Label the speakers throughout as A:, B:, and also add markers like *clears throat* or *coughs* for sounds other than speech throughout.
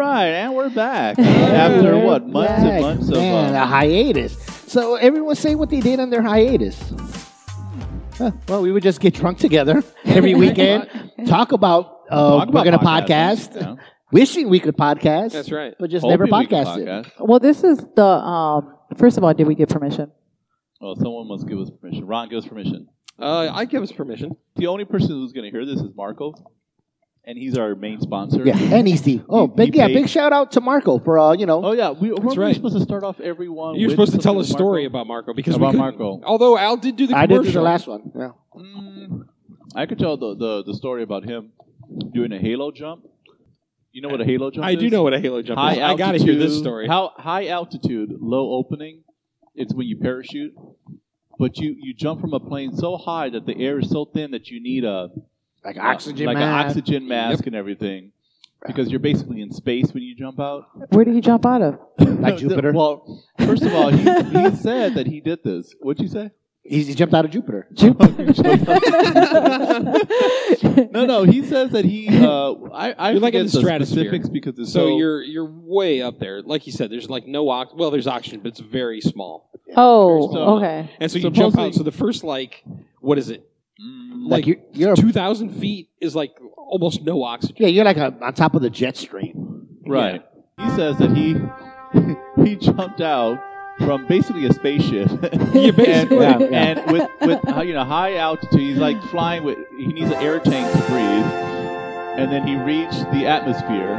A: we're back after what months
B: Back.
A: and months of
B: Man, a
A: um,
B: hiatus. So everyone say what they did on their hiatus. Huh, well, we would just get
A: *laughs*
B: drunk together every weekend, talk about uh,
A: talk
B: we're
A: about
B: going to
A: podcasting,
B: podcast,
A: you know?
B: wishing we could podcast,
C: That's right.
B: but just
A: Hoping
B: never
A: we can
B: podcasted.
A: podcast.
D: Well, this is the um, first of all, did we get permission?
A: Well, someone must give us permission. Ron gives permission.
C: Uh, I give us permission.
A: The only person who's going to hear this is Marco, and he's our main sponsor.
B: Yeah, and
A: *laughs*
B: Easy. Oh,
A: He-
B: big
A: he
B: yeah,
A: paid-
B: big shout out to Marco for uh, you know
A: Oh yeah, we, weren't we
C: right.
A: supposed to start off everyone.
C: You're
A: with
C: supposed to tell a
A: something with
C: story
A: Marco?
C: about Marco because
A: About
C: we couldn't-
A: Marco.
C: Although Al did do the
B: I
C: commercial.
B: did do the last one. Yeah.
A: Mm, I could tell the, the, the story about him doing a halo jump. You know what a halo jump
C: I
A: is?
C: do know what a halo jump
A: High
C: is. I got to hear this *laughs*
A: altitude-
C: story.
A: How high altitude, low opening. It's when you parachute, but you, you jump from a plane so high that the air is so thin that you need a
B: Like oxygen
A: like
B: mask.
A: an oxygen mask and everything, because you're basically in space when you jump out.
D: Where did he jump
B: *laughs*
D: out of?
B: Like Jupiter.
A: Well, first of all, he, he said that he did this. What'd you
B: *laughs*
A: say?
B: He he jumped out of Jupiter.
A: No, no, he says that he. Uh, I, I
C: You're like in
A: forget
C: the stratosphere.
A: specifics because it's
C: so you're you're way up there. Like you said, there's like no ox. Well, there's oxygen, but it's very small.
D: *laughs* oh,
A: So-
D: okay.
C: And so you jump
A: Supposedly-
C: out. So the first like what is it?
A: Mm,
B: Like,
C: Like,
B: you you're
C: two thousand feet is like almost no oxygen.
B: *laughs* yeah, you're like a, on top of the jet stream.
A: right. He says that he he *laughs* jumped out from basically a spaceship.
C: You basically-
A: and,
B: Yeah, yeah.
A: and with with uh, you know high altitude, he's like flying with. He needs an air tank to breathe, and then he reached the atmosphere.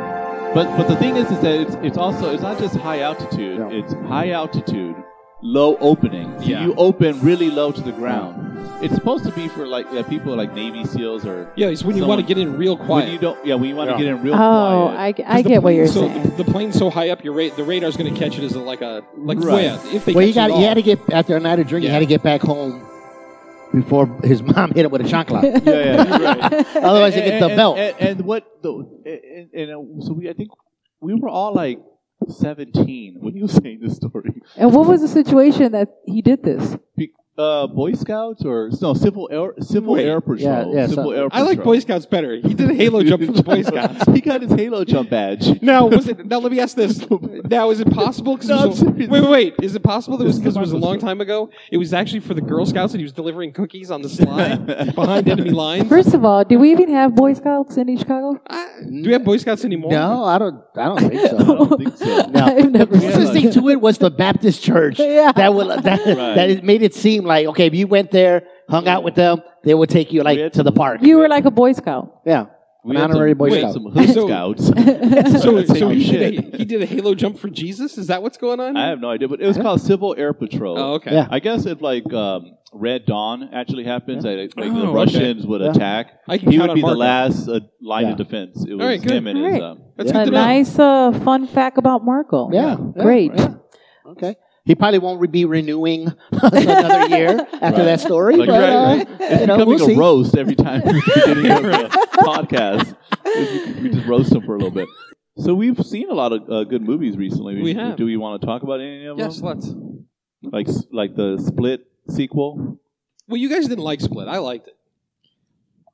A: But but the thing is, is that it's, it's also it's not just high altitude.
B: Yeah.
A: It's high altitude, low opening. So
C: Yeah.
A: you open really low to the ground. It's supposed to be for like uh, people like Navy SEAls or
C: Yeah, it's when you
A: Someone-
C: want to get in real
A: When you
C: quiet.
A: don't, yeah, when you want
B: Yeah.
A: to get in real
D: Oh,
A: quiet.
D: I, I get what you're
C: so
D: saying.
C: the plane's so high up, your ra- the radar's going to catch it as a, like a like
A: Right.
C: way up. If they
B: well,
C: catch
B: you got
C: it
B: you had to get after a night of drinking. You
C: Yeah.
B: had to get back home before his *laughs* mom hit him with a
A: *laughs*
B: chancla.
A: yeah,
D: *laughs*
A: yeah, you're right.
B: Otherwise, you get the
A: and,
B: belt.
A: And, and what the and, and, and, uh, so we I think we were all like seventeen when you *laughs* were saying this story.
D: and what was the situation that he did this?
A: Be- Uh, Boy Scouts or no Civil Air Civil
C: Wait.
A: Air Patrol.
B: Yeah, yeah,
A: Civil
B: so-
A: Air
C: I like
A: Patrol.
C: Boy Scouts better. He did a halo jump from the Boy Scouts.
A: *laughs* he got his Halo jump
C: *laughs*
A: badge.
C: Now was it? Now let me ask this. Now is it possible? 'cause it
A: No,
C: was
A: I'm
C: a-
A: serious.
C: wait, wait, wait. Is it possible that it was
A: This is
C: because it was a
A: Marco's
C: long
A: story.
C: time ago? It was actually for the Girl Scouts, and he was delivering cookies
A: *laughs*
C: on the slide behind enemy lines.
D: First of all, do we even have Boy Scouts in Chicago?
C: I- do we have Boy Scouts anymore?
B: no, I don't. I don't think
A: I *laughs*
B: so.
A: don't think so.
B: *laughs* No.
D: I've never
B: The
A: Yeah,
B: closest
A: like-
B: thing to it was the Baptist
A: *laughs*
B: church.
D: Yeah.
B: That will that, that it made it seem like okay, if you went there, hung out with them, they would take you
A: We
B: like
A: had
B: to the park.
D: You were like a Boy Scout.
B: yeah,
A: We
B: an
A: had
B: honorary
A: some,
B: Boy
A: we had
B: Scout.
A: some Hood
C: *laughs* So-
A: Scouts.
C: So,
A: *laughs* That's
C: so
A: my
C: he, did
A: shit.
C: a, he did a halo jump for Jesus. Is that what's going on?
A: I have no idea, but it was called Civil Air Patrol.
C: oh, okay.
B: Yeah.
A: I guess if like um, Red Dawn actually happens, like, like
C: Oh,
A: the
C: okay.
A: Russians would
B: Yeah.
A: attack.
C: I can
A: He
C: count
A: would
C: on
A: be the
C: Marco.
A: last uh, line
B: Yeah.
A: of defense. It was
C: right, good.
A: him and his.
D: Alright.
A: Um,
C: That's
B: Yeah.
D: A
C: good to know.
D: nice uh, fun fact about Marco.
B: yeah, yeah,
D: Great.
B: yeah. Okay, he probably won't re- be renewing *laughs*
A: *laughs*
B: another year after
A: Right.
B: that story.
A: Like,
B: but,
A: right,
B: uh,
A: right.
B: you
A: *laughs* it's
B: know,
A: becoming
B: we'll see.
A: a roast every time we beginning of
B: *laughs*
A: the podcast. We- We just roast him for a little bit. So we've seen a lot of uh, good movies recently.
C: We have.
A: Do we want to talk about any of
C: Yes,
A: them?
C: let's.
A: Like like the Split sequel.
C: Well, you guys didn't like Split. I liked it.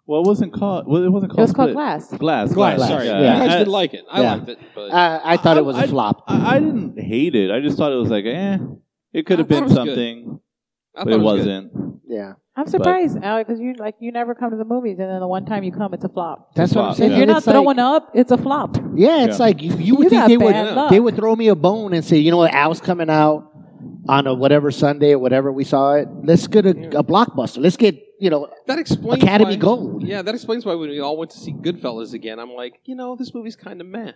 A: Well, it wasn't called. Well, it wasn't
D: It
A: called.
D: was called
A: Split.
D: Glass.
A: Glass.
C: Glass.
B: Glass,
C: Sorry,
B: yeah.
C: you guys
A: I-
C: didn't like it. I
B: Yeah.
C: liked it, but
B: Uh, I thought
A: I-
B: it was a
A: I-
B: flop.
A: I, I didn't hate it. I just thought it was like, eh, it could
C: I
A: have
C: thought
A: been
C: it was good.
A: something,
C: I
A: but
C: thought
A: it,
C: was good.
A: wasn't.
B: yeah,
D: I'm surprised, Alec, because you like you never come to the movies, and then the one time you come, it's a flop.
B: that's what I'm
A: flop,
B: saying.
A: yeah.
D: If you're
B: And
D: not
B: it's like-
D: throwing up, it's a flop.
B: Yeah, it's
A: Yeah.
B: like you, you would
D: You
B: think
D: got
B: they would
D: bad
C: luck.
B: they would throw me a bone and say, you know what, Al's coming out on a whatever Sunday or whatever we saw it. Let's get a, a blockbuster. Let's get you know
C: That explains
B: Academy
C: why-
B: Gold.
C: Yeah, that explains why when we all went to see Goodfellas again, I'm like, you know, this movie's kind of meh.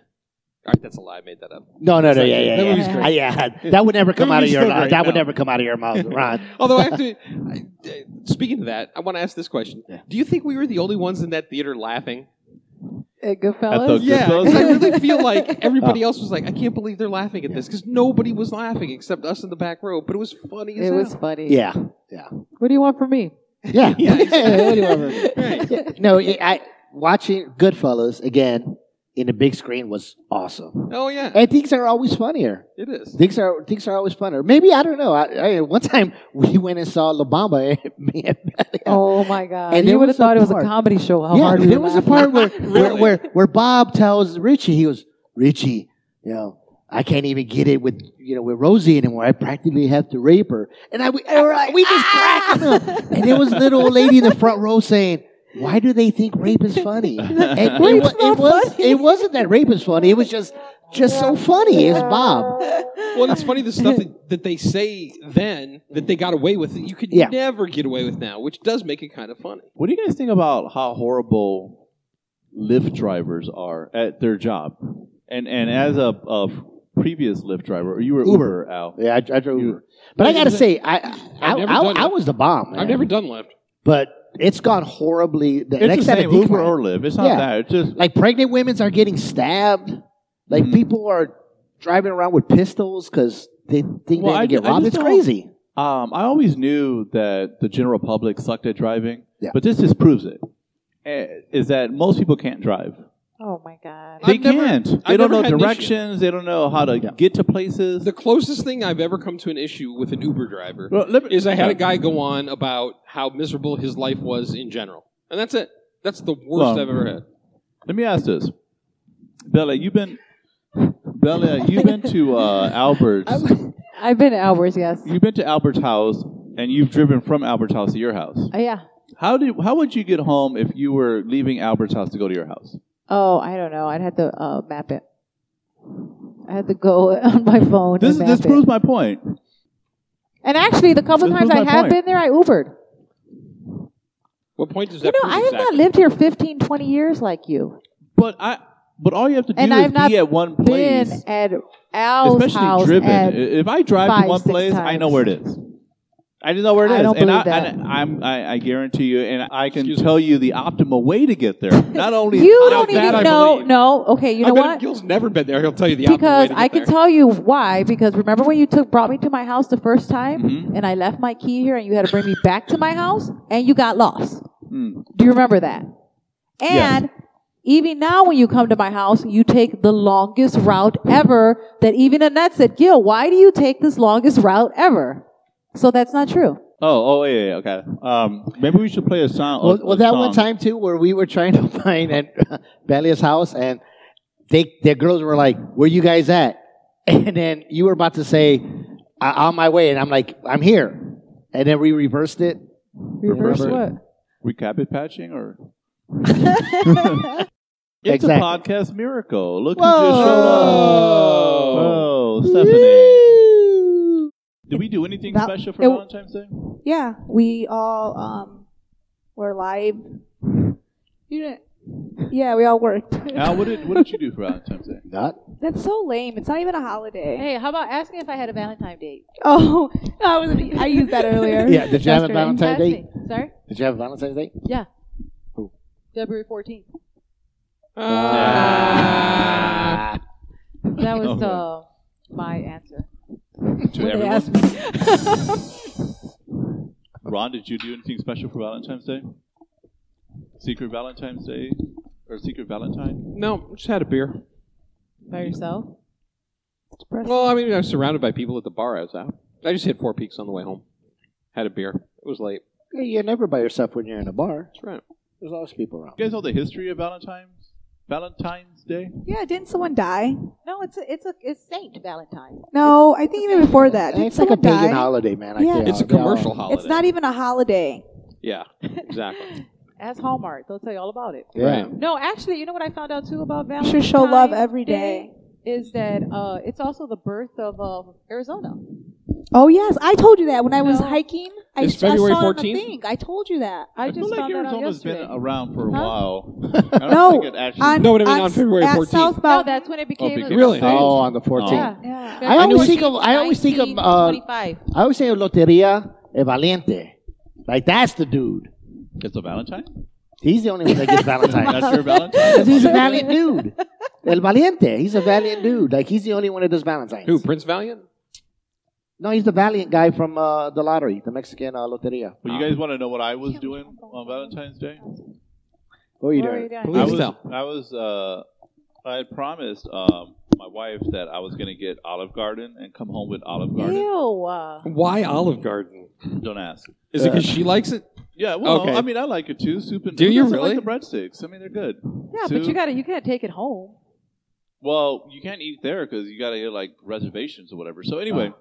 C: All right, that's a lie. I made that up.
B: no no no
C: Exactly.
B: yeah yeah
C: That
B: yeah
C: movie's
B: yeah.
C: great.
B: Uh, yeah. that would never come out of
C: movie's
B: your
C: still
B: mouth.
C: great,
B: that would
C: no.
B: never come out of your mouth, Ron.
C: Although I have to. I, uh, speaking of that, I want to ask this question: Do you think we were the only ones in that theater laughing?
D: At
A: At
D: Goodfellas.
A: the- Yeah,
C: Yeah, 'cause I really feel like everybody
B: Oh.
C: else was like, I can't believe they're laughing at this because nobody was laughing except us in the back row. But it was funny. As
D: It was
C: hell.
D: funny.
B: Yeah
D: What do you want from me?
B: yeah. *laughs*
C: Yeah,
B: What do you want from me?
C: Right.
B: no, it, I watching Goodfellas again in the big screen was awesome.
C: Oh yeah,
B: *laughs* And things are always funnier.
C: it is.
B: Things are things are always funner. Maybe I don't know. I, I, one time we *laughs* went and saw La Bamba. And *laughs* me and Betty-
D: Oh my god!
B: And
D: you
B: there
D: would have
B: was a
D: thought it was a
B: part-
D: comedy show. How
B: yeah,
D: hard we
B: there
D: were *laughs*
B: was a part
D: laughing.
B: where, where
C: Really?
B: where where Bob tells Richie, he goes, Richie, You know, I can't even get it with you know with Rosie anymore. I practically have to rape her, and
D: *laughs*
B: I we, we just
D: Ah!
B: cracked up. And there was a little old lady in the front row saying, "Why do they think rape is
D: *laughs*
B: funny?" And it,
D: Rape's
B: wa- it
D: not
B: was
D: funny.
B: it wasn't that rape is funny. It was just just so funny. It was Bob.
C: Well, it's funny the stuff that, that they say then that they got away with that you could
B: Yeah.
C: never get away with now, which does make it kind of funny.
A: What do you guys think about how horrible Lyft drivers are at their job? And and as a, a previous Lyft driver, you were Uber,
B: Uber.
A: Al.
B: Yeah, I, I drove
A: You-
B: But I
C: Yeah,
B: gotta
C: but-
B: say, I I,
C: never
B: I,
C: done
B: I
C: it.
B: was the bomb. man.
C: I've never done left.
B: But it's gone horribly. The
A: It's
B: next
A: the
B: time
A: same
B: it
A: Uber
B: declined.
A: or Lyft. It's not
B: Yeah.
A: that. It's just
B: like pregnant women's are getting stabbed. Like
A: Mhm.
B: people are driving around with pistols because they think
A: Well,
B: they're
A: I-
B: gonna get
A: I
B: robbed.
A: just
B: It's
A: don't-
B: crazy.
A: Um, I always knew that the general public sucked at driving,
B: Yeah.
A: but this just proves it. Eh, Is that most people can't drive?
D: *laughs* Oh my god.
A: They
C: I've never-
A: can't. They
C: I've
A: don't
C: never
A: know
C: had an issue.
A: directions. They don't know how to
B: Yeah.
A: get to places.
C: The closest thing I've ever come to an issue with an Uber driver
A: Well, let me-
C: is I had
A: yeah.
C: a guy go on about how miserable his life was in general. And that's it. That's the worst
A: Well,
C: I've ever had.
A: Let me ask this, Bella. You've been Bella. You've been to
D: *laughs*
A: uh, Albert's.
D: I've been at Albert's, yes.
A: You've been to Albert's house, and you've driven from Albert's house to your house.
D: Oh, yeah.
A: How did? How would you get home if you were leaving Albert's house to go to your house?
D: Oh, I don't know. I'd have to uh, map it. I had to go *laughs* on my phone.
A: This is
D: and
A: this
D: map it.
A: proves my point.
D: And actually, the couple
A: This
D: times
A: proves
D: I
A: my
D: have
A: point.
D: been there, I Ubered.
C: What point does
D: You
C: that
D: know,
C: prove
D: I have not
C: exactly?
D: lived here 15, 20 years like you.
A: But I. But all you have to do
D: And
A: is
D: I've not
A: be at one place.
D: Been at Al's
A: especially
D: house.
A: driven. I-
D: at-
A: If I drive
D: five,
A: to one
D: six
A: place, I know
D: times.
A: where it is. I just know where it is,
D: I don't
A: and, I,
D: believe that.
A: and I'm, I, I guarantee you, and I can
C: Excuse me.
A: tell you the optimal way to get
D: *laughs*
A: there. Not only
D: you
A: I
D: don't
A: that
D: even
A: I
D: know.
A: believe.
D: No, okay. You know
C: I bet if
D: what?
C: Gil's never been there. He'll tell you the
D: Because
C: opposite.
D: I can tell you why. Because remember when you took brought me to my house the first time,
A: Mhm.
D: and I left my key here, and you had to bring me back to my house, and you got lost.
A: Mm.
D: Do you remember that?
A: Yes.
D: And even now, when you come to my house, you take the longest route ever. That even Annette said, Gil, why do you take this longest route ever? So that's not true.
A: Oh, oh, yeah, yeah, okay. Um, maybe we should play a song.
B: Well,
A: a-
B: well
A: a
B: that
A: song.
B: one time too, where we were trying to *laughs* find at Belia's house, and they their girls were like, "Where you guys at?" *laughs* And then you were about to say, "I- "On my way," and I'm like, "I'm here," and then we reversed it.
D: Reverse
A: Reverse
D: what?
A: we cap it patching or
D: *laughs*
A: *laughs* it's
B: Exactly.
A: a podcast miracle. Look who just showed up.
B: Whoa.
A: Whoa, Stephanie. Did we do anything
E: Val-
A: special for
E: it-
A: Valentine's Day?
E: Yeah, we all um were live. You didn't. Yeah, we all worked.
A: Al, what did what did you do for Valentine's
D: *laughs*
A: Day?
B: Not
E: That's so lame. It's not even a holiday.
D: how about asking if I had a Valentine date?
E: *laughs* Oh, I was. I used that earlier.
D: *laughs*
B: yeah. Did you have a
E: Yesterday.
B: Valentine's Day?
D: Sorry?
B: Did you have a Valentine's Day?
D: February 14th. Uh,
C: Ah.
D: That
A: *laughs*
D: was uh,
A: No.
D: my answer.
A: To
E: When they
A: everyone?
E: asked me.
A: Ron, did you do anything special for Valentine's Day? Secret Valentine's Day or Secret Valentine?
C: No, just had a beer.
D: By yourself?
C: Well, I mean, I was surrounded by people at the bar I was at. I just hit Four Peaks on the way home. Had a beer. It was late.
B: Yeah, You're never by yourself when you're in a bar.
C: That's right.
B: There's always people around.
A: You guys know the history of Valentine's Valentine's Day?
E: Yeah, didn't someone die?
D: No, it's a, it's a it's Saint Valentine.
E: No, I think even before that. Didn't
B: it's like a
E: someone die?
B: pagan holiday, man. I
E: Yeah.
B: can't-
A: Ah,
C: It's a
B: yeah.
C: commercial holiday.
E: It's not even a holiday.
C: Yeah, *laughs* exactly.
D: Ask Hallmark; they'll tell you all about it.
B: Yeah.
C: Right.
D: No, actually, you know what I found out too about
E: You
D: Valentine's
E: should show love every day.
D: is that uh, it's also the birth of uh, Arizona.
E: Oh yes, I told you that when I was
D: No.
E: hiking. I,
C: It's
E: s- I
C: February
E: saw it on the
C: 14th?
E: thing. I told you that.
D: I,
A: I
D: just
A: feel like
D: found that out
A: Arizona's been
D: yesterday.
A: around for a
D: Huh?
A: while. *laughs* I don't
E: No,
A: think it actually.
E: On-
C: No, but I mean on
E: s-
C: February
E: at
C: 14th.
E: South
D: No,
E: Mountain-
D: that's when it became.
A: big
D: a-
A: deal. Really?
B: Oh, on the 14th.
D: Yeah.
E: Yeah.
B: I always think of- I
D: February
B: always think of,
D: 19th,
B: uh,
D: 25.
B: I always say Loteria El Valiente. Like, that's the dude.
A: It's a Valentine?
B: He's the only one that
D: *laughs*
B: gets Valentine's. *laughs*
A: That's your Valentine?
B: Because he's a valiant dude. El Valiente. He's a valiant dude. Like, he's the only one that does Valentine's.
C: Who? Prince Valiant?
B: No, he's the valiant guy from uh, the lottery, the Mexican uh, Loteria.
A: Well, you guys want to know what I was doing on Valentine's Day?
B: What are you
D: What were
B: doing?
D: you doing?
A: I
C: Please
A: was,
C: tell.
A: I was, uh, I had promised um, my wife that I was going to get Olive Garden and come home with Olive Garden.
D: Ew. uh,
C: Why Olive Garden?
A: Don't ask.
C: Is it because she likes it?
A: Yeah, well,
C: Okay.
A: I mean, I like it too. Soup and
C: Do
A: who
C: you
A: doesn't
C: really?
A: like the breadsticks? I mean, they're good.
D: Yeah,
A: Soup.
D: but you gotta you can't take it home.
A: Well, you can't eat there because you got to get like reservations or whatever. So anyway,
B: Oh.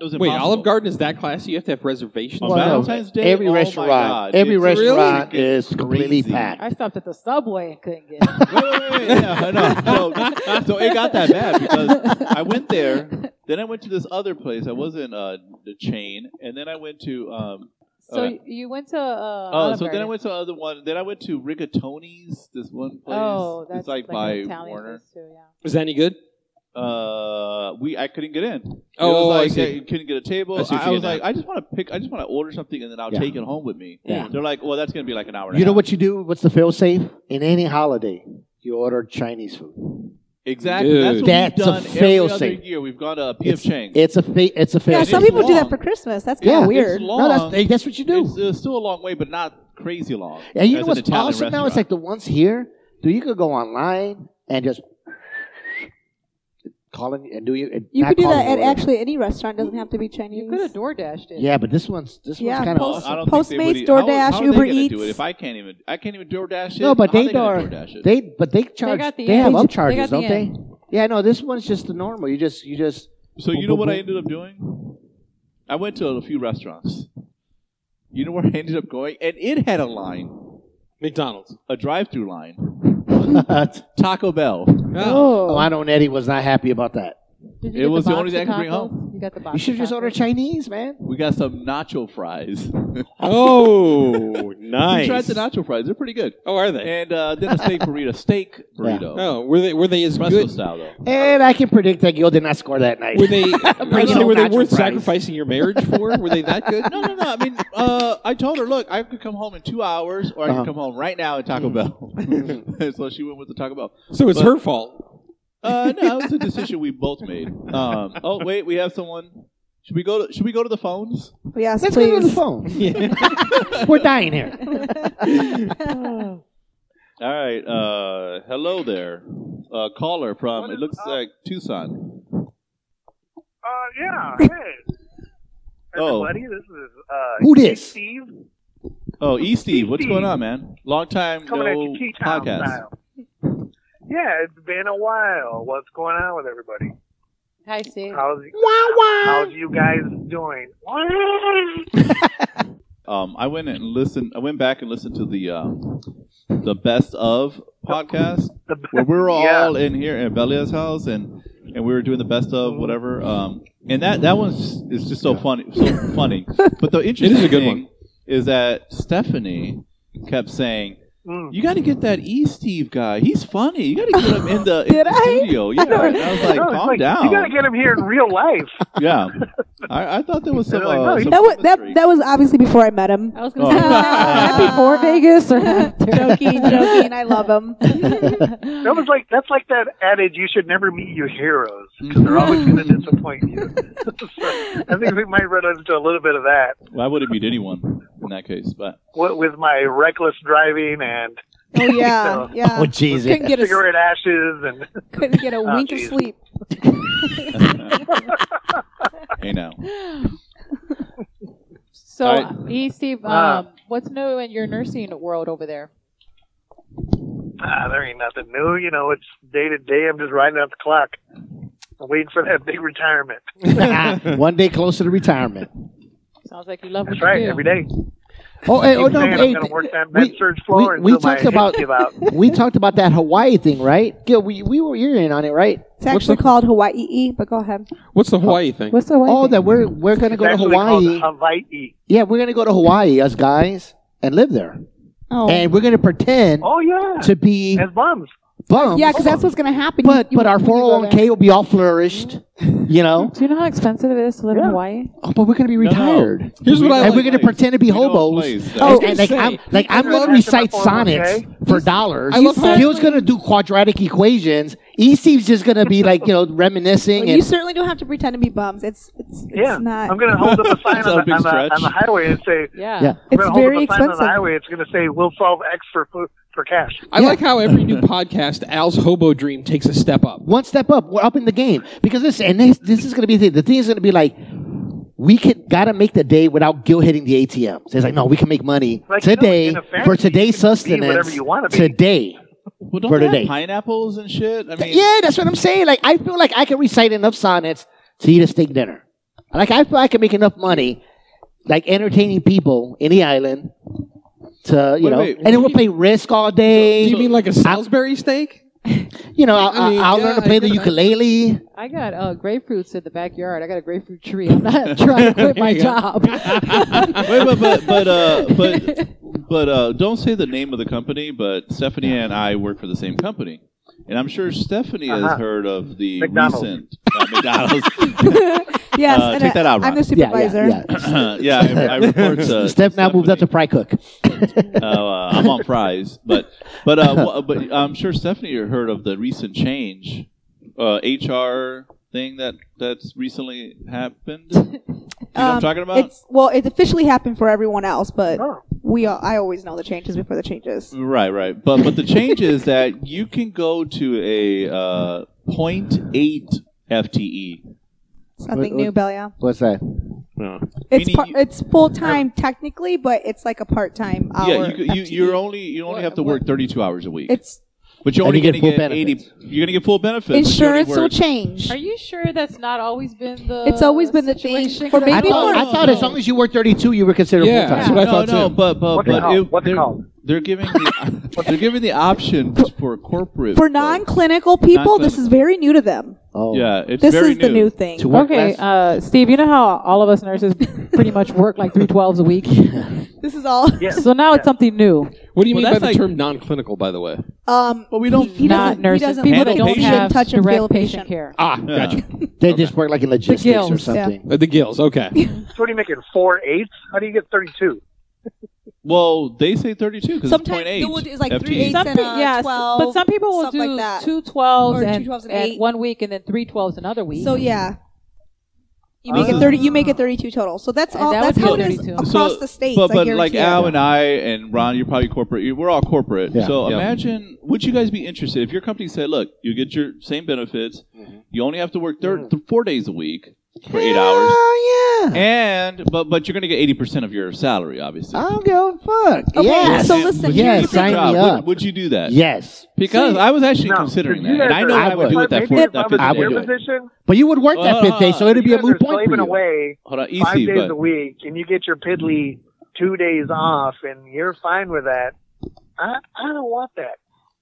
A: it was
C: Wait,
A: impossible.
C: Olive Garden is that classy? You have to have reservations.
A: On
B: Well,
A: Valentine's Day,
B: every
A: oh my
B: restaurant,
A: God,
B: every
A: it's
B: restaurant
A: freaking
B: is completely
A: crazy.
B: packed.
F: I stopped at the subway and couldn't get it.
A: wait, wait, wait, wait. Yeah,
B: *laughs*
A: no, so, so it got that bad because I went there, then I went to this other place. I wasn't uh, the chain, and then I went to um,
F: So
A: Okay.
F: you went to. Uh,
A: oh,
F: Olive
A: so then I
F: Garden.
A: went to other one. Then I went to Rigatoni's, this one place.
F: Oh, that's
A: it's like,
F: an
A: by
F: Italian
A: Warner.
F: place Too, yeah.
C: Is that any good?
A: Uh, we I couldn't get in.
C: Oh,
A: it
C: oh,
A: was
C: I
A: like
C: see.
A: yeah, you couldn't get a table.
C: I see
A: I,
C: what
A: I
C: you
A: was
C: mean
A: like, I just want to pick. I just want to order something, and then I'll
B: Yeah.
A: take it home with me.
B: Yeah.
A: They're like, well, that's gonna be like an hour. And
B: You
A: a
B: know
A: half.
B: what you do? What's the fail safe in any holiday? You order Chinese food.
A: Exactly.
C: Dude.
A: That's
B: That's a
A: what we've done every
B: fail
A: other
B: safe.
A: year. We've gone to P.F.
B: It's,
A: Chang's.
B: it's a fa- it's a fail.
E: Yeah,
A: it's
E: some
B: safe.
E: people do
A: long.
E: that for Christmas. That's kind of
B: Yeah, it's
E: weird.
A: long.
B: No, that's that's what you do.
A: It's, it's still a long way, but not crazy long.
B: And you
A: As
B: know
A: an
B: what's
A: Italian
B: awesome now? It's like
A: restaurant.
B: the ones here, dude. You could go online and just call in and do you. And
E: You
B: not
E: could do
B: call
E: that
B: in
E: at
B: order.
E: actually any restaurant. Doesn't have to be Chinese.
F: You could have door dashed it.
B: Yeah, but this one's this
E: Yeah,
B: one's kind of
E: post-
A: I
B: awesome.
A: don't think they would
E: Postmates,
A: eat- how-
E: DoorDash,
A: how are
E: Uber
A: they gonna Do
E: Eats.
A: it if I can't even, I can't even DoorDash it.
B: No, but
A: How
B: they
A: gonna
B: are-
A: DoorDash it?
B: They but they charge.
F: got the
B: they have
F: end. They
B: upcharges,
F: got the
B: don't they?
F: end.
B: Yeah, no. This one's just the normal. You just you just
A: So
B: Boom,
A: you know
B: boom,
A: what I
B: boom.
A: ended up doing? I went to a few restaurants. You know where I ended up going, and it had a line,
C: McDonald's.
A: a drive-through line.
B: oh,
A: *laughs* Taco Bell.
E: Oh,
B: I know Eddie was not happy about that.
F: Did
A: It
F: get
A: was the only
F: box
A: thing I
F: of
A: could bring
F: tacos?
A: home.
F: You got the box.
B: You should have
F: of
B: just
F: tacos?
B: ordered Chinese, man.
A: We got some nacho fries. *laughs*
C: *laughs* Oh,
A: We
C: nice.
A: tried the nacho fries; they're pretty good.
C: oh, are they?
A: And uh, then a steak burrito,
C: *laughs*
A: steak burrito,
C: Oh, were they were they as
A: Fresco
C: *laughs* good?
A: style though.
B: And I can predict that Gil did not score that night.
C: Were they, I was
B: your
C: saying, *laughs* were they
B: nacho
C: worth
B: fries.
C: sacrificing your marriage for? Were they that good?
A: No, no, no. I mean, uh, I told her, look, I could come home in two hours, or I
B: Uh-huh.
A: could come home right now and
C: Mm.
A: Taco Bell.
C: Mm-hmm.
A: And *laughs* so she went with the Taco Bell.
C: So it's
A: But-
C: her fault.
A: Uh, no, it was a decision we both made. Um, oh wait, we have someone. Should we go to Should we go to the phones?
B: Oh.
E: yes,
B: Let's go to the
E: please.
B: phone. *laughs* We're dying here.
A: All right. Uh, hello there, uh, caller from. It looks like Tucson.
G: Uh, yeah.
B: *laughs*
G: Hey.
A: Oh.
G: Everybody, this is uh,
B: Who this?
G: Steve *laughs*
A: Oh, E Steve, what's going on, man? Long time
G: coming at
A: no
G: you tea time
A: podcast.
G: style. Yeah, it's been a while. What's going on with everybody?
F: Hi, Sid.
G: How's how's you guys doing?
A: Um, I went and listened. I went back and listened to the um, the best of podcast
G: The-
A: where we were
G: Yeah.
A: all in here at Belia's house and and we were doing the best of
G: Mm-hmm.
A: whatever. Um, and that that one is just so funny, so funny. But the interesting
C: It is a good
A: thing
C: one.
A: is that Stephanie kept saying.
G: Mm.
A: You got to get that E Steve guy. He's funny. You got to get him in the, in
E: Did
A: the
E: I?
A: studio. Yeah. And I was like,
G: No, it's
A: calm
G: like,
A: down.
G: You gotta get him here in real life.
A: Yeah, I, I thought there was some.
G: They're like,
A: Uh,
G: no, he-
A: some
E: That was that.
A: chemistry.
E: That was obviously before I
D: *laughs*
E: met him.
F: I was gonna
A: Oh.
F: say
E: Ah. *laughs*
F: that
D: Before
B: *laughs*
D: Vegas or after?
E: Joking, joking. I love him. Oh,
G: That was like that's like that adage: you should never meet your heroes because they're always gonna
A: Mm-hmm.
G: disappoint you. *laughs* so, I think we might run into a little bit of that
A: Well, I wouldn't meet anyone in that case,
E: *laughs*
A: but
G: with, with my reckless driving and
E: Oh yeah, yeah.
B: Oh, Jesus.
F: couldn't get a
G: cigarette ashes and *laughs*
F: couldn't get a
G: Oh,
F: wink of
G: geez.
F: sleep.
A: hey
B: *laughs*
A: now.
F: *laughs* So,
A: All
F: E. Steve,
B: Uh,
G: Ah.
F: um, what's new in your nursing world over there?
G: Ah, there ain't nothing new. You know, it's day to day. I'm just riding out the clock, I'm waiting for that big retirement.
B: One day closer to retirement.
F: Sounds like you love
G: That's
F: what
G: right,
F: you do.
G: every day.
B: Oh, hey, *laughs* oh
G: Keep
B: no,
G: saying
B: hey,
G: I'm gonna work that med
B: we,
G: surge floor
B: we- we
G: until
B: talked
G: my
B: about-
G: hips
B: *laughs*
G: give out.
B: we talked about that Hawaii thing, right? Gil, we, we were you're in on it, right?
E: It's actually called Hawaii, E, but go ahead.
C: What's the Hawaii thing?
D: What's the
B: Oh, that we're we're gonna
G: It's
B: go to
G: actually called
B: Hawaii.
G: Hawaii.
B: Yeah, we're gonna go to Hawaii, us guys, and live there,
E: Oh,
B: and we're gonna pretend
G: Oh yeah,
B: to be
G: as bums.
B: bums.
E: yeah, because that's what's gonna happen. You-
B: um, but
E: you-
B: but our
E: when you go
B: 401k will be all flourished, you
D: *laughs*
B: know.
D: Do you know how expensive it is to live in Hawaii?
B: Oh, but we're gonna be
A: No, no.
B: retired,
C: Here's what I
B: and
C: like.
B: we're gonna pretend to be
A: You know
B: hobos.
A: plays, though.
B: Oh,
C: gonna
B: and like
C: say,
B: I'm like I'm
G: people
B: gonna
G: are
B: recite
G: asking about 401k.
B: sonnets for dollars.
C: I love how-
B: Gil's gonna do quadratic equations. E Steve's just gonna be like you
G: *laughs*
B: know
E: there.
B: reminiscing
E: you
B: and
E: certainly don't have to pretend to be bums. It's it's, it's
G: Yeah,
E: not.
G: I'm gonna hold up
B: *laughs*
G: a sign
A: That's not a
G: on
A: big
G: the, on, the, on the
A: stretch.
G: highway and say.
F: Yeah.
B: Yeah.
G: I'm
E: It's
G: gonna
E: very
G: hold up a sign on
E: expensive.
G: the highway. It's gonna say, "We'll solve X for fo- for cash."
C: I like how every *laughs* new podcast, Al's hobo dream takes a step up.
B: one step up. We're up in the game because this and this this is gonna be the, thing. the thing is gonna be like. We can gotta make the day without Gil hitting the ATM. So it's like, no, we can make money
G: Like, you know,
B: today
G: in a fantasy,
B: for
G: you
B: today's
G: can be whatever
B: sustenance.
G: you wanna be.
B: Today,
A: Well, don't
B: For
A: they have
B: today.
A: pineapples and shit.
B: *laughs*
A: I mean,
B: yeah, that's what I'm saying. Like I feel like I can recite enough sonnets to eat a steak dinner. Like I feel I can make enough money, like entertaining people in the island. To you
C: Wait,
B: know,
C: wait,
B: and then we'll play Risk all
C: Do
B: day.
C: you mean like a Salisbury steak?
B: you know, I'll,
C: I mean,
B: I'll- I'll
C: yeah,
B: learn to
C: I
B: play the
C: get
F: *laughs*
C: that.
B: ukulele.
F: I got uh, grapefruits in the backyard. I got a grapefruit tree. I'm not *laughs* trying to quit my
C: *laughs* There you go.
F: job. *laughs*
A: Wait, but but but
B: *laughs*
A: uh, but but uh, don't say the name of the company. But Stephanie and I work for the same company, and I'm sure Stephanie
G: Uh-huh.
A: has heard of the
G: McDonald's.
A: recent uh,
B: *laughs*
A: McDonald's.
E: *laughs*
A: *laughs*
E: Yes,
A: Uh,
E: and
A: take
E: I-
A: that out,
E: I'm
A: Ron.
E: the supervisor.
B: Yeah, yeah.
A: yeah, I, I report to.
B: *laughs* Steph now moved up to
A: Stephanie.
B: fry cook. *laughs*
A: Uh, I'm on fries, but but uh, wha- but I'm sure Stephanie heard of the recent change, uh, HR thing that that's recently happened. You know what I'm
E: Um,
A: talking about?
E: It's well, it officially happened for everyone else, but
G: Oh.
E: we all, I always know the changes before the changes.
A: Right, right. But but the change is that you can go to a uh, 0.8 FTE.
E: It's nothing
B: what-
E: new, Belia.
B: What's that?
E: It's
A: meaning
E: par-
A: you-
E: it's full time technically, but it's like a part time hour.
A: Uh,
E: E.
A: Yeah, you, you you're
E: FTE.
A: only you only
F: What-
A: have to work 32 hours a week.
E: It's
A: but you're
B: And
A: only
B: you get
A: going to
B: full
A: get, 80. You're going to get full benefits. but you
E: insurance
A: only
E: will
A: work-
E: change.
F: Are you sure that's not always been the?
E: It's always been the thing.
F: situation.
E: Or
B: I
E: maybe
B: thought,
E: more.
B: I thought as long as you were 32, you were considered
C: Yeah,
B: full
C: that's
B: time.
C: what I
A: no,
C: thought
A: no,
C: too.
A: but but
G: Oh, What's it
A: but
G: called?
A: it-
G: What's it
A: they're,
G: called?
A: they're giving
B: *laughs*
A: the they're giving the option for corporate
E: for
A: folks.
E: non-clinical people, this is very new to them.
B: Oh,
A: Yeah, it's
E: This
A: very
E: is the
A: *laughs*
E: new thing.
B: To work
F: Okay,
B: less?
F: uh, Steve. You know how all of us nurses pretty much work like three twelves a week.
B: *laughs*
E: This is all.
G: Yes.
F: So now it's something new.
C: What do you
A: Well,
C: mean by
A: that's
C: the
A: like-
C: term non-clinical? By the way.
E: Um,
A: But we don't.
E: He doesn't-
F: not
E: he
F: nurses.
E: doesn't
F: people
A: handle
F: that don't
A: patient.
F: have
E: touch and
F: direct
E: feel
F: patient,
E: patient.
F: care.
C: Ah,
A: Yeah.
B: they just work like in logistics or
F: gills,
E: yeah.
B: something.
C: Uh, The gills. Okay. *laughs*
G: So what are you making? Four eighths? How do you get thirty-two?
A: Well, they say 32 because it's
E: Sometimes
A: 0.8.
E: they will do- it's like
A: FTE.
E: three eighths
F: Some
E: and
F: pe-
E: a
F: yes,
E: 12,
F: but some people will
E: stuff uh, like
F: do
E: that.
F: two twelves
E: Or two
F: and,
E: 12s and
F: and
E: eight.
F: one week and then three twelves another week.
E: so yeah, you
A: Uh,
E: make it thirty. You make it thirty-two total. So that's
F: And
E: all.
F: Uh, that
E: that's
F: would
E: how
F: be
E: it is
F: 32.
E: across the states.
A: But,
E: I
A: but like
E: guarantee it.
A: Al and I and Ron, you're probably corporate. you- We're all corporate.
B: Yeah.
A: So
C: Yeah.
A: imagine, would you guys be interested if your company said, look, you get your same benefits,
B: Mm-hmm.
A: you only have to work thir-
E: Mm-hmm.
A: th- four days a week for eight hours,
B: Oh, yeah.
A: and but but you're going to get eighty percent of your salary, obviously.
B: I don't give a fuck.
E: Okay,
B: yes.
E: Ah. so listen,
B: Yes,
A: Good
B: sign
A: job.
B: me
A: Would-
B: up.
A: Would, you do that?
B: yes.
A: Because I was actually considering that,
G: You
A: and
G: guys
A: I
G: are-
A: know what
B: I
A: I would do
B: would.
A: with that
G: If I
A: fourth.
G: was
A: That
G: in
A: fifth
B: I
A: day.
G: your
B: would do it.
G: position,
B: But you would work that fifth day, so it'd be
G: you
B: a
G: guys
B: moot
G: are
B: point for you.
G: slaving away
A: Hold on,
G: five
A: easy,
G: days
A: but
G: a week, and you get your piddly two days off, and you're fine with that. I I don't want that.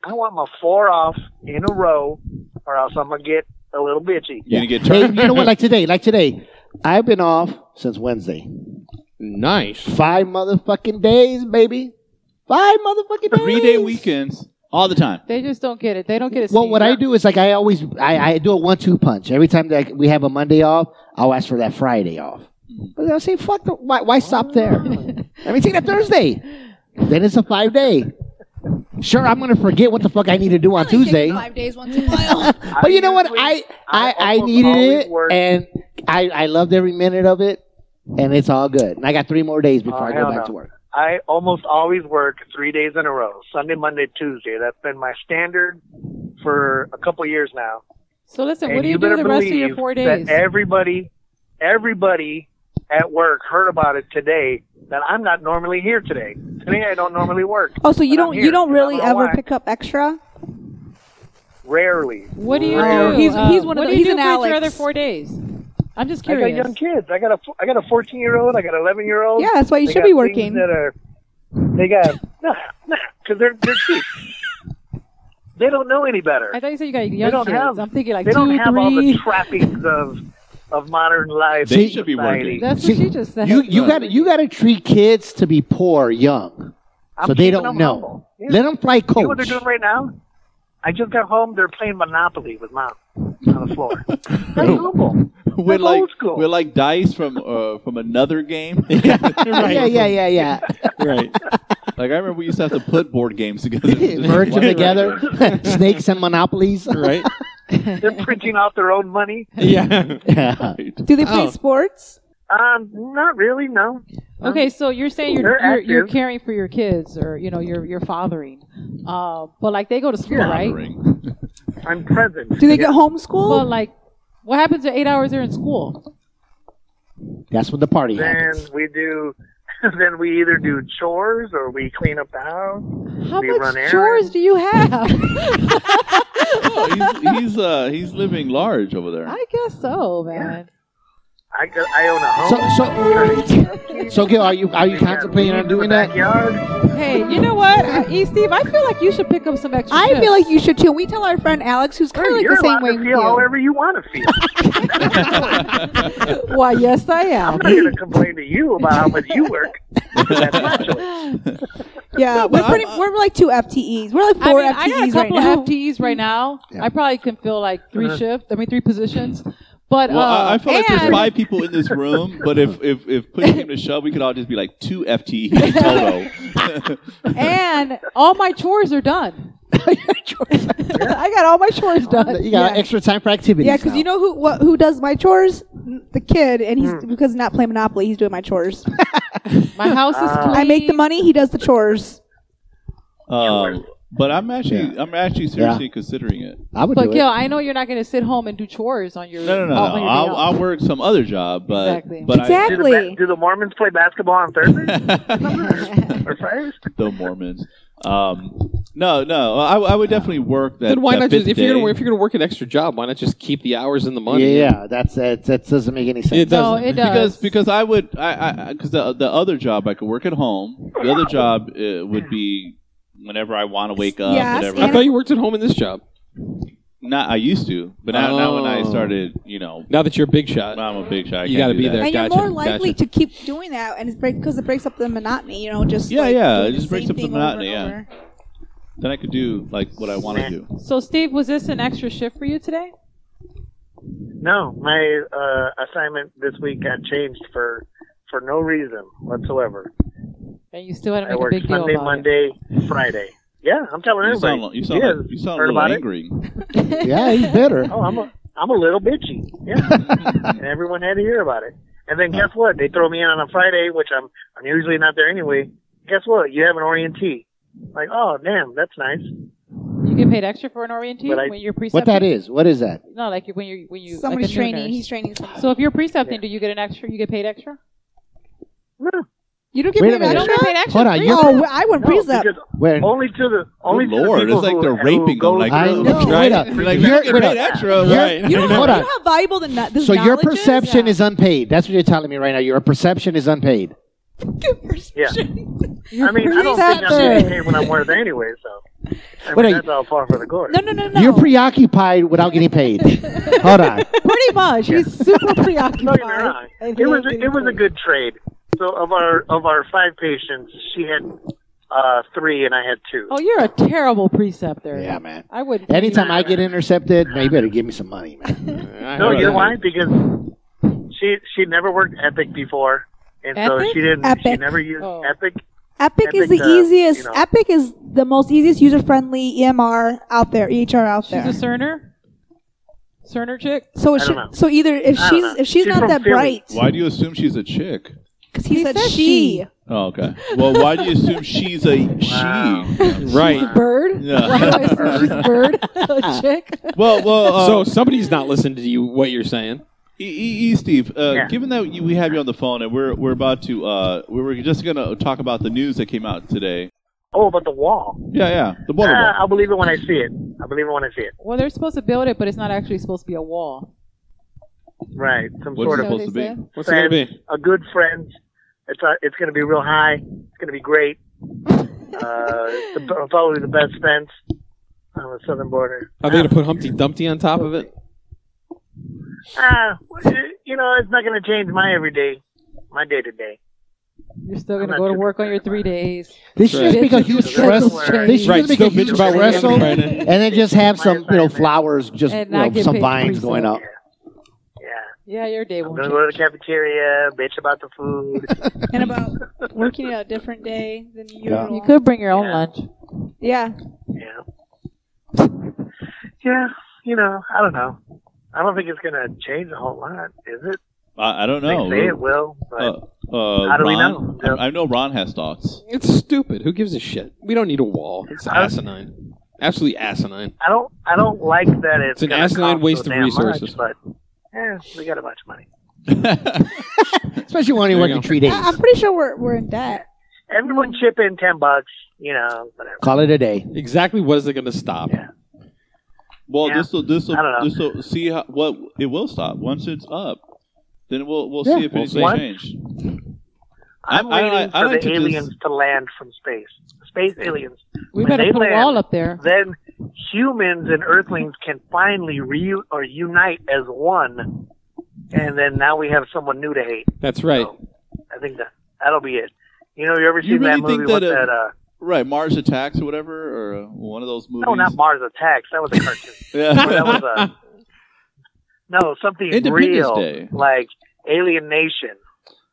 G: I want my four off in a row, or else I'm gonna get a little bitchy.
A: you're going to get
B: Hey,
A: turned.
B: you know
G: *laughs*
B: what? Like today, like today, I've been off since Wednesday.
C: Nice.
B: Five motherfucking days, baby. Five motherfucking days.
A: three day weekends all the time.
F: They just don't get it. They don't get it.
B: Well,
F: Steve.
B: what I do is like I always I, I do a one two punch. Every time that we have a Monday off, I'll ask for that Friday off. But I say, fuck, the, why, why stop there? Let me take that Thursday. Then it's a five day. Sure, I'm gonna forget what the fuck I need to do on Tuesday. *laughs*
E: five days once in a *laughs* while.
B: But you know what?
G: usually-
B: I I, I
G: almost
B: needed
G: always
B: it,
G: work-
B: and I I loved every minute of it, and it's all good. And I got three more days before
G: Oh,
B: I
G: hell
B: go back
G: no.
B: to work.
G: I almost always work three days in a row: Sunday, Monday, Tuesday. That's been my standard for a couple years now.
F: So listen,
G: And
F: what do you, do
G: better
F: the rest of your
G: believe
F: four days?
G: That everybody, everybody at work heard about it today. That I'm not normally here today. Today I don't normally work.
E: oh, so you
G: But I'm
E: don't
G: here.
E: you don't really
G: I don't know
E: ever
G: why.
E: pick up extra?
G: Rarely.
F: what do you
G: Oh,
F: do?
E: he's-
F: Uh,
E: he's one of
F: what
E: the-
F: do you
E: he's
F: do
E: an
F: for
E: Alex.
F: your other four days? I'm just
G: I got
F: curious.
G: young kids. I got a I got a 14 year old. I got an 11 year old.
E: Yeah, that's why you
G: They
E: should
G: got
E: be
G: things
E: working.
G: That are they got
F: *laughs*
G: nah nah because they're they're cheap. they don't know any better.
F: I thought you said you got
G: They
F: young
G: don't
F: kids.
G: have.
F: I'm thinking like
G: they
F: two,
G: don't have
F: three.
G: all the trappings of of modern life.
A: They
G: and
A: should be
G: society.
A: working.
F: That's what she just said.
B: You you got to you got to treat kids to be poor young,
G: I'm
B: so they don't
G: keeping them
B: know.
G: humble. Yeah.
B: Let them fly
G: You know what they're
B: coach.
G: doing right now? I just got home. They're playing Monopoly with mom on
B: *laughs*
G: the floor. That's
B: Oh.
G: humble.
A: we're
G: That's
A: like
G: old school.
A: we're like dice from uh, from another
G: *laughs*
A: game. like
B: Yeah, yeah, yeah, yeah.
C: Right.
A: I remember we used to have to put board games together,
B: *laughs* Merge them together. *laughs* Snakes and monopolies.
C: *laughs* Right.
G: They're printing out their own money.
C: Yeah.
B: *laughs* Yeah.
E: Do they play
C: Oh.
E: sports?
G: Um, not really. No.
F: Okay, so you're saying you're
G: Um, They're
F: you're, you're
G: active.
F: caring for your kids, or you know, you're you're fathering. Uh, but like they go to school, right?
A: Bothering.
G: I'm present.
E: Do they get
G: Yeah.
F: But
E: homeschooled?
F: like, what happens to eight hours they're in school?
B: That's when the party happens.
G: Then we do. *laughs* then we either do chores or we clean up the house.
D: How
G: We
D: much
G: run errands.
D: chores do you
G: *laughs*
D: have?
A: he's he's, uh, he's living large over there.
F: I guess so, man.
G: I, go- I own a
B: So,
G: home.
B: so, so, Gil, are you are you contemplating on doing that?
G: Backyard.
F: Hey, you know what, Uh, E. Steve? I feel like you should pick up some extra.
E: I
F: shifts.
E: feel like you should too. We tell our friend Alex, who's kind of like
G: You're
E: the same
G: allowed
E: way
G: to
E: we
G: feel
E: feel.
G: however you want to feel.
D: Why, yes, I am.
G: I'm not going to complain to you about how much
B: *laughs*
G: you work. That's my choice.
E: Yeah, we're
A: I'm-
E: pretty, we're like two FTEs. We're like
F: I,
E: four
F: mean, I got a
E: FTEs right
F: couple
E: now.
F: of FTEs right now.
B: Yeah.
F: I probably can fill like 3
G: Uh-huh.
F: shifts. I mean, three positions. But
A: Well,
F: uh,
A: I, I feel like there's
F: and-
A: five people in this room, but if if if push came to shove, we could all just be like two FTEs *laughs*
B: *laughs*
A: total.
F: and all my chores are *laughs* done. I got all my chores done.
B: You got
E: Yeah.
B: extra time for activities.
E: Yeah, because
B: now.
E: you know who what, who does my chores? The kid, and he's because he's not playing Monopoly, he's doing my chores.
F: My house
G: Uh,
F: is clean.
E: I make the money, he does the chores.
A: um, but I'm actually I'm actually seriously considering it.
B: I would
F: But
B: do
F: Gil,
B: it.
F: I know you're not going to sit home and do chores on your.
A: No, no, no,
E: Oh,
F: on
A: no.
F: your day
A: I'll,
F: off.
A: I'll work some other job, but
F: Exactly.
A: but
G: Do
E: Exact-
G: the,
E: Exactly.
G: ba- do the Mormons play basketball
B: *laughs*
G: on
F: *laughs*
G: Thursdays
A: I,
G: or Fridays?
A: *laughs* the Mormons. Um, no, no, I, I would definitely work that.
C: Then why
A: that
C: not just
A: fifth
C: if you're gonna
A: day.
C: if you're gonna work an extra job, why not just keep the hours and the
B: Yeah,
C: money?
B: yeah, that's that. That doesn't make any
C: It
B: sense.
F: no,
C: does.
F: it does.
A: because because I would I because the the other job I could work at home. The other job uh, would be whenever I want to wake up.
E: Yes,
A: whatever.
E: and-
C: I thought you worked at home in this job.
A: Not I used to, but now, now when I
C: Oh.
A: started, you know,
C: Now that you're a big shot,
A: I'm a big shot. I
C: You
A: can't
C: gotta
A: do
C: be
A: that.
C: there.
E: and you're
C: gotcha,
E: more likely
C: gotcha.
E: to keep doing that, and it's because it breaks up the monotony. You know, just
A: Yeah,
E: like,
A: yeah,
E: doing
A: it
E: the
A: just breaks
E: same
A: up the
E: thing over and
A: monotony, yeah.
E: over.
A: Then I could do like what I want to do.
F: so, Steve, was this an extra shift for you today?
G: No, my uh, assignment this week got changed for for no reason whatsoever.
F: And you still had to
G: I
F: make a
G: worked
F: big deal
G: Sunday,
F: about
G: Monday, Friday. Yeah, I'm telling
A: You
G: everybody.
A: sound, you sound,
G: yeah,
A: like, you sound a
G: heard
A: little
G: about it.
A: angry.
B: yeah, he's bitter.
G: Oh, I'm a I'm a little bitchy. Yeah,
A: *laughs*
G: and everyone had to hear about it. And then guess what? They throw me in on a Friday, which I'm I'm usually not there anyway. Guess what? You have an orientee. Like, oh damn, that's nice.
F: it. You get paid extra for an orientation
G: But I-
F: when you're precepting.
B: *laughs* What that is? What is that?
F: No, like when you when you
E: Somebody's
F: like a new
E: training.
F: nurse.
E: He's training. Somebody.
F: So if you're precepting, do you get an extra? You get paid extra?
G: No,
E: You don't get
B: Wait
E: paid
B: a minute.
E: extra?
F: You don't get paid extra.
B: Hold on,
F: free.
B: you-
E: Oh, well, I wouldn't
G: no,
E: freeze up.
G: because
B: Where?
G: only to the only
A: Good
G: to the
A: Lord,
G: people
A: it's like
G: who-
A: they're
G: who
A: raping
G: go-
A: them. Like,
B: I
A: "Oh,
B: know.
A: Right?
B: Wait up.
A: You're like,
B: You're-
A: you're getting
B: wait
A: paid
B: up.
A: extra,
B: You're-
A: right?
E: You don't
B: Hold
E: know
B: on.
E: how valuable the no- this
B: So your
E: knowledge is?
B: perception
E: Yeah.
B: is unpaid. That's what you're telling me right now. Your perception is unpaid.
G: Yeah. I mean, I don't think I'm getting paid when I'm worth it anyway, so. I
B: What are
G: mean,
B: you-
G: that's all far for the course.
E: No, no, no, no.
B: You're preoccupied without getting *laughs* paid. Hold *laughs* on.
G: *laughs*
F: Pretty much. He's super
G: Don't get me
F: preoccupied.
G: wrong. It was a, it was a good trade. So of our of our five patients, she had uh, three and I had two.
F: Oh, you're a terrible preceptor.
B: Yeah, man.
F: I would.
B: Anytime I get intercepted, man, you better give me some money, man.
G: no, you know why? Because she she never worked Epic before, and so
F: Epic?
G: she didn't. She
E: Epic.
G: never used
F: Oh.
G: Epic.
E: Epic is the
G: Epic, uh,
E: easiest.
G: you know.
E: Epic is the most easiest user-friendly EMR out there, EHR out
F: She's
E: there.
F: a Cerner. Cerner chick.
E: so it
G: I
E: should,
G: don't know.
E: so either if
G: I don't
E: she's
G: know.
E: if she's,
G: She's
E: not
G: from
E: that
G: Philly.
E: bright,
A: Why do you assume she's a chick?
E: because he,
F: He
E: said
F: said
E: she.
A: Oh, okay. Well, why do you assume she's a *laughs*
G: Wow.
A: she?
C: Right.
F: Bird.
E: *laughs*
G: *laughs*
A: Yeah.
F: She's a bird.
E: Uh.
F: a chick.
A: well, well. Uh,
C: So
G: Um,
C: somebody's not listening to you. What you're saying?
A: E, e, e Steve, uh,
G: Yeah.
A: given that you, we have you on the phone and we're we're about to uh, we were just gonna talk about the news that came out today.
G: Oh, but the wall.
A: Yeah, yeah, the water
G: Ah,
A: wall.
G: I'll believe it when I see it. I believe it when I see it.
F: Well, they're supposed to build it, but it's not actually supposed to be a wall.
G: Right. Some
A: What's
G: sort
A: it
G: of
A: supposed to be?
C: What's it gonna be?
G: a good friend. It's uh it's going to be real high. It's going to be
C: *laughs*
G: great. Uh, it's the, probably the best fence on the southern border. Uh,
C: Are they gonna put Humpty Dumpty on top of it?
G: Ah, you know, it's not going to change my everyday, my day to day.
F: You're still
G: I'm
F: gonna
G: not
F: go to
G: too
F: work on your three days.
B: This should just
F: Bitch,
B: because
F: you
B: you
F: just
B: stress.
G: said the word.
B: This should
C: Right,
B: just because
C: still
B: you
C: bitch about
B: stress-
C: wrestling.
B: and then just have some, you know, flowers, just you
F: And not
B: know,
F: get
B: some
F: paid
B: vines
F: pre-sale.
B: going up.
G: Yeah,
F: Yeah, your day
G: I'm
F: won't
G: going to go to the
F: change.
G: cafeteria, bitch about the
C: *laughs*
G: food.
E: And about working a different day than usual.
F: You could bring your own
G: Yeah.
F: lunch.
E: yeah.
G: yeah, yeah. You know, I don't know. I don't think it's going to change a whole lot, is it?
A: I, I don't know.
G: They say it will, but
A: Uh, uh,
G: How do we
A: Ron-
G: know?
A: I, I know Ron has thoughts. *laughs*
C: It's stupid. Who gives a shit? We don't need a wall. It's
G: I-
C: asinine. Absolutely asinine.
G: I don't. I don't like that
C: It's
G: it's,
C: an
G: gonna
C: asinine
G: cost
C: waste
G: so
C: of
G: damn
C: resources.
G: Much, but yeah, we got a bunch of money.
B: Especially when you
C: There
B: work
C: you
B: in
C: go.
B: three days.
E: I, I'm pretty sure we're we're in debt.
G: Everyone chip in ten bucks, you know, whatever.
B: Call it a day.
C: Exactly. Was it going to stop?
G: Yeah.
A: Well,
G: Yeah.
A: this will this will
G: I don't know.
A: this will see how what it will stop once it's up. Then we'll we'll
B: Yeah.
A: see if
C: We'll
A: anything
G: see.
A: changed.
G: I'm
A: I- I
G: waiting
A: like- I
G: for
A: like
G: the
A: to just-
G: aliens to land from space. Space aliens.
D: We
G: When
D: better
G: they
D: put a
G: land,
D: wall up there.
G: Then humans and Earthlings can finally re or unite as one, and then now we have someone new to hate.
C: That's right.
G: So, I think that that'll be it. You know, you ever
A: You
G: seen
A: really
G: that movie
A: think
G: with
A: that, uh,
G: that? Uh,
A: Right, Mars Attacks or whatever, or uh, one of those movies.
G: no, not Mars Attacks. That was a cartoon.
A: Yeah.
G: *laughs*
A: *laughs*
C: *laughs*
G: that was uh, a no something
A: Independence
G: real
A: Day.
G: like Alien Nation.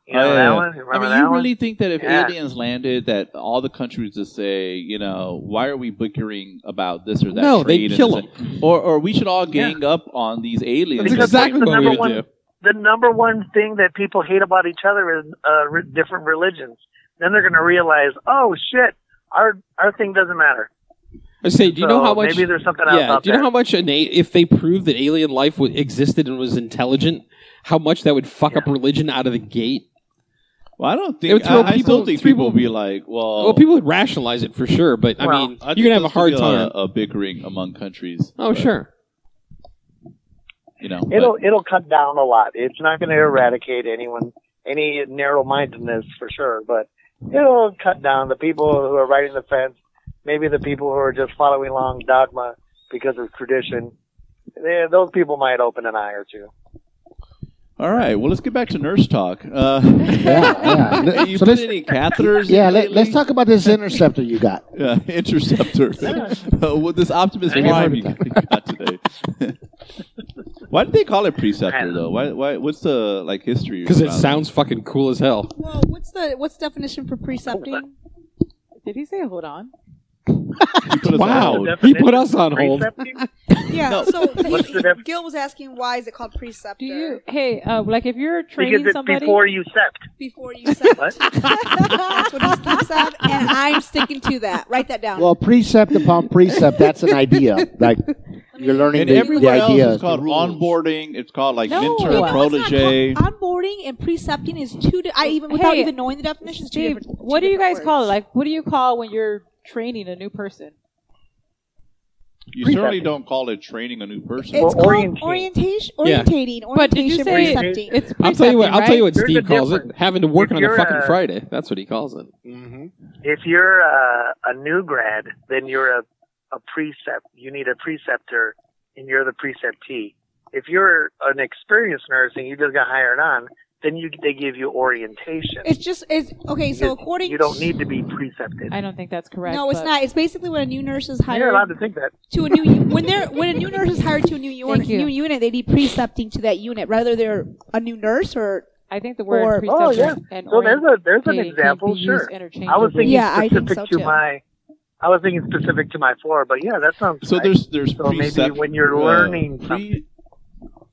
G: You
A: Oh,
G: know
A: yeah,
G: that
A: yeah.
G: one? You
A: I
G: Remember
A: mean,
G: that
A: you
G: one?
A: really think that if
G: Yeah.
A: aliens landed, that all the countries would say, you know, why are we bickering about this or that?
C: No, they'd
A: trade and
C: kill
A: this and- Or, or we should all gang up on these aliens.
C: That's
G: Because
C: exactly
G: that's the
C: what we
G: number
C: would
G: one-
C: do.
G: the number one thing that people hate about each other is uh, re- different religions. Then they're going to realize, oh shit, our our thing doesn't matter.
C: I say, do you
G: so
C: know how much?
G: Maybe there's something else
C: Yeah.
G: out
C: Do you know
G: there.
C: how much an a- if they prove that alien life wa- existed and was intelligent, how much that would fuck up religion out of the gate?
A: Well, I don't
C: It
A: think.
C: would throw
A: I, I still
C: people-
A: think
C: throw
A: people will
C: people-
A: be like, well,
C: Well, people would rationalize it for sure, but I
G: Oh. Well,
C: mean,
A: I think
C: you're gonna have a
A: there'll
C: hard
G: uh,
A: be
C: time.
A: A, bickering among countries.
C: oh,
A: but,
C: sure.
A: You know,
G: it'll it'll cut down a lot. It's not going to eradicate anyone any narrow mindedness for sure, but it'll cut down the people who are riding the fence. Maybe the people who are just following along dogma because of tradition. They, those people might open an eye or two.
A: All right. Well, let's get back to nurse talk. Uh, *laughs*
B: Yeah, *laughs* yeah.
A: you
B: So
A: put
B: let's-
A: any catheters?
B: Yeah,
A: in
B: let,
A: lately?
B: let's talk about this interceptor you got.
A: *laughs* Yeah, interceptor. uh, with this Optimus
B: I've heard
A: Prime you
B: of
A: *laughs* got today. *laughs* why did they call it preceptor though? Why? Why? What's the like
G: uh,
A: history?
C: Because it
A: around
C: sounds fucking cool as hell.
E: Well, what's the what's definition for precepting?
D: Did he say hold on?
A: it? You put us
C: Wow,
A: out.
C: Oh, he put us on hold.
G: *laughs*
E: Yeah.
A: No.
E: So
G: What's the def-
E: Gil was asking why is it called preceptor
F: Do you? Hey, uh, like if you're
G: Because
F: training
G: it's
F: somebody,
G: before you sept.
E: before you said
G: What?
E: *laughs* that's what he speaks of, and I'm sticking to that. Write that down.
B: Well, precept upon precept, that's an idea.
F: *laughs*
B: Like you're learning
A: And
B: the, the
A: everywhere else
B: idea.
A: is called onboarding. It's called like
F: No,
A: mentor,
F: no,
E: Even though it's not
A: protege.
E: called- onboarding and precepting is two. Di- I even without
F: Hey,
E: even knowing the definitions. two
F: Steve,
E: different- two
F: what do you guys
E: different
F: call it?
E: words.
F: Like, what do you call when you're training a new person?
A: You certainly don't call it training a new person.
E: It's
G: Well,
E: called
G: orientation.
E: orientation,
C: Yeah.
E: orientating,
F: But did you
E: orientation,
F: say-
E: precepting.
F: It's
C: I'll tell you what.
F: precepting,
C: I'll tell you
F: right?
C: what
G: There's a
C: Steve calls it.
G: difference.
C: Having to work
G: If
C: on a
G: you're uh,
C: fucking
G: a-
C: Friday. That's what he calls it.
G: If you're a, a new grad, then you're a, a precept. You need a preceptor, and you're the preceptee. If you're an experienced nurse and you just got hired on, then you they give you orientation.
E: It's just it's okay.
G: You
E: So
G: just-
E: according
G: you don't
E: to-
G: need to be precepted.
F: I don't think that's correct.
E: no, it's
F: but-
E: not. It's basically when a new nurse is
G: You're allowed
E: hired
G: to think that.
E: to a new
G: *laughs*
E: u- when they're when a new nurse is hired to a new unit,
F: Thank you.
E: new unit, they need precepting to that unit, whether they're a new nurse or
F: I think the word
E: Or-
F: preceptor
G: Oh, yeah.
F: and
G: So there's a there's an
F: orientating can
G: example.
F: be
G: Sure.
F: used interchangeably.
G: I was thinking
E: Yeah, I think
G: specific
E: so,
G: to
E: too.
G: my. I was thinking specific to my floor, but yeah, that sounds.
A: So
G: right.
A: there's there's
G: So maybe
A: precept-
G: when you're
A: uh,
G: learning
A: pre-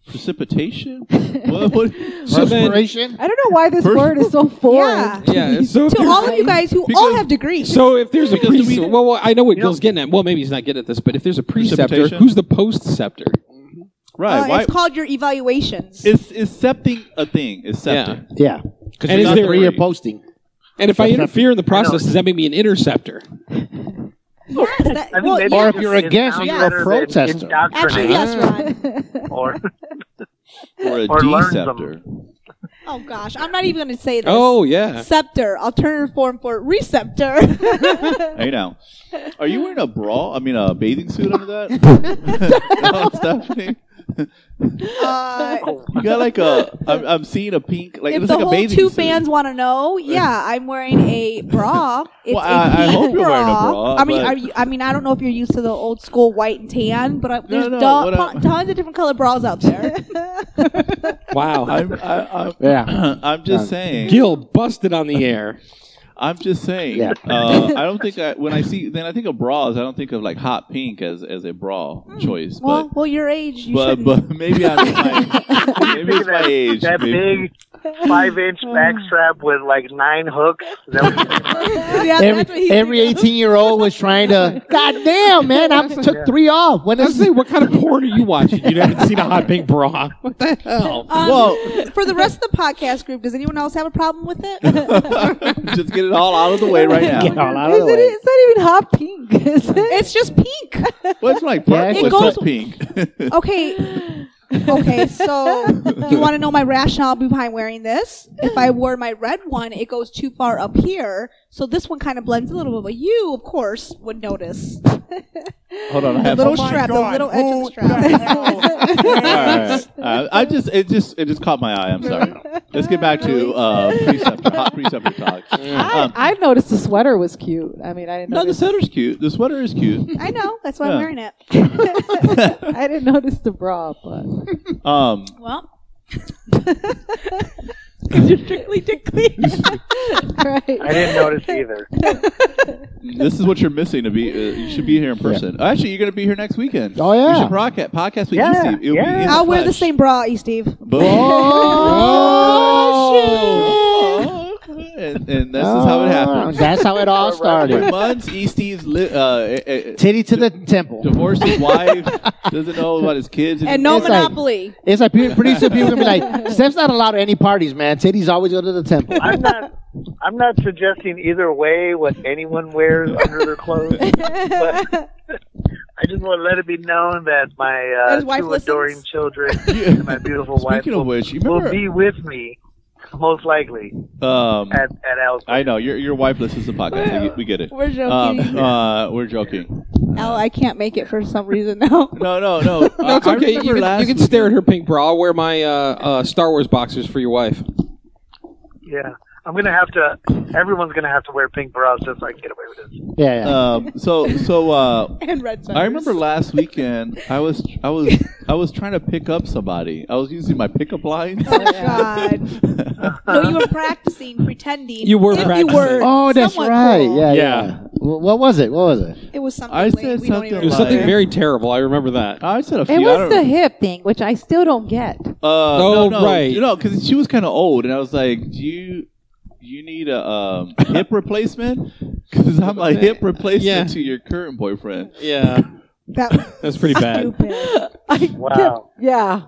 A: precipitation. what, what?
C: So then,
B: Perspiration?
D: I don't know why this
A: First-
D: word
A: *laughs*
D: is so foreign.
E: yeah.
C: *laughs* yeah. So if
E: To
C: there's-
E: all of you guys who all
A: Because-
E: have degrees.
C: So if there's a
A: Because we
C: preceptor,
A: didn't-
C: well, well, I know what
G: You
C: Bill's getting at. Well, maybe he's not getting at this, but if there's a preceptor,
A: Precipitation?
C: who's the postceptor?
E: uh,
A: Right. Why?
E: it's called your evaluations.
A: Is is septing a thing? Is septing?
B: Yeah.
A: Because
C: And is
A: you're
C: there-
A: not
B: Pre
A: free
B: or posting.
C: And if I
B: That's not-
C: interfere in the process,
G: know.
C: does that make me an interceptor?
E: yes, that,
G: I think
E: well,
G: maybe
B: Or
E: yeah.
B: if
G: it's-
B: you're
G: it
B: against
G: sounds
E: it, you're
B: a
G: better than
B: protester.
G: indoctrinate
E: actually yes, Ron.
G: or
A: or a
G: Or learns them.
A: deceptor.
E: *laughs* Oh gosh, I'm not even going to say this.
C: Oh yeah.
E: Scepter, alternative form for
A: *laughs*
E: receptor. *laughs*
A: Hey now, are you wearing a bra? I mean, a bathing suit under
E: *laughs*
A: that? *laughs* no, Stephanie,
E: uh,
A: you got like a. I'm, I'm seeing a pink. Oh, Like
E: if
A: it's
E: the
A: like a
E: whole
A: bathing
E: two
A: suit.
E: fans want to
A: *laughs*
E: know, yeah, I'm wearing a bra. It's
A: Well,
E: a
A: I- I
E: pink
A: hope you're wearing a bra,
E: I mean,
A: but-
E: are you, I mean, I don't know if you're used to the old school white and tan, but I, there's
A: no,
E: do-
A: what I-
E: ton- tons of different colored bras out
A: *laughs*
E: there.
C: Wow.
A: I'm, I,
B: Yeah.
A: *clears throat* I'm, I'm just
B: Yeah.
E: Uh,
A: saying.
C: Gil busted on the air.
A: I'm just saying.
B: Yeah.
A: Uh, I don't think I, when I see then I think of bras. I don't think of like hot pink as as a bra choice.
E: Hmm. Well,
A: But
E: well, your age, you
A: but
E: shouldn't. *laughs*
A: but maybe I'm my *laughs* maybe it's my
G: that,
A: age.
G: that
A: maybe.
G: big
E: *laughs*
G: five-inch backstrap with like nine hooks. Is that what you-
F: yeah, that's what
B: *laughs* Every
F: he
B: every eighteen year old was trying to. God damn, man! I took three off. When
C: I was
B: is
C: saying, what kind of porn are you watching? You haven't seen a hot pink bra. What the hell?
E: Um,
A: Well-
E: for the rest of the podcast group, does anyone else have a problem with it? *laughs*
A: *laughs* just get it all out of the way right
D: *laughs*
A: now.
B: Get all out of the
D: Is it-
B: way.
D: it's not even hot pink, *laughs* is it?
E: it's just pink.
A: Well, it's like
B: Yeah,
A: purple.
B: it
A: it's
E: goes-
A: just pink. *laughs*
E: Okay. Okay, so you want to know my rationale behind wearing this? If I wore my red one, it goes too far up here, so this one kind of blends a little bit. But you, of course, would notice
A: *laughs* Hold on, I
E: the
A: have
E: little
A: some-
E: strap, the little edge of the strap.
A: Alright. Uh, I just it just it just caught my eye. I'm sorry. Let's get back to uh, preceptor, hot preceptor
B: *laughs*
A: talk.
D: I,
A: Um,
D: I noticed the sweater was cute. I mean, I didn't
A: no, the
D: notice.
A: sweater's cute. The sweater is
B: *laughs*
A: cute.
E: *laughs* I know. That's why
A: Yeah.
E: I'm wearing it.
D: *laughs* I didn't notice the bra, but *laughs*
A: Um, *laughs*
E: Well, *laughs*
G: I didn't notice either.
A: this is what you're missing to be. Uh, you should be here in person. Actually, you're going to be here next weekend.
B: Oh, yeah.
A: You should broadcast, podcast with
G: Yeah,
A: you, Steve. It'll be
G: yeah.
A: in
E: I'll wear the
A: flesh.
E: same bra, E. Steve.
A: Boom.
B: Oh,
A: *laughs* and, and this is how it happened.
B: That's how it
C: *laughs*
B: all
A: For
B: started.
A: months, E. Steve's li- uh, uh, uh,
B: Titty to the temple.
A: divorced his wife, doesn't know about his kids,
E: And no
B: It's like-
E: monopoly.
B: It's like pe- pretty soon people gonna be like, Steph's not allowed at any parties, man. Titty's always go to the temple.
G: I'm not. I'm not suggesting either way what anyone wears under their clothes.
E: *laughs*
G: But I just want to let it be known that my uh,
E: His
G: two
E: wife listens.
G: adoring children
A: *laughs*
G: *laughs*
A: Yeah.
G: and my beautiful wife
A: Speaking of
G: will,
A: which, you
G: will
A: remember-
G: be with me most likely
A: Um,
G: at at Al's.
A: I know your your wife listens to the podcast. We, we get it.
E: We're joking.
A: Um, uh, we're joking.
E: Al, I can't make it for some reason now.
A: No, no, no. Uh,
C: *laughs* *laughs* No, it's
A: I
C: okay. You
A: remember
C: can,
A: last
C: you can
A: week-
C: stare at her pink bra. I'll wear my uh, uh, Star Wars boxers for your wife.
G: Yeah, I'm gonna have to. Everyone's gonna have to wear pink bras just so I can get away with this.
B: Yeah, yeah.
A: Um, so so uh,
E: *laughs* and red Oh, sweaters.
A: I remember last weekend I was I was I was trying to pick up somebody. I was using my pickup lines.
E: God. *laughs* No, you were practicing, pretending.
C: You were
E: if
C: practicing.
E: You were
B: Oh, that's
E: somewhat
B: right.
E: cool.
B: Yeah, yeah.
C: Yeah.
B: Wh- What was it? What was it?
E: It was something.
A: I
E: lame.
A: said
E: we don't
A: something
E: even
C: It was
A: Like-
C: something very terrible. I remember
A: *laughs*
C: that.
A: I said a few. I
D: it was
A: don't
D: the hip thing, which I still don't get.
A: Uh,
C: Oh,
A: no, no,
C: right.
A: You know, because she was kind of old, and I was like, "Do you you need a um,
B: *laughs*
A: hip replacement? Because I'm a hip replacement
C: Yeah.
A: to your current boyfriend."
C: Yeah,
E: That was
C: that's pretty bad.
E: stupid.
G: Wow.
D: Yeah,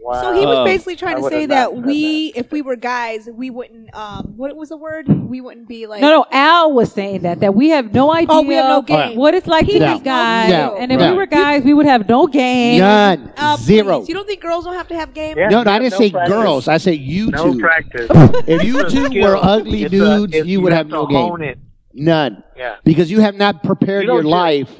G: Wow.
E: So he was
A: Um,
E: basically trying
G: I
E: to
G: would've
E: say
G: not
E: that
G: said
E: we, if we were guys, we wouldn't. Um, what was the word? We wouldn't be like.
D: no, no. Al was saying that that we have no idea.
E: Oh, we have no game.
D: What it's like to
B: Yeah.
D: be guys,
B: Yeah.
D: and if
B: Right.
D: we were guys, we would have no game.
B: None.
E: Uh, please,
B: Zero.
E: You don't think girls don't have to have game?
G: Yeah,
B: No, no, I
G: you
B: didn't
G: have
B: say
G: practice.
B: girls. I said you
G: No
B: two. *laughs*
G: practice.
B: If you
G: It's a
B: two
G: skill.
B: were ugly
G: It's a-
B: dudes,
G: it's-
B: you would
G: have
B: have
G: to
B: no
G: hone
B: game.
G: It.
B: None.
G: Yeah.
B: Because you have not prepared
G: You don't
B: your
G: do it.
B: life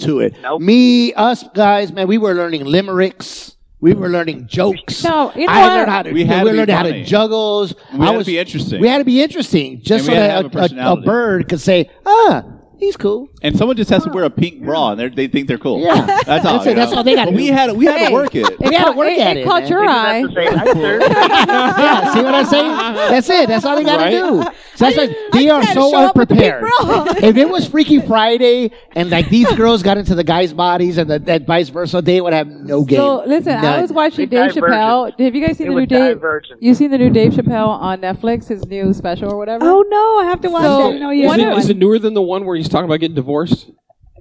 B: to it.
G: Nope.
B: Me, us guys, man, we were learning limericks. We were learning jokes.
D: No, you know
B: I
D: what?
B: learned how to.
A: We
B: We,
A: had to be
B: learned how to
A: funny.
B: juggles.
A: We
B: I
A: had to
B: was-
A: be interesting.
B: We had to be interesting, just so
A: And we had to
B: that
A: have a
B: a, a, a
A: personality.
B: bird could say, "Ah, he's cool."
A: And someone just has to wear a pink bra, and they're- they think they're cool.
B: Yeah.
A: that's all.
B: That's it.
A: you
B: That's
A: know?
B: all they gotta
A: Oh, But We
B: do.
A: had we had to
D: Hey.
A: work it.
B: We had to
D: ca-
B: work
D: it,
B: at it,
D: caught
B: man.
D: your eye.
G: You just have to say,
B: *laughs*
G: "Hi, sir."
B: yeah, see what I say? That's it. That's all they got to
C: Right?
B: do. So that's why they are
E: had to
B: so
E: show up with the big
B: unprepared.
D: *laughs*
B: if it was Freaky Friday and like these girls got into the guys' bodies and the, that vice versa, they would have no game.
D: So listen, I
B: None.
D: was watching
G: They
D: Dave Chappelle. Have you guys
G: It
D: seen the
G: was
D: new Dave?
G: divergent.
D: You seen the new Dave Chappelle on Netflix? His new special or whatever.
E: Oh no, I have to watch
D: So-
E: that. I didn't know you
D: One
C: Is
E: had
C: it,
D: of-
E: one.
C: is it newer than the one where he's talking about getting divorced,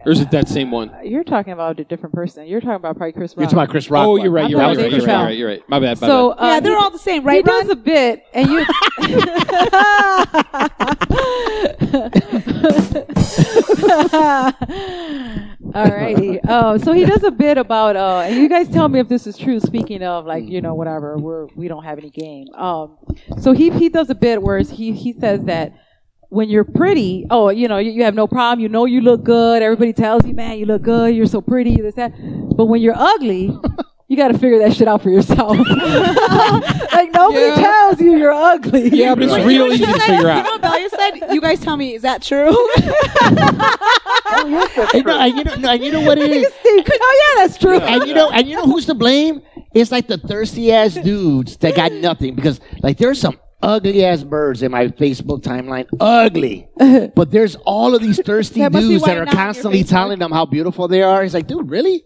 C: or is it that same one?
D: You're talking about a different person. You're talking about probably Chris Rock.
B: You're talking about Chris Rock.
C: oh,
B: one.
C: you're right. You're
D: I'm
C: right. You're right.
D: talking
C: You're
D: about
C: right. You're right. My bad. My
D: so
C: bad.
D: uh,
E: yeah, they're all the same,
D: he
E: right,
D: does
E: Ron?
D: a bit, and you. Alrighty. Um, so he does a bit about, uh, and you guys tell me if this is true. Speaking of, like, you know, whatever, we're we don't have any game. Um, so he he does a bit where he he says that when you're pretty, oh, you know, you, you have no problem. You know, you look good. Everybody tells you, man, you look good. You're so pretty. This that. But when you're ugly, you got to figure that shit out for yourself. like nobody
C: Yeah.
D: tells you you're ugly.
C: Yeah, but it's
A: Right.
C: real easy to figure out.
E: Belia said, "You guys tell me, is that true?" *laughs*
B: And, no, and you know, no, and you know what
D: *laughs*
B: it is.
D: oh yeah, that's true.
B: And you know, and you know who's to blame? It's like the thirsty ass dudes that got nothing because, like, there's some ugly ass birds in my Facebook timeline. Ugly.
F: *laughs*
B: but there's all of these thirsty
F: That must be
B: dudes
F: why
B: that
F: you're
B: are
F: not on your
B: constantly
F: Facebook.
B: telling them how beautiful they are. He's like, dude, really?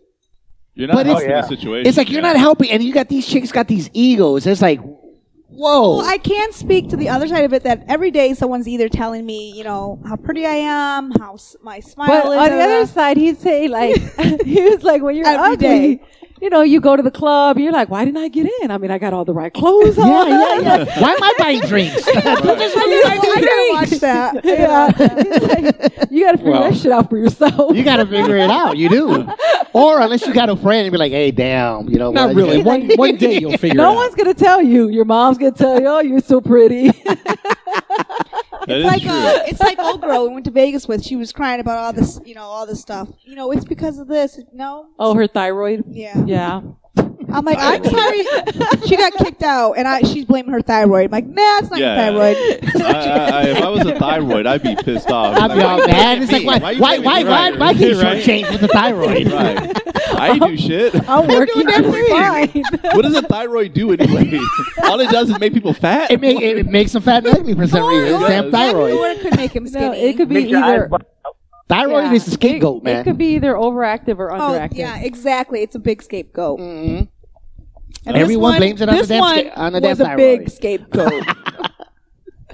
A: You're not
B: But
A: helping
G: it's-
A: the situation.
B: It's like you're not helping, and you got these chicks got these egos. It's like, whoa.
E: Well, I can speak to the other side of it that every day someone's either telling me, you know, how pretty I am, how s- my smile
D: But
E: is. uh,
D: on the
E: da, da,
D: other
E: da.
D: side, he'd say like *laughs* he was like when you're
E: Every
D: ugly,
E: day.
D: you know, you go to the club, you're like, why didn't I get in? I mean, I got all the right clothes on.
B: yeah, yeah, yeah. Why am I buying
F: *laughs*
B: drinks? *laughs*
E: I gotta watch *laughs* that.
D: Yeah. *laughs* It's uh, like, you got to figure
C: Well.
D: that shit out for yourself.
B: You got to figure it out. You do. Or unless you got a friend and be like, hey, damn, you know.
C: *laughs* Not
B: like-
C: really. One one day *laughs* you'll figure
D: no
C: it
D: one's gonna tell you. Your mom's gonna tell you, "Oh, you're so pretty." *laughs*
A: That is
E: It's like
A: true.
E: uh, it's like old girl we went to Vegas with. She was crying about all this, you know, all this stuff. You know, it's because of this. No,
D: oh, her thyroid.
E: yeah.
D: *laughs* Yeah.
E: I'm like, I'm sorry. she got kicked out, and I she's blaming her thyroid. I'm like, nah, it's not
A: Yeah.
E: your
C: *laughs*
E: thyroid.
A: I, I, I, if I was a thyroid, I'd be pissed off.
B: uh, I'd be
A: Like,
B: all
A: why you
B: mad.
A: can't
B: It's like,
A: be?
B: why,
A: you
B: why,
A: can't
B: why,
A: be
B: why,
A: right?
B: why
E: *laughs*
B: get
A: Right.
B: shortchanged with the thyroid?
A: Right. I do shit.
D: I'm working
B: that
D: just *laughs* fine.
A: What does a thyroid do anyway? *laughs* all it does is make people fat.
B: It, make, it makes them fat and ugly for some reason. It's
A: Yes.
B: damn thyroid.
E: Or it could make him skinny.
D: No, it could be
G: Makes your
D: either.
G: eyes bug out.
B: Thyroid
D: yeah.
B: is the scapegoat,
D: It-
B: man.
D: It could be either overactive or
E: Oh,
D: underactive.
E: yeah, exactly. It's a big scapegoat.
B: Mhm.
E: And this
B: Everyone
E: one-
B: blames it on the
E: this
B: damn
E: one
B: sca- on the damn
E: was a
B: thyroid.
E: big scapegoat. *laughs*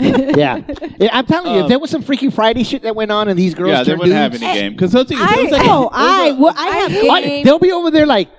B: Yeah. Yeah, I'm telling
E: Oh.
B: you, if
A: Um,
B: there was some Freaky Friday shit that went on and these girls
A: yeah, they
B: turned
A: wouldn't have
B: dudes-
A: any
D: Eh,
A: game because those things.
E: I,
A: those are-
E: oh, I, well, I have
B: Like,
E: game.
B: they'll be over there like,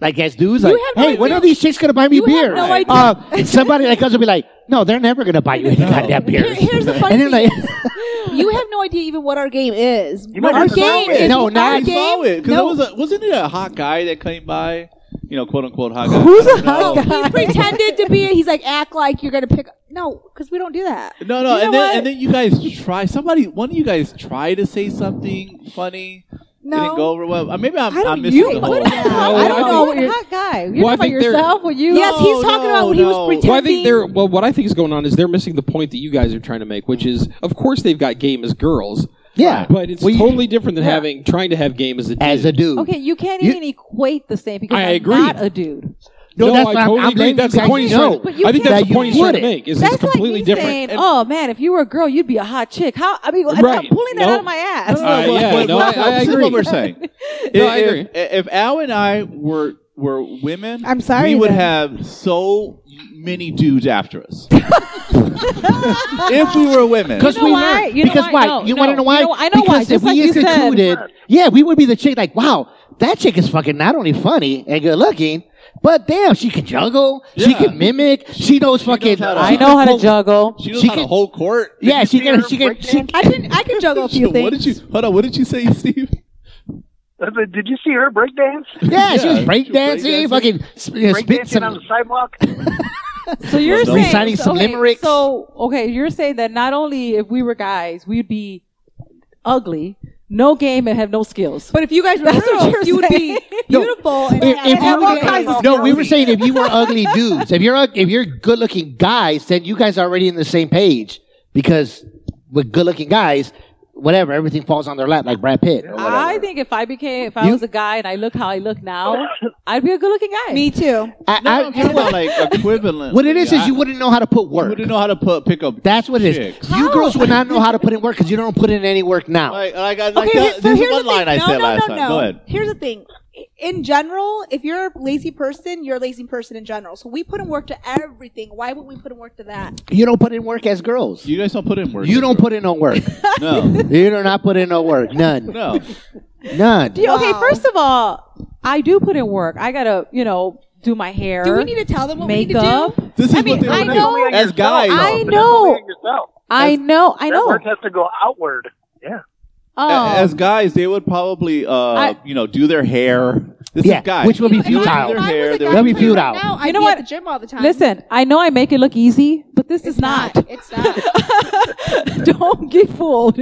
B: like as dudes, like,
E: have no
B: hey, when
E: idea.
B: are these chicks gonna buy me
E: You have
B: beer?
E: no idea.
B: Uh, somebody like us will be like, no, they're never gonna buy
E: *laughs*
B: you any
A: No.
B: goddamn
E: Here-
B: beers.
E: here's the funny
B: And
E: thing.
B: then like,
E: you have no idea even what our game is.
G: You
E: What
G: might
E: our
G: have to solve
E: game
G: it.
E: is.
B: No,
E: our
B: not-
A: I
E: game.
A: saw it because
E: No.
A: was a, wasn't it a hot guy that came by? You know, quote unquote hot guy.
D: Who's
A: I
D: a
A: don't know.
D: hot guy?
E: He pretended to be. He's like, act like you're gonna pick. No, because we don't do that.
A: *laughs* No, no,
D: You
A: and
D: know
A: then
D: what?
A: and then you guys try somebody. One of you guys try to say something funny.
E: No.
A: It didn't go over well. Uh, Maybe I'm,
D: I
A: I'm
D: don't.
A: missing
D: You
A: the
D: could
A: whole.
D: have.
C: No,
D: I don't
C: I
D: know.
C: think
D: What
E: they're-
D: hot
C: Well, I
D: guy. You're talking about
C: think they're-
D: yourself when you.
E: Yes, he's
A: No,
E: talking
A: no,
E: about when he was
A: no.
E: pretending.
C: Well, I think they're well. What I think is going on is they're missing the point that you guys are trying to make, which is, of course, they've got game as girls,
B: *laughs* yeah,
C: but it's
B: Well, you-
C: totally different than having trying to have game as a dude.
B: as a dude.
D: Okay, you can't
B: You-
D: even equate the same because
C: I
D: I'm
C: agree.
D: not a dude.
B: no,
C: no,
B: that's
C: I
B: what I'm-
C: totally
B: I'm
C: agree.
B: blaming
C: That's
B: you
C: the
B: guys.
C: point he's
B: No.
C: trying to
D: But
C: make.
D: you
C: I think
D: can't-
C: that's
B: That
C: the point he's
B: you
C: trying to
B: wouldn't.
C: make. Is it's
D: That's
C: completely
D: like me
C: different.
D: saying, "Oh man, if you were a girl, you'd be a hot chick." How? I mean,
C: Right.
D: I'm pulling that
C: Nope.
D: out of my *laughs* ass.
C: Uh, yeah,
A: what,
C: no,
A: what-
C: I- I
A: this is
C: agree.
A: what we're *laughs* saying. if,
C: No, I agree.
A: If, if Al and I were were women,
E: I'm sorry,
A: we would
E: then.
A: have so many dudes after us. *laughs* if we were women,
B: Because
D: You know
B: we
D: why?
B: learned.
D: You know
B: because
D: why?
B: why?
D: No,
B: you
D: no.
B: want to know why?
D: You know- I know
B: because
D: why.
B: if
D: Just
B: we
D: like you said.
B: instituted, yeah, we would be the chick like, wow, that chick is fucking not only funny and good looking, but damn, she can juggle, she
A: Yeah.
B: can mimic, she knows fucking.
A: how to-
D: I know how to
B: Well,
D: juggle.
A: she knows
B: she
A: how to
B: could-
A: hold court.
B: Yeah,
A: Did
B: she
A: you see
B: can.
A: her
B: She can. She
A: breakdance?
E: I can. I can juggle a few
A: *laughs*
E: things.
A: What did you? Hold on. What did you say, Steve?
G: I said, Did you see her breakdance?
B: *laughs* Yeah, she was
A: Yeah.
B: breakdancing,
A: Breakdancing.
B: fucking sp- uh, spit
G: Breakdancing
B: some.
G: on the sidewalk?
B: *laughs*
D: So you're
A: no.
D: saying
B: Reciting some
D: okay,
B: limericks.
D: So okay, you're saying that not only if we were guys, we'd be ugly, no game, and have no skills.
E: But if you guys were
D: That's what
E: girls,
D: you're
E: you would be
D: saying.
E: beautiful. and
B: If,
E: have
B: if
E: all kinds
B: you
E: of
B: were,
G: of
B: no, we were
G: girls.
B: saying if you were ugly dudes, if you're ug- if you're good looking guys, then you guys are already in the same page because with good looking guys, whatever, everything falls on their lap like Brad Pitt.
D: I think if I became, if I
B: You-
D: was a guy and I look how I
A: *laughs*
D: look now, I'd be a good-looking guy.
E: Me too.
B: I,
A: No,
B: I-
A: I'm talking about like equivalent.
B: what it is is you
A: would
B: wouldn't know how to put work.
A: wouldn't know how to put pick up.
B: That's what it
A: Chicks.
B: is. You girls would not know how to put in work because you don't put in any work now.
A: Like, like, I- like
E: Okay,
A: that,
E: so
A: this is
E: here's
A: one
E: the thing.
A: line I
E: no,
A: said
E: no,
A: last
E: no,
A: time.
E: No.
A: Go ahead.
E: Here's the thing. In general, if you're a lazy person, you're a lazy person in general. So we put in work to everything. Why wouldn't we put in work to that?
B: You don't put in work as girls.
A: You guys don't put in work.
B: You don't put in no work. *laughs*
A: No,
B: you do not put in no work.
A: *laughs*
B: None.
A: no.
B: None.
D: Do you- Okay,
E: Wow.
D: first of all, I do put in work. I gotta, you know, do my hair,
E: Do we need to tell them what
D: makeup.
E: we need to do?
A: This is
D: I mean,
A: what they
D: I
A: would
G: That's only
D: know-
A: do.
G: on
A: As
G: yourself,
A: guys,
G: though.
D: I
G: That's
D: know.
G: only on yourself.
D: I know, I
G: That
D: know.
G: work has to go outward. Yeah.
D: Oh.
A: as guys, they would probably, uh,
D: I-
A: you know, do their hair. This
B: Yeah,
A: is guys.
B: which would be
A: They do
B: futile.
A: Their
E: If I
A: hair,
E: was
A: they
E: a guy
A: would
B: That'd be
E: playing
B: futile.
E: Right now, I'd
D: You know
E: be
D: what?
E: At the gym all the time.
D: Listen, I know I make it look easy, but this
E: it's
D: is not. *laughs*
E: not. It's *laughs* not.
D: Don't get fooled.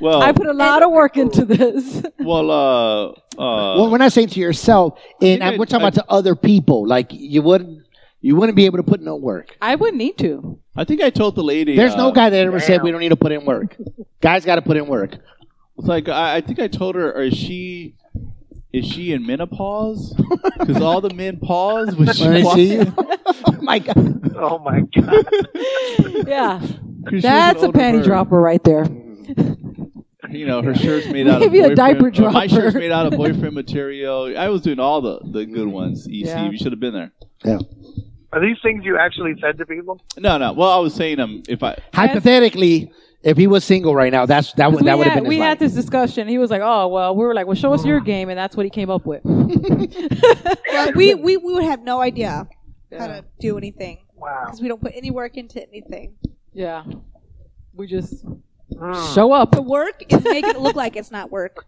A: Well,
D: I put a lot of work into this.
A: well, uh, uh,
B: well, we're not saying to yourself, and
A: I-
B: I'm, we're talking
A: I-
B: about to other people. Like you wouldn't, you wouldn't be able to put no work.
D: I wouldn't need to.
A: I think I told the lady.
B: There's
A: uh,
B: no guy that ever said we don't need to put in work. Guys got to put in work.
A: It's like I, I think I told her, or she, is she in menopause? Because all the men pause *laughs* when she
B: When I
A: walks
B: see
A: in.
B: *laughs* Oh my god!
G: Oh my *laughs* god.
D: Yeah,
A: 'Cause she was an
D: that's a
A: older
D: panty
A: bird.
D: dropper right there.
A: You know, her shirt's made out
D: Maybe a
A: of boyfriend-
D: diaper
A: or My
D: dropper.
A: shirt's made out of boyfriend material. I was doing all the, the good ones. EC,
D: Yeah.
A: you should have been there.
G: Are these things you actually said to people?
A: No, no. Well, I was saying um, if I
B: Hypothetically, if he was single right now, that's that would
D: we
B: that would have
D: had,
B: been his
D: we
B: line.
D: had this discussion. He was like, "Oh, well." We were like, "Well, show us your game," and that's what he came up with.
E: Well, we, we, we would have no idea
D: yeah.
E: how to do anything
G: Wow.
E: because we don't put any work into anything.
D: Yeah. we just
G: Hmm.
D: show up.
E: The work is making it look like it's not work.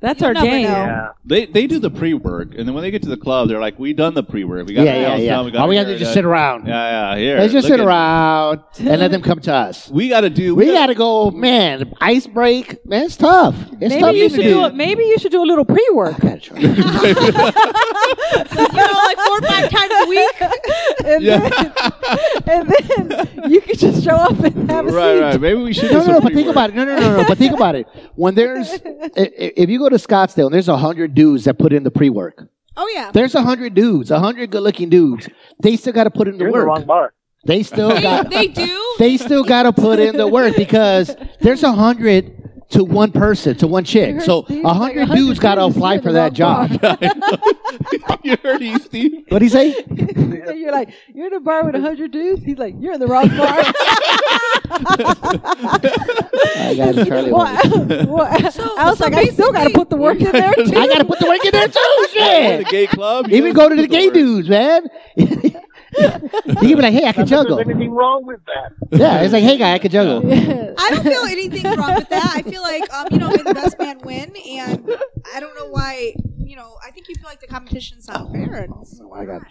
D: That's
E: You
D: our
E: never
D: game.
E: know.
G: Yeah.
A: they they do the pre work, and then when they get to the club, they're like, "We done the pre work. We got
B: yeah,
A: the
B: yeah,
A: house
B: yeah.
A: done. got
B: All we
A: our
B: have to
A: hair
B: do is
A: done.
B: sit around.
A: Yeah, yeah. Here,
B: Let's just
A: look
B: sit
A: at-
B: around and let them come
A: *laughs*
B: to us.
A: We got to do. *laughs*
B: We gotta go, man. Ice break, man. It's tough. It's tough.
D: Maybe you
A: you
D: should
A: can
D: do
A: do.
D: it. Maybe you should do a
A: *laughs*
D: little pre-work,
B: I gotta try.
E: You know, like four or five times a week.
B: *laughs*
D: and,
A: Yeah.
D: then, and then you could just show up and have a
A: right,
D: seat.
A: right. Maybe we should. do
B: No, no,
A: some
B: no, but think
A: pre-work.
B: about it. No, no, no, no. But think about it. When there's, i- i- if you go to Scottsdale and there's a hundred dudes that put in the pre-work,
E: *laughs* Oh yeah.
B: there's a hundred dudes, a hundred good-looking dudes. They still got to put in the
G: You're in the
B: work.
G: wrong bar.
B: they still *laughs*
E: They,
B: got,
E: they do.
B: they still got to put in the work because there's a hundred to one person to one chick.
D: heard
B: So
D: Steve
B: a
D: like,
B: hundred
D: 100
B: dudes got to
D: dudes
B: apply
D: in
B: for
D: the
B: that
D: wrong
B: job.
D: *laughs*
A: *laughs* you heard E, Steve?
B: What do you say?
D: So you're like, you're in a bar with a hundred dudes. He's like, you're in the wrong bar.
B: *laughs* I got
C: *laughs*
B: Charlie.
D: well, I, well, I- I was
E: so
D: like, I still got to put the work in there too.
B: *laughs* I got to put the work in *laughs* there too.
A: Go to
B: Shit.
A: the gay club. you
B: Even
A: gotta do
B: go to the gay
A: work.
B: dudes, man. *laughs* you can be like, hey, I can
G: Not that *laughs*
B: juggle.
G: There's anything wrong with that?
B: Yeah, it's like, hey, guy, I can juggle.
E: I don't feel anything wrong with that. I feel like um, you know, may the best man win, and I don't know why. You know, I think you feel like the competition's not fair. And it's
B: I got,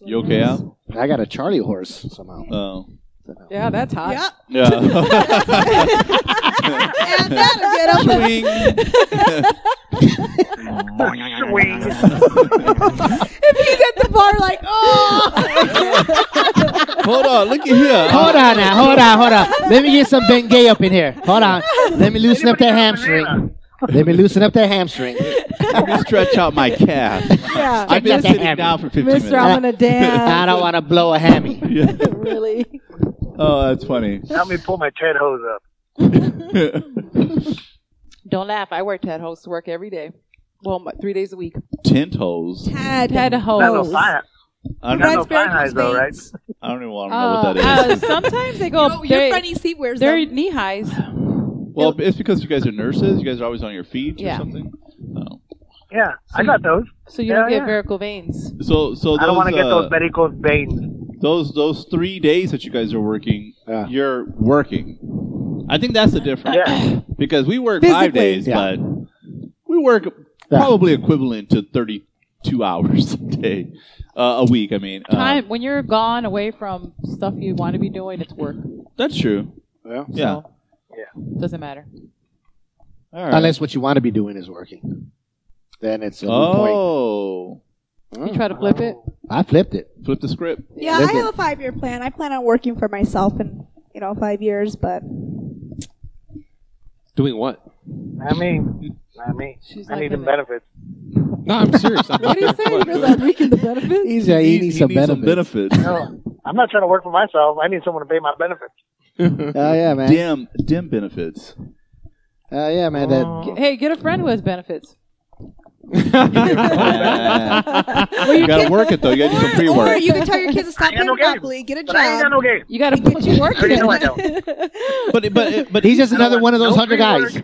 A: You okay out?
B: I got a Charlie horse somehow.
A: Oh,
D: *laughs* Yeah, that's hot.
E: Yep.
B: *laughs*
A: yeah.
E: And that'll get 'em.
G: Swing.
D: If he's at the bar, *laughs* like, oh,
A: Hold on, look at here. Ah,
B: Hold on now, hold on, hold on. Let me get some Ben Gay up in here. Hold on. Let me loosen up that
G: Anybody got a
B: hamstring. Let me loosen up that hamstring.
A: Let me stretch out my
B: *laughs*
A: calf.
D: yeah,
A: I've been
B: Stretch out that
A: sitting
B: hammy.
A: down for 15 minutes.
D: Mister,
B: *laughs*
D: I'm gonna
B: I
D: dance.
B: don't want to blow a hammy.
A: *laughs* Yeah.
D: really?
A: Oh, that's funny.
G: Help me pull my Ted hose up.
A: *laughs*
D: Don't laugh. I wear Ted Hose to work every day. Well, my, three days a week.
A: Ten toes.
E: Tad.
D: Ted
G: Not no
D: Hose.
G: fire.
A: I don't,
G: Not
A: know,
G: no fire hose though, right?
A: I don't even want to know
D: Uh,
A: what that
D: uh,
A: is.
D: sometimes they go *laughs*
E: Oh,
D: up.
E: your
D: They,
E: friend EC wears
D: they're
E: them.
D: knee highs.
A: well, it's because you guys are nurses. You guys are always on your feet
D: Yeah.
A: or something. Oh.
G: Yeah, I got those.
D: So you
G: Yeah,
D: don't get
G: yeah.
D: vertical veins.
A: So, so those,
G: I don't want to get
A: uh,
G: those varicose veins.
A: those those three days that you guys are working,
B: Yeah.
A: you're working. I think that's the difference.
G: Yeah.
A: Because we work five
D: Physically.
A: days,
B: Yeah.
A: but we work probably equivalent to thirty-two *laughs* hours a day, uh, a week. I mean, uh,
D: Time when you're gone away from stuff you want to be doing, it's work.
A: That's true.
B: Yeah.
A: Yeah.
D: So, Doesn't matter.
A: All right.
B: Unless what you want to be doing is working. Then it's a moot
A: oh,
B: point.
D: You try to flip it.
B: I flipped it.
A: flip the script.
E: yeah,
B: Look
E: I have
B: at-
E: a five-year plan. I plan on working for myself in you know five years, but
C: Doing what?
G: I mean, I mean,
D: She's
G: I
D: like
G: need
D: a
G: them benefits.
C: No, I'm serious. *laughs* I'm
D: What do you say? He goes, I'm reaping the benefits.
B: He's, uh, he needs some benefits.
A: benefits.
G: No, I'm not trying to work for myself. I need someone to pay my benefits.
B: Oh, yeah, man.
A: dim, dim benefits.
B: *laughs* Oh, yeah, man. That,
D: *laughs* Hey, get a friend who has *laughs* benefits.
A: you gotta work it though. You gotta do some
E: or,
A: pre
E: or
A: work.
E: you can tell your
G: *laughs*
E: kids to stop
G: I ain't
E: playing
G: no game.
E: Monopoly, get a
G: But I ain't got
E: job.
G: no game.
E: *laughs*
D: You got to put your work
G: Already know I
D: in.
G: don't.
D: *laughs*
A: But but but
B: he's just another one of those
G: No
B: hundred
G: pre-work.
B: guys.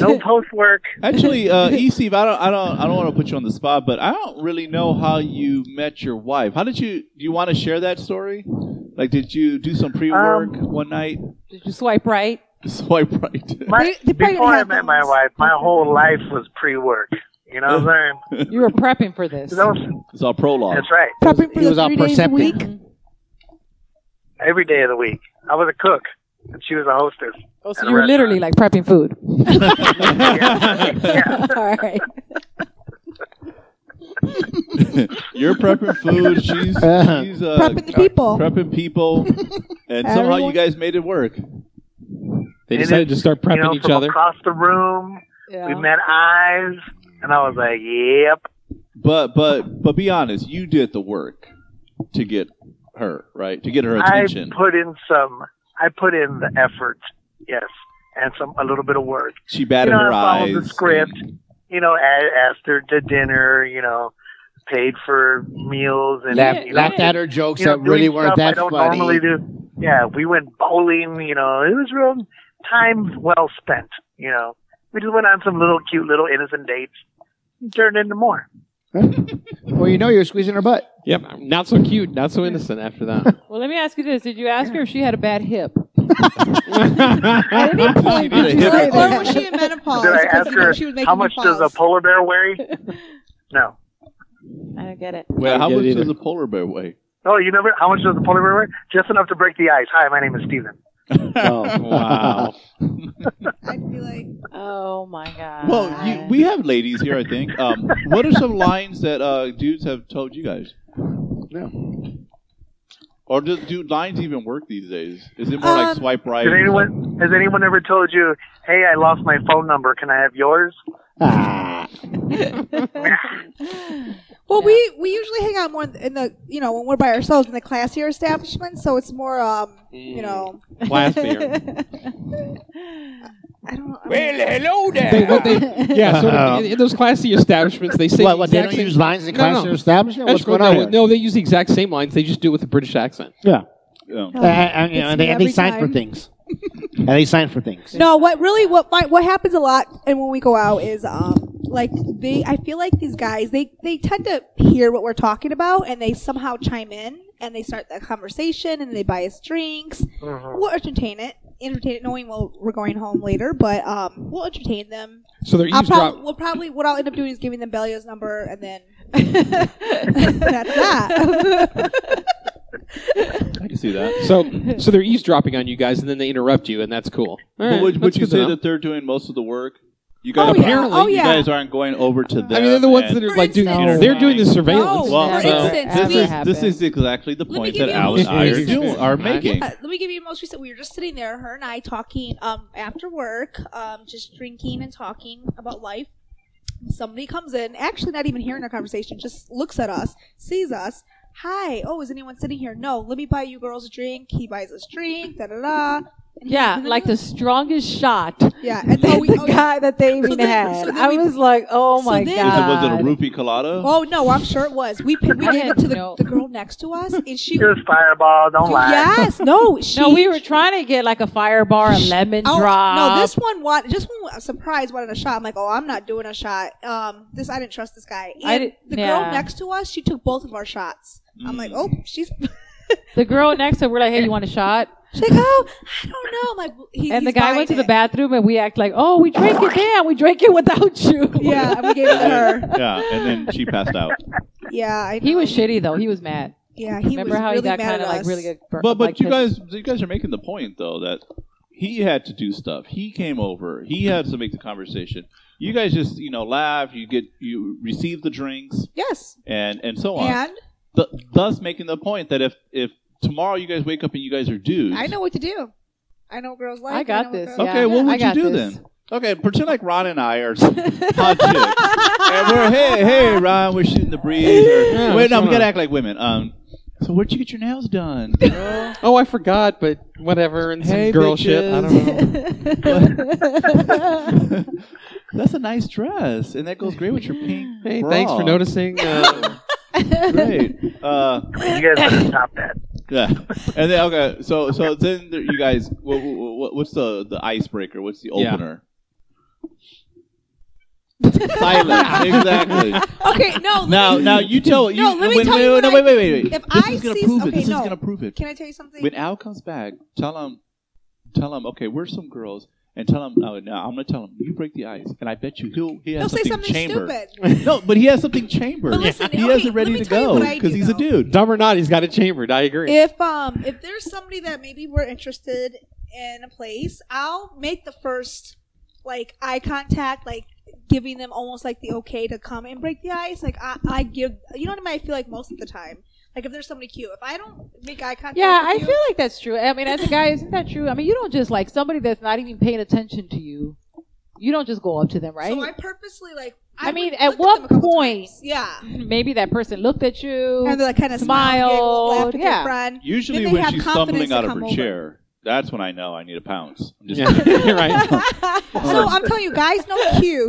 G: No post work.
B: *laughs*
A: actually, uh, Eceve, I don't I don't I don't want to put you on the spot, but I don't really know how you met your wife. How did you? Do you want to share that story? Like, did you do some pre work
G: Um,
A: one night? *laughs*
D: Did you swipe right?
A: Swipe right.
G: My,
E: They- they probably don't
G: before I
E: have
G: met my
E: those.
G: wife, my whole life was pre work. You know what I'm
D: You were prepping for this.
G: saying? That was-
A: It's all prologue. *laughs*
G: that's right.
E: Prepping for
B: He
E: the
B: was all
E: three days a
B: perceptive.
E: week.
G: Every day of the week. I was a cook, and she was a hostess.
D: Oh, so
G: At a
D: you were
G: restaurant.
D: literally like prepping food.
G: Yeah.
D: *laughs* All right.
A: You're prepping food. She's
B: Uh-huh.
A: she's uh,
E: Prepping the people.
G: *laughs*
A: prepping people, and somehow you
E: Everyone.
A: guys made it work.
C: They
G: And
C: decided
G: it-
C: to start prepping
G: you know,
C: each
G: from
C: other.
G: across the room. We met eyes, and I was like, "Yep."
A: But but but be honest, you did the work to get her right to get her
G: I
A: attention.
G: put in some. I put in
B: Hmm.
G: the effort. Yes, and some a little bit of work.
A: she batted
G: you know,
A: her
G: I followed
A: eyes.
G: the script. You know, a- asked her to dinner. You know, paid for meals and
B: Laugh-
G: you know,
B: laughed at her jokes
G: you know,
B: that really
G: doing
B: weren't
G: stuff I
B: that
G: don't
B: funny.
G: normally do. Yeah, we went bowling. You know, it was real time well spent. You know, we just went on some little cute little innocent dates. It Turned into more.
B: Well, you know you're squeezing her butt.
C: Yep, not so cute, not so innocent after *laughs* that.
D: Well, let me ask you this: Did you ask her if she had a bad hip? *laughs*
C: *laughs*
A: She did a hip-
E: Or, or Oh, was she in menopause?
G: Did I
E: 'Cause,
G: ask
E: you know,
G: her
E: she was making
G: How
E: me
G: much does a
E: pause.
G: polar bear
E: *laughs*
G: weigh? No.
D: I don't get it.
A: Well, how
C: I
A: much
C: get it
A: does
C: either.
A: a polar bear weigh?
G: Oh, you never. How much does a polar bear weigh? Just enough to break the ice. Hi, my name is Steven.
C: wow.
E: I'd be like,
D: Oh my god.
A: Well, you, we have ladies here, I think. Um, what are
G: *laughs*
A: some lines that uh, dudes have told you guys?
B: Yeah.
A: Or do, do lines even work these days? Is it more like
E: Um,
A: swipe right?
G: Did
A: or
G: anyone? Has anyone ever told you, "Hey, I lost my phone number. Can I have yours?"
B: Ah.
D: *laughs*
E: well, we we usually hang out more in the you know when we're by ourselves in the classier establishment, so it's more um you know
C: Classier.
E: I don't know. I mean,
H: Well, hello there.
C: They- what they- yeah,
B: *laughs*
C: so in, in those classy establishments, they say
B: What,
C: the
B: what, they
C: exact
B: don't
C: same-
B: use lines in
C: No, no.
B: class or establishment?
C: *laughs* That's
B: What's going
C: what
B: on
C: they-
B: here?
C: No, they use the exact same lines. They just do it with a British accent.
B: Yeah.
A: Um,
E: Oh,
B: Uh, and, you know,
E: it's
B: and they,
E: me
B: and they
E: every
B: sign for
D: *laughs*
E: time.
B: things. and they sign for things.
E: No, what really what my, what happens a lot and when we go out is um like they I feel like these guys they they tend to hear what we're talking about and they somehow chime in and they start that conversation and they buy us drinks.
G: Mm-hmm.
E: We'll entertain it, entertain it, knowing we'll, we're going home later, but um we'll entertain them.
C: So they're
E: I'll
C: eavesdrop.
E: probably we'll probably what I'll end up doing is giving them Belia's number and then that's that.
A: I can see
B: *laughs*
A: that.
C: So,
E: *laughs*
C: so they're eavesdropping on you guys, and then they interrupt you, and that's cool. All
A: But
C: right,
A: would, would
C: that's
A: you
C: good to
A: say
C: know.
A: that they're doing most of the work? You guys,
E: Oh, yeah.
A: apparently,
E: Oh,
A: you
E: yeah.
A: guys aren't going over to them.
C: I mean, they're the ones
A: and-
C: that are
E: For
C: like doing.
E: instance-
C: They're doing the
A: No.
C: surveillance.
E: No.
A: Well,
E: For
A: so
E: instance,
A: this
E: Never
A: is this is exactly the
E: me
A: point
E: give
A: that
E: you-
A: Al and I are doing, are making.
E: Uh, let me give you the most recent. We were just sitting there, her and I, talking um, after work, um, just drinking and talking about life. Somebody comes in, actually not even hearing our conversation, just looks at us, sees us. Hi, oh, is anyone sitting here? No, let me buy you girls a drink. He buys us drink, da da da. And
D: *laughs*
E: he-
D: yeah, like the strongest shot.
E: yeah, and
D: *laughs*
E: then we,
D: the
E: oh,
D: guy that they even
E: So then-
D: had.
E: so then
D: I
E: we-
D: was like, oh
E: so
D: my
E: then- uh,
A: Is it, was it
D: god.
A: a roofie colada?
E: oh no, I'm sure it was. We we gave it to the,
D: No.
E: the girl next to us, and she
G: Here's Fireball. Don't lie.
E: yes, no, she
D: no, we were trying to get like a fire bar, a lemon
E: Oh,
D: drop.
E: No, this one want just one was surprised wanted a shot. I'm like, oh, I'm not doing a shot. Um, this I didn't trust this guy. And
D: I didn't-
E: the
D: yeah. Mm.
E: girl next to us, she took both of our shots. I'm like, oh, she's *laughs*
D: The girl next to her, we're like, hey, you want a shot?
E: she's like, oh, I don't know. I'm like, he,
D: And the
E: *laughs* he's
D: guy
E: buying
D: went to the
E: it.
D: bathroom, and we act like, oh, we drank it. Damn, we drank it without you.
E: Yeah, and we gave it to her.
A: yeah, and then she passed out.
E: Yeah, *laughs* I
D: *laughs* He
E: know.
D: was shitty though. He was mad.
E: Yeah, he
D: Remember
E: was
D: how
E: really
D: he got
E: mad
D: kind
E: at
D: of like
E: us.
D: really good. burp-
A: But but
D: like
A: you guys
D: pissed. *laughs*
A: *laughs* you guys are making the point though that he had to do stuff. He came over. He had to make the conversation. You guys just you know laugh. You get you receive the drinks
E: Yes,
A: and and so on.
E: and
A: Th- thus making the point that if if tomorrow you guys wake up and you guys are dudes,
E: I know what to do. I know what girls like.
D: I got
E: know what
D: this.
E: girls-
A: Okay,
D: Yeah,
A: what
D: I
A: would you
D: got
A: do
D: this.
A: then? Okay, pretend like Ron and I
D: *laughs*
A: are some hot chicks, and we're hey hey Ron, we're shooting the breeze. Or,
C: Yeah,
A: wait,
C: what's
A: no, we
C: going
A: gotta
C: on?
A: act like women. Um, so where'd you get your nails done?
D: *laughs*
A: girl?
C: Oh, I forgot, but whatever, and some
A: Hey,
C: girl shit. I don't know.
A: That's a nice dress, and that goes great with your pink.
C: Hey,
A: bra.
C: thanks for noticing.
B: *laughs*
C: Uh,
A: Great. Uh,
G: You guys better top that.
A: yeah. And then okay, so so then there, you guys, what, what, what's the the icebreaker? What's the
C: Yeah.
A: opener? Silence. Exactly.
E: *laughs* Okay, no.
A: Now,
E: let me-
A: now you tell you.
E: No, let me
A: wait,
E: tell
A: wait,
E: you
A: wait,
E: what
A: no,
E: I-
A: wait, wait, wait, wait.
E: if
A: this
E: I
A: is gonna
E: see-
A: prove it.
E: okay,
A: This
E: no.
A: is gonna prove it.
E: Can I tell you something?
A: When Al comes back, tell him, tell him, okay, we're some girls, and tell him, no, no, I'm gonna tell him, you break the ice, and I bet you he'll he
E: They'll
A: has
E: say
A: something,
E: something
A: chambered.
E: stupid.
A: No, but he has something chambered.
E: But listen,
A: he
E: okay,
A: has it
E: let
A: ready
E: me
A: to
E: tell you
A: go
E: what I do,
A: because he's a
E: though.
A: dude.
C: dumb or not, he's got it chambered. I agree.
E: if um if there's somebody that maybe we're interested in a place, I'll make the first like eye contact, like giving them almost like the okay to come and break the ice. Like I, I give you know what I mean. I feel like most of the time, Like if there's somebody cute, if I don't make eye contact,
D: Yeah, I
E: with you,
D: feel like that's true. I mean, as a guy, isn't that true? I mean, you don't just like somebody that's not even paying attention to you. You don't just go up to them, right?
E: So I purposely like.
D: I mean,
E: would
D: at
E: look
D: what
E: them a couple
D: point-
E: times. Yeah,
D: *laughs* Maybe that person looked at you.
E: and they like kind of smile, giggle,
D: Smile,
E: laugh at
D: yeah.
E: their friend.
A: Usually,
E: Then they
A: when
E: have
A: she's
E: confidence
A: stumbling
E: to
A: out of
E: come
A: her
E: over.
A: chair, that's when I know I need to pounce. I'm just
C: *laughs* Yeah,
E: *laughs*
C: right.
E: *laughs* so I'm telling you, guys know cues.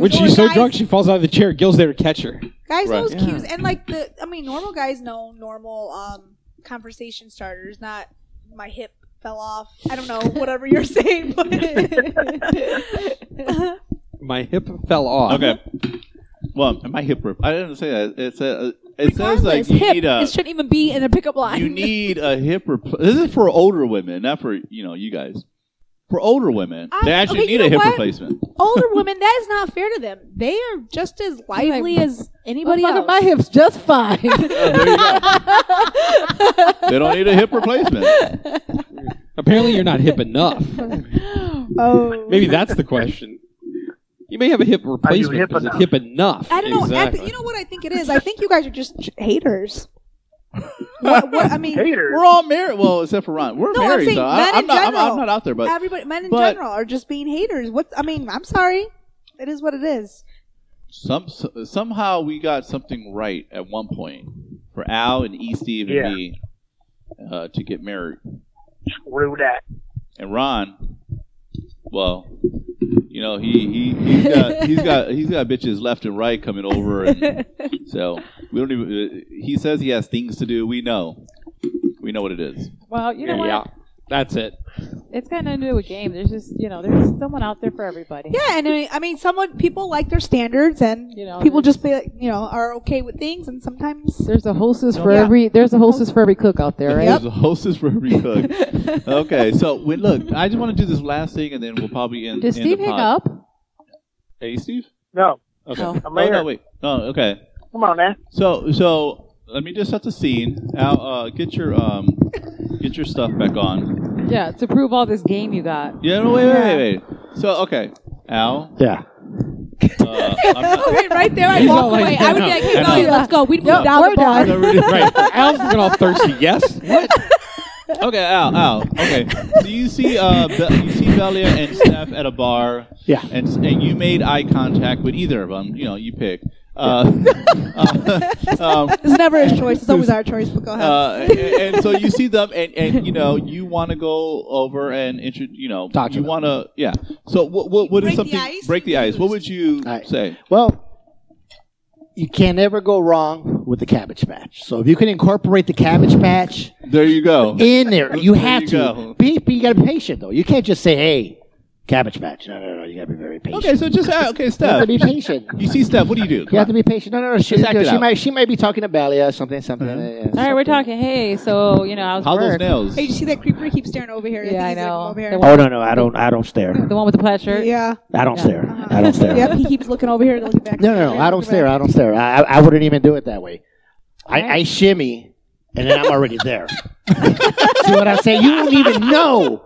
D: *laughs*
C: When
E: or
C: she's so
E: guys-
C: drunk, she falls out of the chair. Gil's there to catch her.
E: guys
A: Right.
E: knows
C: Yeah.
E: cues and like the i mean normal guys know normal um conversation starters not my hip fell off i don't know whatever you're saying but
C: My hip fell off.
A: okay. Well, my hip rip. I didn't say that. It says it says like
E: Regardless,
A: you
E: hip,
A: need a
E: it shouldn't even be in a pickup line
A: you need a hip replacement. This is for older women, not for you know you guys. For older women,
E: I-
A: they actually
E: okay, you
A: need a
E: know
A: hip
E: what?
A: replacement.
E: *laughs* older women that is not fair to them they are just as lively as anybody
D: Motherfucker,
E: else
D: my hips just fine.
A: Oh, They don't need a hip
E: *laughs*
A: replacement.
C: Apparently, you're not hip enough.
E: oh
C: Maybe that's the question. You may have a hip replacement.
G: hip
C: but is it
G: enough?
C: hip enough?
E: I don't know. I
C: Exactly.
E: th- you know what I think it is. I think you guys are just j-
A: *laughs*
E: haters. what, what, I mean,
G: Haters.
A: We're all married. Well, except for Ron, we're
E: No, I'm
A: married.
E: saying
A: so I,
E: men
A: I'm
E: in
A: not. I'm, I'm
E: general.
A: not out there, but
E: everybody, men in
A: but-
E: general, are just being haters. What? I mean, I'm sorry. It is what it is.
A: some somehow we got something right at one point for Al and E. Steve and
G: Yeah.
A: me uh, to get married,
G: Screw that.
A: and Ron. Well, you know he he he's
D: *laughs*
A: got he's got he's got bitches left and right coming over, and so we don't even. uh, He says he has things to do. We know, we know what it is.
D: *laughs* well, you know
C: yeah,
D: what?
C: that's it.
D: It's got nothing to do with game. There's just you know, there's someone out there for everybody.
E: Yeah, and I mean, I mean, someone people like their standards, and
D: You know,
E: people
D: there's-
E: just be like, you know are okay with things, and sometimes
D: There's a hostess for
E: Yeah.
D: every. There's a hostess for every cook out there, right?
A: There's a hostess for every
D: *laughs*
A: cook. okay, so we, look, I just want to do this last thing, and then we'll probably end.
D: Did
A: end the
D: Steve hang
A: pod.
D: up?
A: Hey, Steve.
G: No,
A: Okay.
D: Oh.
G: I'm
A: Oh
G: here.
A: no, wait. Oh, okay.
G: Come on, man.
A: So, so let me just set the scene. Al, uh, get your um, get your stuff back on.
D: Yeah, to prove all this game you got.
A: Yeah, no, wait, wait, wait, wait. So, okay, Al.
B: *laughs* Yeah.
A: Uh, I'm not,
E: okay, Oh, right there, I
C: He's
E: walk
C: all like,
E: away. I would be
C: "No,
E: like, hey,
C: no."
E: Molly, let's go. We'd move down
D: we're
E: the bar.
D: done.
C: right. Al's looking all thirsty. Yes. What?
A: okay, Al, Al. Okay. So you see, uh, Be- you see Belia and Steph at a bar.
B: Yeah.
A: And and you made eye contact with either of them. You know, you pick. Uh, *laughs* um,
E: It's never his choice. It's *laughs* always our choice. But go ahead.
A: Uh, and, and so you see them, and, and you know you want to go over and intro, you know,
B: Talk to
A: you
B: them.
A: want to, yeah. So what what, what is
E: Break the
A: something
E: ice?
A: break the ice? What would you
B: Alright.
A: say?
B: Well, you can never go wrong with the Cabbage Patch. So if you can incorporate the Cabbage Patch
A: There you go.
B: in there, you
A: There
B: have
A: you
B: to.
A: go.
B: Be, but you got to be patient though. You can't just say, "Hey, Cabbage Patch." No, no, no. You got to be very patient.
A: Okay, so just uh, okay,
B: you have
A: Steph.
B: to be patient.
A: You see Steph. What do you do?
B: You have to be patient. No, no, no. She,
A: Just act it
B: she
A: out.
B: might, she might be talking to Balia, something, something.
A: Uh-huh.
B: uh, yeah,
D: All right, we're
B: something.
D: talking. Hey, so you know, I was
A: How
D: at
A: those
D: work.
A: nails?
E: hey, you see that creeper? He keeps staring over here.
D: Yeah, I
E: think he's looking
D: know.
E: Over
B: Oh no, no, I don't, I don't stare.
D: The one with the plaid shirt.
E: here. Yeah.
B: I don't
D: *laughs* Yeah.
B: stare.
E: Uh-huh.
B: I don't stare.
E: Yep. He keeps looking over here and looking back.
B: No, no, no. I don't stare. I don't stare. I, I, I wouldn't even do it that way. I, I shimmy, and then I'm already there. *laughs* See what I'm saying? You don't even know.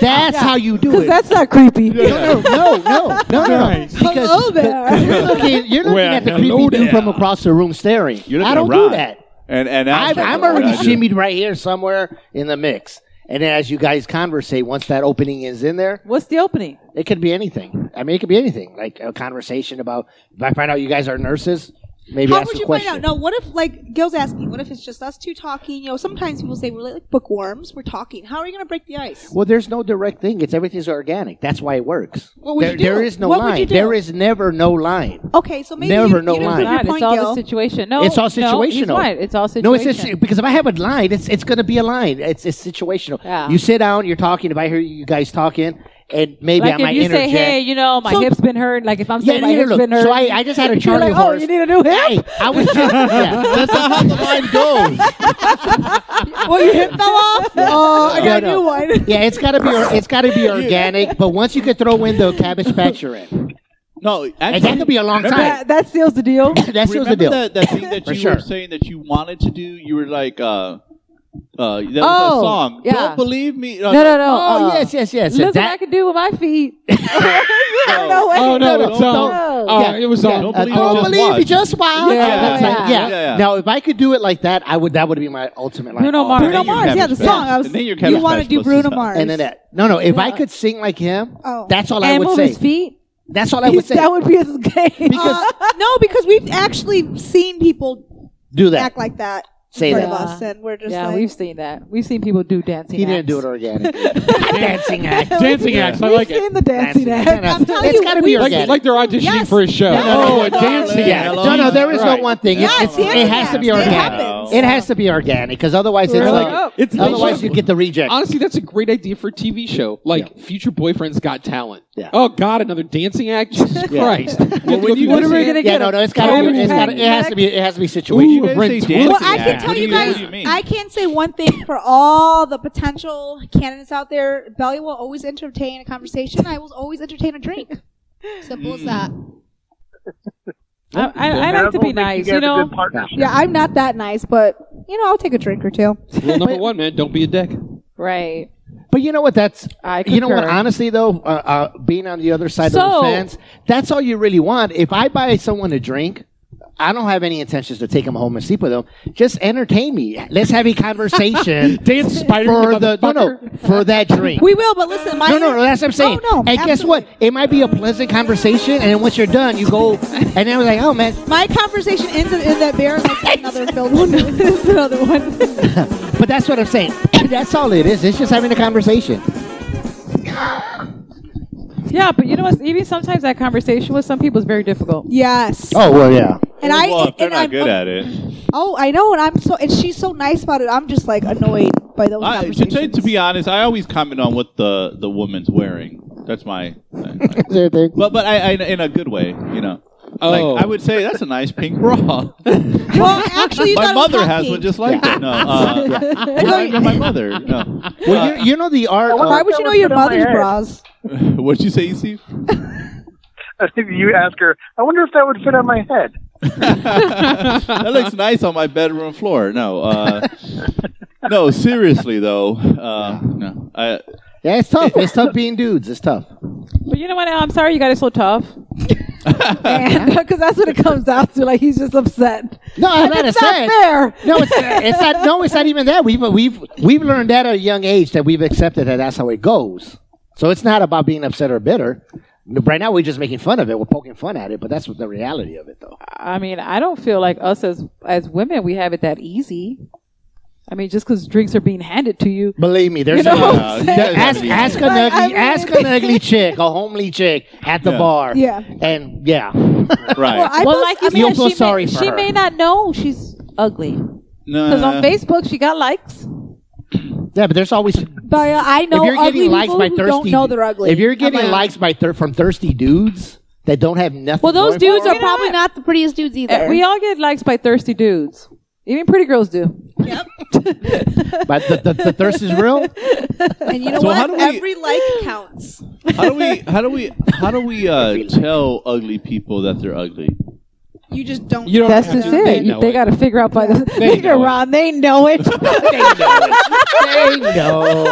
B: That's how you do it.
D: That's not
E: *laughs*
D: creepy.
B: no, no, no, no, no, no. *laughs* Because
E: Hello there.
B: 'cause you're looking, you're looking
C: Well,
B: at the
C: hello
B: creepy dude
C: there.
B: from across the room staring.
A: You're looking
B: I don't
A: at Ron.
B: do that.
A: And and
B: I,
A: Al's
B: I'm
A: like,
B: already
A: what do I do?
B: shimmied right here somewhere in the mix. And then as you guys conversate, once that opening is in there,
D: What's the opening?
B: it could be anything. I mean, it could be anything. Like a conversation about. If I find out you guys are nurses, maybe
E: How
B: ask
E: would
B: a
E: you
B: question.
E: find out? No, what if like Gil's asking? What if it's just us two talking? You know, sometimes people say we're like bookworms. We're talking. How are you going to break the ice?
B: Well, there's no direct thing. It's everything's organic. That's why it works.
E: What would
B: there,
E: you do?
B: there is no
E: What would
B: line.
E: you do?
B: There is never no line.
E: Okay, so maybe
B: Never
E: you,
B: know
E: you didn't
B: line.
E: prove
D: Not,
E: your
D: it's
E: point,
D: all the
E: Gil.
D: situation. No,
B: It's all
D: No, he's
B: situational.
D: right. It's all situational.
B: No, it's just, because if I have a line, it's it's going to be a line. It's it's situational.
D: Yeah.
B: You sit down, you're talking. If I hear you guys talking, and maybe
D: like
B: I might
D: if you
B: interject.
D: say, hey, you know, my
B: So-
D: hip's been hurt. Like if I'm
B: yeah,
D: saying my
B: yeah,
D: hip's
B: look.
D: been hurt.
B: So I, I just had a
D: you're
B: Charlie
D: like,
B: horse.
D: oh, you need a new hip.
B: *laughs* Hey, I was just, yeah.
A: *laughs* That's not how the line goes.
D: well, your hip fell off.
E: *laughs*
D: *laughs*
E: Oh, I got
B: No,
E: a
B: no.
E: new one.
B: Yeah, it's gotta be it's gotta
A: *laughs*
B: be organic. But once you can throw in the cabbage patch, you're in.
A: No,
B: And that
A: actually,
B: could be a long time.
D: That, that seals the deal.
B: That seals
A: remember
B: the deal.
A: that, that thing that
B: For
A: you
B: sure.
A: were saying that you wanted to do? You were like, uh, Uh, that was
D: Oh,
A: that song.
D: yeah.
A: Don't believe me.
D: No, no, no.
B: Oh,
D: uh,
B: yes, yes, yes.
D: Look what I
B: that,
D: can do with my feet. *laughs*
A: no.
D: No way.
C: Oh, no,
B: no,
C: it's
B: no,
C: on.
D: no.
C: Oh,
B: Yeah,
C: it was on.
A: Don't
B: uh,
A: believe me,
B: don't
A: just
B: believe me,
A: watch.
B: just watch.
A: Yeah.
B: That's like-
D: Yeah.
B: yeah.
A: Yeah, yeah.
B: Now, if I could do it like that, I would. That would be my ultimate like.
D: Bruno
B: oh,
D: Mars.
E: Bruno
A: And then your
E: Mars,
A: Cabbage
E: yeah, the
A: Patch-
E: song. I was,
A: and then your
E: you
A: Cabbage
E: want to
A: Patch
E: do
A: Pussy
E: Bruno
A: song.
E: Mars.
B: uh, And then that. No, no. If I
D: Yeah.
B: could sing like him,
E: Oh.
B: that's all I
D: and
B: would
D: move
B: say.
D: his feet.
B: That's all I would say.
D: *laughs* that would be his game. *laughs*
B: because
E: Uh, no, because we've actually seen people
B: do that.
E: act like that in
B: Say
E: front
D: that.
E: of us, and we're just
D: yeah,
E: like,
D: we've seen that. We've seen people do dancing.
B: He didn't
D: acts.
B: do it
D: *laughs*
B: organically. dancing act.
C: Dancing acts. I
D: We've
C: like
D: seen
C: it.
D: the dancing act.
B: No, no,
E: I'm telling
B: it's
E: you,
B: got to be
E: we-
C: Like,
B: organic.
C: like they're auditioning
E: Yes.
C: for a show.
E: Yes.
C: Oh, a dancing
A: Yeah.
B: yeah.
C: act.
B: No, no. There is
C: Right.
B: no one thing. It's-
E: Yes,
B: it's- it has to be
E: it
B: organic.
E: happens.
B: It has to be organic because otherwise, it's
C: They're
B: like,
C: like, it's
B: otherwise you get the reject.
C: Honestly, that's a great idea for a TV show. Like Future Boyfriend's Got Talent.
B: Yeah.
C: Oh God, another dancing act.
B: *laughs*
C: Jesus
B: Yeah.
C: Christ.
A: Well, when you-
C: What
A: when
C: are
A: we
C: we
A: get
C: gonna
B: yeah, no, no. It's got to
C: Cabbage
B: be. It's got. It has to be. It has to be situational.
A: You guys
C: Brent
A: say
C: Twill.
A: dancing
E: Well, I can
A: act.
E: tell
A: What do
E: you
A: you- what
E: guys,
A: do you mean?
E: I can say one thing for all the potential candidates out there. Belly will always entertain a conversation. I will always entertain a drink. *laughs* Mm. Simple as that.
D: I, I, I
G: And
D: like to
G: don't
D: be
G: think
D: nice,
G: guys
D: you
G: are
D: know.
G: good partners. *laughs*
E: Yeah, I'm not that nice, but you know, I'll take a drink or two.
C: Rule number one, man, don't be a dick.
D: Right.
B: But you know what? That's
D: I
B: you know what?
D: concur.
B: Honestly, though, uh, uh, being on the other side
D: So-
B: of the fence, that's all you really want. If I buy someone a drink, I don't have any intentions to take them home and sleep with them. Just entertain me. Let's have a conversation
C: Dance spider.
B: for the no, no, for that drink.
E: We will, but listen, my
B: no, no, no, that's what I'm saying.
E: Oh, no,
B: and guess what? It might be a pleasant conversation, and then once you're done, you go, and then we're like, oh man,
E: my conversation ends in, in that beer. And I
B: *laughs*
E: take another filled one. *laughs* another one. *laughs*
B: but that's what I'm saying. *coughs* that's all it is. It's just having a conversation.
D: Yeah, but you know what? Even sometimes that conversation with some people is very difficult.
E: Yes.
B: Oh well, *laughs* yeah.
E: and I
A: Well, if they're
E: and
A: not
E: I'm-
A: good at it.
E: Oh, I know, and I'm so and she's so nice about it. I'm just like annoyed by those
A: I, to,
E: conversations.
A: to, to be honest, I always comment on what the, the woman's wearing. That's my.
E: *laughs*
A: my- but but I, I in a good way, you know.
C: Oh.
A: Like I would say that's a nice pink
E: *laughs*
A: bra.
E: well, actually, you
A: my
E: thought it was
A: mother has *laughs*
E: cupcake.
A: one just like that. No,
E: *laughs*
A: uh, I know my mother. No. Uh,
B: Well, you, you know the art. of-
E: Why would you know your mother's bras?
A: *laughs* What'd you say, E
E: *laughs*
A: Steve?
G: you ask her, I wonder if that would fit on my head.
A: that looks nice on my bedroom floor. No,
E: *laughs*
A: uh, no. Seriously though, uh, no. I,
B: Yeah, it's tough. It's tough being dudes. It's tough.
D: But you know what? I'm sorry you got it so tough.
E: *laughs*
D: Because that's what it comes down to. Like he's just upset.
B: No, I'm not
D: It's not
B: upset.
D: fair.
B: No, it's, it's not. No, it's not even that. We've we've we've learned that at a young age that we've accepted that that's how it goes. So it's not about being upset or bitter. Right now, we're just making fun of it. We're poking fun at it, but that's the reality of it, though.
D: I mean, I don't feel like us as as women we have it that easy. I mean, just because drinks are being handed to you.
B: Believe me, there's
D: You know
B: a,
D: what
B: *laughs*
D: I'm
A: Uh, you
D: saying?
A: guys
B: ask
A: have to-
B: ask an
D: Like, I
B: ugly
D: mean-
B: ask an ugly chick, a homely chick at the
A: Yeah.
B: bar.
E: Yeah.
B: and yeah,
A: right?
E: Well, I
D: well,
E: feel-
D: like you
E: I
D: said,
E: mean,
B: You'll feel
D: she
B: sorry
D: may,
B: for
D: she
B: her.
D: may not know she's ugly
A: no,
D: because on Facebook she got likes.
B: *laughs* yeah. But there's always
E: But uh, I know
B: if you're
E: ugly
B: getting likes
E: people
B: by
E: who
B: thirsty,
E: don't know they're ugly.
B: if you're
E: I'm
B: getting
E: like,
B: likes by thir- from thirsty dudes that don't have nothing.
E: well, those
B: going for
E: dudes
D: You
E: are
D: know
E: probably
D: what?
E: not the prettiest dudes either.
D: We all get likes by thirsty dudes. Even pretty girls do.
B: them, but the, the, the thirst is
E: *laughs*
B: real.
E: and you know
A: So how
E: what?
A: do we-
E: Every like counts.
A: how do we how do we how do we
B: *laughs*
A: uh, tell ugly people that they're ugly?
E: You just don't.
C: You don't
D: That's
C: have
D: just
C: to.
D: it.
C: They know
D: They, got to figure out by the. *laughs* They
C: know it.
D: Ron, they know it.
B: they know. They know.
A: *laughs*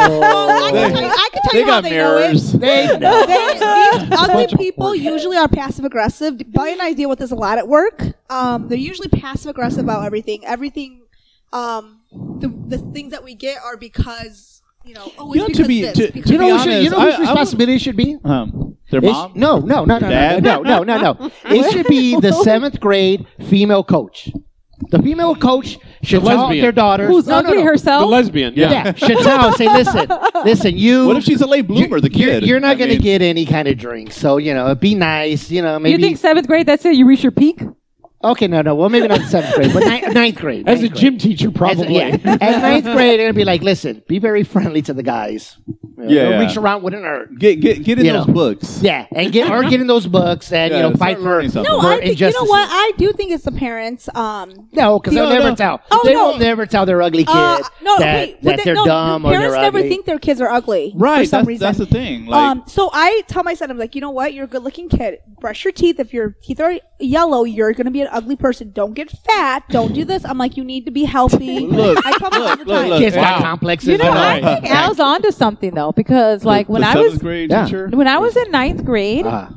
E: I can tell you, I can tell
A: They
E: you how
A: got
E: they
A: mirrors.
B: They know.
D: *laughs*
E: know it. They-
B: *laughs*
E: these ugly people usually are passive aggressive. Belly and I deal with this a lot at work. Um, they're usually passive aggressive about everything. Everything, um, the, the things that we get are because you know. Oh, it's
A: You know, to
E: because
A: be-
E: this,
A: to-
E: because
B: You know,
A: be
B: who should, you
A: honest,
B: know whose
A: I- I would-
B: responsibility it should be?
A: Um, *laughs* their
B: It sh-
A: mom.
B: no, no, no, no, no,
A: Dad?
B: no, no, no,
A: *laughs*
B: no. It should be the seventh grade female coach. The female coach should
C: The
B: tell
C: lesbian.
B: their daughter.
D: Who's
B: no, no,
D: ugly
B: no.
C: The
D: herself?
C: lesbian. Yeah.
B: Yeah, should tell.
E: *laughs*
B: Say, listen, listen. You.
A: What if she's a late bloomer? the
B: You're,
A: kid.
B: you're not
A: I
B: going
A: mean,
B: to get any kind of drink, so you know, be nice. You know, maybe
D: you think seventh grade? That's it. You reach your peak.
B: Okay, no, no. Well, maybe not seventh grade, but ninth, ninth grade.
C: As a
B: ninth grade.
C: gym teacher,
B: As a-
C: probably.
B: yeah. At ninth grade, it'd be like, listen, be very friendly to the guys. You
A: Yeah,
B: They'll
A: yeah.
B: reach around with an urn.
A: Get get get in
B: You
A: those
B: know.
A: books.
B: Yeah, and get or get in those books and
A: Yeah,
B: you know
A: start
B: fight for
A: learning something.
E: No,
B: for
E: I think you know
B: injustices.
E: what? I do think it's the parents. Um,
B: No, because they'll
A: No,
B: never
A: no.
B: tell.
E: Oh,
B: they
E: no.
B: will never tell their ugly kid
E: uh, no,
B: that,
E: wait,
B: that
E: they-
B: they're
E: no,
B: dumb or
E: parents
B: they're
E: never
B: ugly.
E: think their kids are ugly.
A: Right.
E: For some
A: that's,
E: reason.
A: that's the thing. Like
E: um, so I tell my son, I'm like, you know what? You're a good-looking kid. Brush your teeth. If your teeth are yellow, you're gonna be an ugly person. Don't get fat. Don't do this. I'm like, you need to
D: *laughs*
E: be healthy.
A: Look,
B: *laughs*
E: I tell him all
A: look,
E: the
A: look,
E: time.
A: look.
B: Kids
A: Wow.
B: got complexes.
D: You know,
B: and all
D: I
A: Right.
B: that.
D: think Al's onto something though, because like
A: the-
D: when
A: the
D: I
A: seventh
D: was
A: grade
B: Yeah.
A: teacher.
D: when I was in ninth grade,
B: Uh,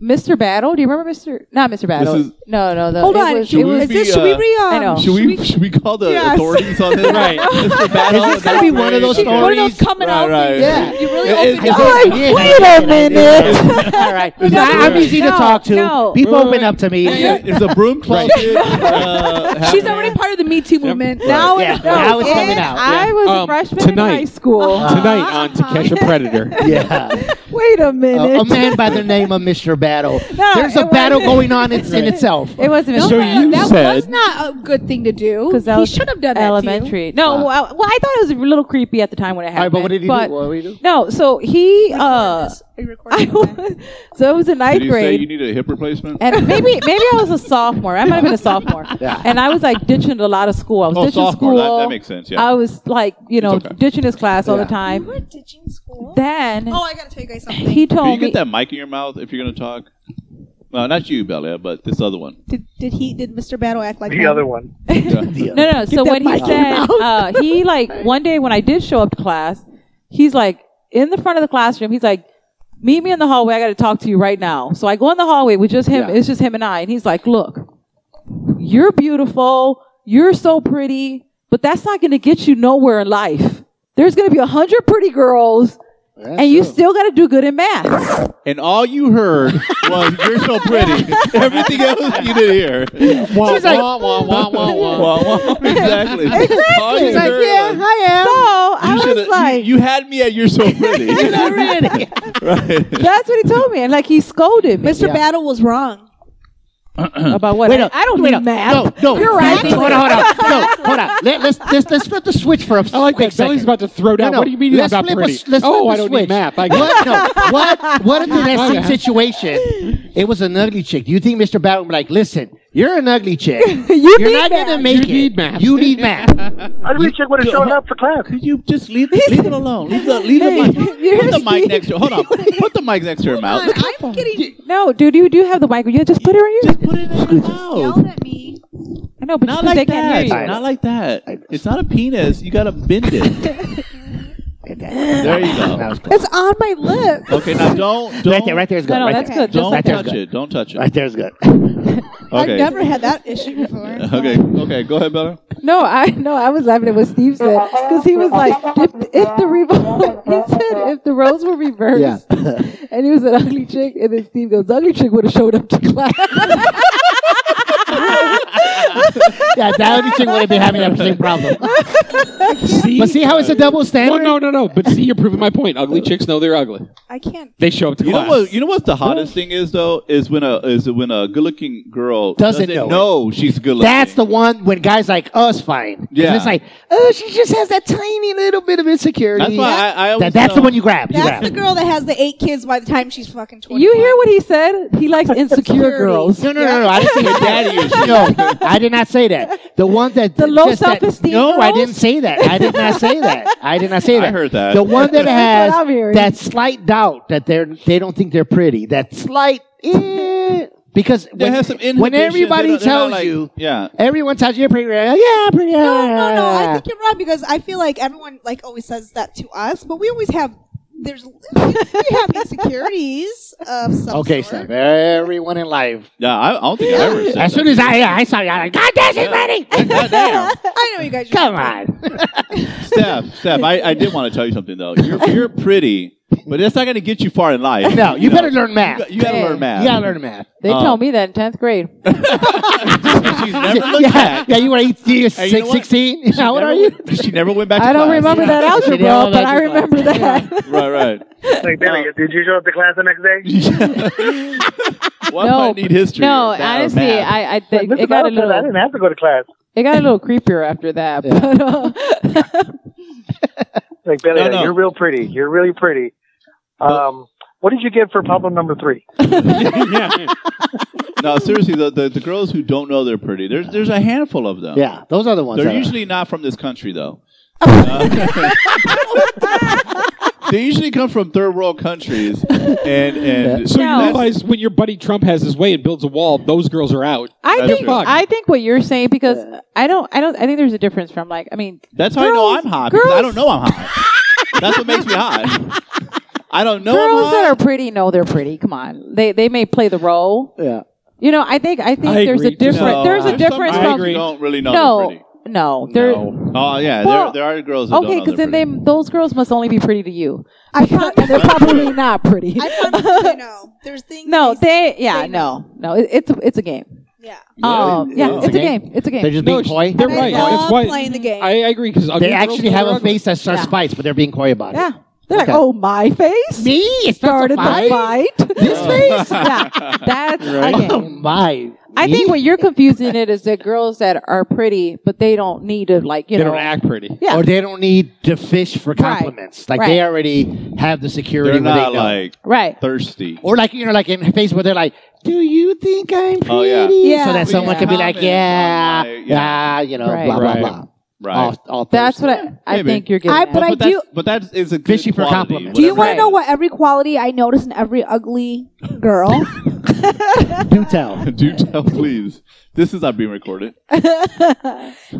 D: Mr. Battle, do you remember Mr. Not Mr. Battle?
A: is-
D: no, no. The,
E: Hold
D: it
E: on.
D: was-
E: should
D: it
E: we-
D: was-
E: is this?
A: be,
E: Should we
A: uh,
E: re? Um,
D: I know.
A: Should we should we call the
E: Yes.
A: authorities on this? *laughs*
C: Right.
A: Mr. Battle,
B: Is this gonna be
A: that's
B: one of those
A: great.
B: stories?
E: One of those coming
A: Right,
E: out.
A: right.
E: things.
B: Yeah.
E: You really
A: It-
E: opened
A: it's-
E: up.
B: I did, I
D: wait a
B: did, I did. All right.
E: *laughs*
B: I- I'm
A: No,
B: easy to talk to.
D: no.
B: People
A: Wait,
B: open
A: wait.
B: up to me.
A: Yeah, yeah. Is a broom
B: Right.
A: closet? uh,
E: *laughs* She's
A: happening?
E: already part of the Me Too movement.
D: Now,
B: Yeah,
D: no,
B: now it's
D: and
B: coming out.
D: I was a
C: Um,
D: freshman in
C: tonight.
D: high school.
B: Uh,
C: Tonight on To Catch
B: *laughs*
C: a Predator.
B: Yeah.
D: Wait a
B: A,
D: minute.
B: a man by the name of Mr.
C: *laughs*
B: Battle.
D: No,
B: Uh, um, There's a
D: it
B: battle
D: wasn't-
B: going on in, in itself.
D: It wasn't
E: No,
D: Mr.
C: So
D: Battle.
C: you
E: uh, that was
C: said-
E: not a good thing to do.
D: 'Cause that
E: he
D: was
E: should have done that. to you.
D: elementary. No,
B: Ah.
D: well, I- well, I thought it was a little creepy at the time when it
B: All right,
D: happened.
B: but what did he do?
D: but-
B: What did he do?
D: No, so he,
E: Record
D: uh,
E: this. Are you
D: *laughs*
E: recording?
D: I was, so it was in ninth
A: Did you say
D: grade.
A: you need a hip replacement?
D: and maybe maybe I was a sophomore. I might have been a sophomore.
B: *laughs* Yeah.
D: And I was like ditching a lot of school. I was
A: Oh,
D: ditching
A: sophomore.
D: school.
A: That- that makes sense, yeah.
D: I was like, you know,
A: It's okay.
D: ditching his class all the
B: Yeah.
E: You
D: time.
E: were ditching school.
D: Then
E: oh, I gotta tell you guys something.
D: he told
A: Can you
D: me
A: get that mic in your mouth if you're going to talk? No, not you, Belia, but this other *laughs* one.
E: did, did he? Did Mr. Battle act like
G: The
E: him?
G: other one.
B: Yeah.
D: No, no. So
E: that
D: when he
E: mic in your
D: said, uh, he like one day when I did show up to class, he's like in the front of the classroom. He's like, "Meet me in the hallway. I got to talk to you right now." So I go in the hallway with just him.
B: Yeah.
D: It's just him and I. And he's like, "Look, you're beautiful. You're so pretty, but that's not going to get you nowhere in life. There's going to be a hundred pretty girls,
B: That's
D: and you
B: true.
D: still got to do good in math."
A: And all you heard was, you're so pretty. *laughs* Everything else you didn't hear.
B: She's
A: *laughs*
B: like,
A: Wah, wah. Exactly.
D: *laughs*
A: All you
B: she's like,
A: heard
B: yeah,
A: was,
B: I
D: So
A: you
D: I
A: shoulda-
D: was
A: you-
D: like,
A: you, had me at you're *laughs* so pretty.
B: am.
C: *laughs*
B: Already.
A: right.
D: "That's what he told me," and like he scolded me
E: Mr.
B: Yeah. Hmm.
E: Battle was wrong.
D: about what
B: Wait
D: I,
B: up,
D: I don't
B: wait
D: do
B: up.
D: math.
B: No, no.
D: You're right.
B: Hold on, hold on. No, hold on. Let, let's, let's, let's flip the switch for a
C: I like
B: quick
C: that. Sally's
B: second.
C: about to throw
B: No,
C: down.
B: no.
C: What do you mean you're
B: let's
C: about
B: flip a
C: pretty?
B: s- let's flip
C: oh,
B: a
C: I don't
B: switch.
C: need math. I get
B: what? No. *laughs* What?
C: *laughs*
B: What if in that same situation it was an ugly chick? Do you think Mr. Battle would be like, listen, you're an ugly
C: *laughs*
B: chick. you are
D: need
B: not going to make
C: You
B: it.
C: need math."
B: You need math.
G: How do we check when it's showing up for
A: *laughs*
G: class?
A: Could you just leave, leave it alone? Leave the, leave the mic. Put the mic next to *laughs* Hold on. Put the mic next to her mouth. Look,
E: I'm getting
D: No, dude, you do have the mic. You just put it right here.
A: Just put it in her mouth.
E: yelled at me.
D: I know,
A: Not
D: but just 'cause
A: like
D: they can't
A: that.
D: hear you.
A: Not like that. It's not a penis. You got to bend it. There
B: *laughs*
A: you go.
B: That was close.
E: It's on my lip.
A: Okay, now don't. don't
B: Right there, right there is good.
D: No, no,
B: right
D: that's
B: there.
D: good. Just
A: Don't
B: Right
D: like
B: there's
A: touch
D: that.
B: good.
A: it. Don't touch it.
B: Right there's good.
A: Okay.
E: I've never had *laughs* that issue before.
A: Okay. Okay. Go ahead, Bella.
D: No, I no, I was laughing at what Steve said because he was like, if, if the revo- *laughs* he said if the roles were reversed,
B: Yeah.
D: and he was an ugly chick, and then Steve goes, ugly chick would have showed up to
B: *laughs*
D: class.
B: yeah, that ugly chick would have been having that same problem.
C: see.
A: *laughs*
B: But see how it's a double
C: *laughs* Well,
B: standard?
C: no, no, no. But see, you're proving my point.
B: Uh.
C: Ugly chicks know they're ugly.
E: I can't.
C: They show up to
A: You know
C: class.
A: what? You know what's the hottest thing is though is when a is when a good-looking girl
B: Doesn't know it.
A: she's good-looking.
B: That's the one when guys like us find. 'Cause
A: Yeah.
B: It's like, oh, she just has that tiny little bit of insecurity.
A: That's why I, I always.
B: That- that's the
A: tell-
B: one you grab. You
E: That's the
B: grab.
E: girl that has the eight kids by the time she's fucking twenty.
D: you hear what he said? He likes insecure girls.
B: No, no, no, no. I didn't say
A: *laughs* daddy issues.
B: that. No, I did not say that. The one that
D: The low
B: just that-
D: self-esteem
B: No, I
D: girls?
B: didn't say that. I did not say that. I did not
A: *laughs*
B: say
A: I
B: that.
A: heard that.
B: The one that
D: *laughs* That's what I'm
B: has
D: hearing.
B: that slight doubt that they're they don't think they're pretty. That slight. eh, because
A: They
B: when,
A: have some
B: when
A: inhibitions. They
B: everybody
A: don't- they're not
B: tells
A: like-
B: you,
A: yeah,
B: everyone tells you you're pretty. you're like, yeah, I'm pretty.
E: No, no, no. I think you're wrong because I feel like everyone like always says that to us, but we always have. There's we have insecurities of some
B: Okay,
E: sort.
B: Steph. Everyone in life.
A: yeah. I, I don't think I ever said
B: As soon
A: that.
B: as I I saw you, I'm like, God, that's pretty.
A: Goddamn.
E: *laughs* I know you guys.
B: *laughs*
E: are-
B: Come on.
A: Steph, Steph, I, I did want to tell you something though. You're, you're pretty, but that's not going to get you far in life.
B: No, you
A: know?
B: better learn math.
A: You, got- you got to
D: Yeah.
A: learn math.
B: You gotta learn math.
D: They
A: Oh.
D: told me that in tenth grade.
A: *laughs* She's never looked
B: yeah,
A: back.
B: yeah, you were 18, you
A: Hey, you know what?
B: 16. *laughs* How old
A: Never
B: are you?
A: went- She never went back. To
D: I don't
A: class.
D: remember that
B: Yeah.
D: algebra,
B: Yeah.
D: but I remember *laughs* that.
A: Right,
B: *laughs*
A: right.
G: Like, Billy, did you show up to class the next day?
A: One might need history.
D: no,
A: or that or
D: honestly,
A: math.
D: I, I
G: Like,
D: think
G: Mr.
D: it got a
G: Battle said I
D: little
G: didn't have to go to class.
D: uh, it got a little creepier after that.
B: Yeah.
D: But, uh,
G: Like, Like, Benny,
A: No, no.
G: you're real pretty. You're really pretty. Um, what did you get for problem number three?
C: yeah.
A: No, seriously, the, the, the girls who don't know they're pretty, there's there's a handful of them.
B: Yeah, those are the ones.
A: They're
B: that are-
A: usually not from this country,
D: *laughs*
A: though. Uh, *laughs* they usually come from third world countries, and and
C: So
D: No.
C: you realize when your buddy Trump has his way and builds a wall, those girls are out.
D: *laughs* I
A: That's
D: think
A: true.
D: I think what you're saying because I don't I don't I think there's a difference from like I mean
A: that's how I know
D: Girls-
A: I'm hot because I
D: girls-
A: don't know I'm hot.
D: *laughs*
A: that's what makes me hot. I don't know I'm
D: girls
A: hot.
D: that are pretty know they're pretty. Come on, they they may play the role.
B: Yeah.
D: You know, I think I think
C: I
D: there's a
C: agree.
D: difference.
A: No,
D: there's a
A: some girls
D: difference
C: I
D: from
A: who
C: agree.
A: don't really know they're
D: no
A: pretty.
D: no there
C: No.
A: Oh yeah,
D: Well,
A: there, there are girls. That
D: okay
A: because
D: because then they those girls must only be pretty to *laughs* you.
E: I found,
D: And they're probably not pretty.
E: I
D: *laughs*
E: found, you know, there's things.
D: No, they yeah
E: They
D: no no it, it's a, it's a game.
E: yeah.
D: Um, yeah, it's a game. It's a
B: They're
D: game.
B: just
C: No,
B: being coy.
C: they're
E: I
C: right.
E: love
C: That's why
E: playing the game.
C: I, I agree because
B: They actually have a face that starts
D: Yeah.
B: fights, but they're being coy about it.
D: Yeah, they're like
B: Okay.
D: oh my face
B: Me? It starts
D: started
B: a
D: the
B: fight?
D: fight. This face *laughs* yeah that's a
B: *laughs*
D: game.
B: Oh, my.
D: I
B: Me?
D: think what you're confusing it is the girls that are pretty, but they don't need to like you
C: They
D: know.
C: don't act pretty.
D: Yeah.
B: Or they don't need to fish for
D: Right.
B: compliments. Like they
D: Right.
B: already have the security.
A: they're
B: where they
A: not
B: know.
A: like
D: Right.
A: thirsty.
D: Oh.
B: Or like you know, like in Facebook, they're like, "Do you think I'm pretty?"
A: Oh, yeah.
D: Yeah.
B: So that someone
D: Yeah.
B: could be like,
A: Comments
B: "Yeah,
A: on my-
B: yeah, you know,
D: Right.
B: blah blah
C: Right.
B: blah."
A: Right.
B: All, all
D: That's what
B: Thursday.
D: I, I
A: Maybe.
D: think you're getting.
E: I-
D: at.
E: but I-
A: but that's,
E: do-
A: But that is a good
B: Fishing for
A: quality,
B: compliments.
E: Do you
A: whatever
E: want to
A: it
E: know
A: is.
E: what every quality I notice in every ugly girl?
B: do
D: *laughs*
B: tell.
A: *laughs* Do tell, please. This is not being recorded.
E: *laughs*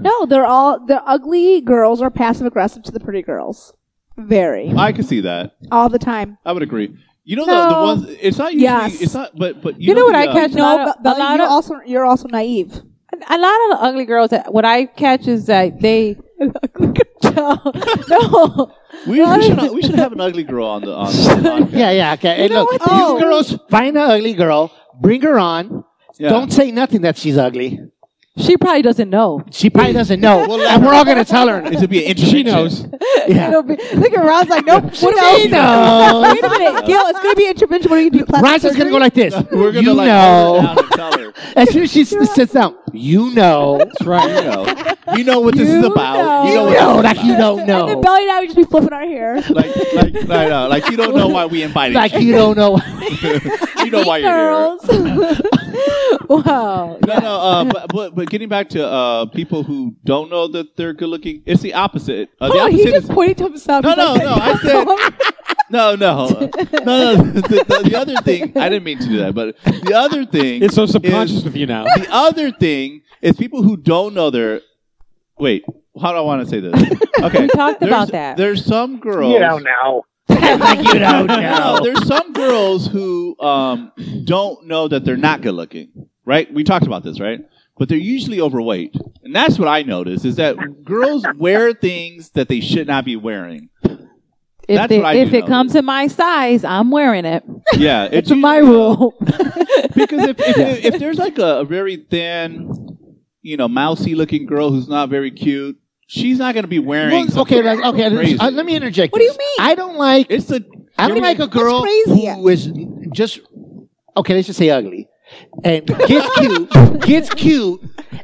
E: no, they're all the ugly girls are passive aggressive to the pretty girls. Very
A: I can see that.
E: all the time.
A: I would agree. You know the, the
D: No.
A: ones. It's not usually.
E: Yes.
A: It's not. But but you,
D: You know what
A: the,
D: I
A: uh,
D: catch? A
E: No,
D: lot of-
E: but, but
D: a lot
E: you're
D: of-
E: also you're also naive.
D: a lot of the ugly girls. That, what I catch is that *laughs* they. no, no.
A: We, we
D: *laughs*
A: should we should have an ugly girl on the on. the on
B: Yeah, yeah. Okay. Hey, look,
E: what? Oh.
B: you girls find an ugly girl, bring her on.
A: Yeah.
B: Don't say nothing that she's ugly.
D: She probably doesn't know.
B: She probably
A: *laughs*
B: doesn't know, and we're all gonna tell her.
A: It should be an intervention.
C: She knows.
B: Yeah.
D: It'll be, look at Ron's like, nope.
B: She knows.
E: *laughs* Wait a minute, Gil. It's gonna be intervention. What are you gonna do? Plastic
B: Roger's gonna
E: surgery?
B: go like this.
A: We're gonna
B: you
A: like hold her
B: know.
A: down and tell her.
B: As soon as she s- sits down, you know.
C: That's right.
A: You know. You know what this is
D: You
A: about.
D: know.
A: You know
B: You
A: what
B: know,
A: this
B: like
A: is
B: you
A: about.
B: don't
E: And then
B: know.
E: Belly and I would just be flipping our hair.
A: Like like I know. Like you don't know why we invited
B: Like
A: you. *laughs*
B: you don't know.
A: You know why you're here.
E: *laughs*
D: girls. wow.
A: No, no, uh, but, but but getting back to uh, people who don't know that they're good looking, it's the opposite. Uh, the
D: Oh,
A: opposite
D: he
A: is
D: just pointed to himself.
A: no,
D: He's
A: no,
D: like,
A: no. I said no, no, no,
D: *laughs*
A: no. The, the, the other thing I didn't mean to do that, but the other thing
C: It's so subconscious
A: is-
C: of
B: *laughs*
C: you now.
A: the other thing is people who don't know their. Wait, how do I want to
D: *laughs*
A: say this? Okay,
D: We talked
A: there's-
D: about that.
A: There's some girls.
G: You know now.
B: like *laughs* you don't
A: No,
B: know.
A: there's some girls who um, don't know that they're not good looking, right? We talked about this, right? But they're usually overweight, and that's what I notice is that girls wear things that they should not be wearing.
D: If,
A: That's
D: they,
A: what I
D: if
A: do
D: it
A: know.
D: comes in my size, I'm wearing it.
A: Yeah, it's,
D: It's my rule.
A: *laughs* because if, if, if there's like a, a very thin, you know, mousy looking girl who's not very cute, she's not going to be wearing.
B: Well,
A: something
B: okay, like, okay.
A: crazy.
B: uh, let me interject.
E: What do you
B: this.
E: mean?
B: I don't like.
A: It's a
B: I don't like a girl
E: crazy.
B: who is just okay. Let's just say ugly, and
E: *laughs*
B: gets cute, gets cute,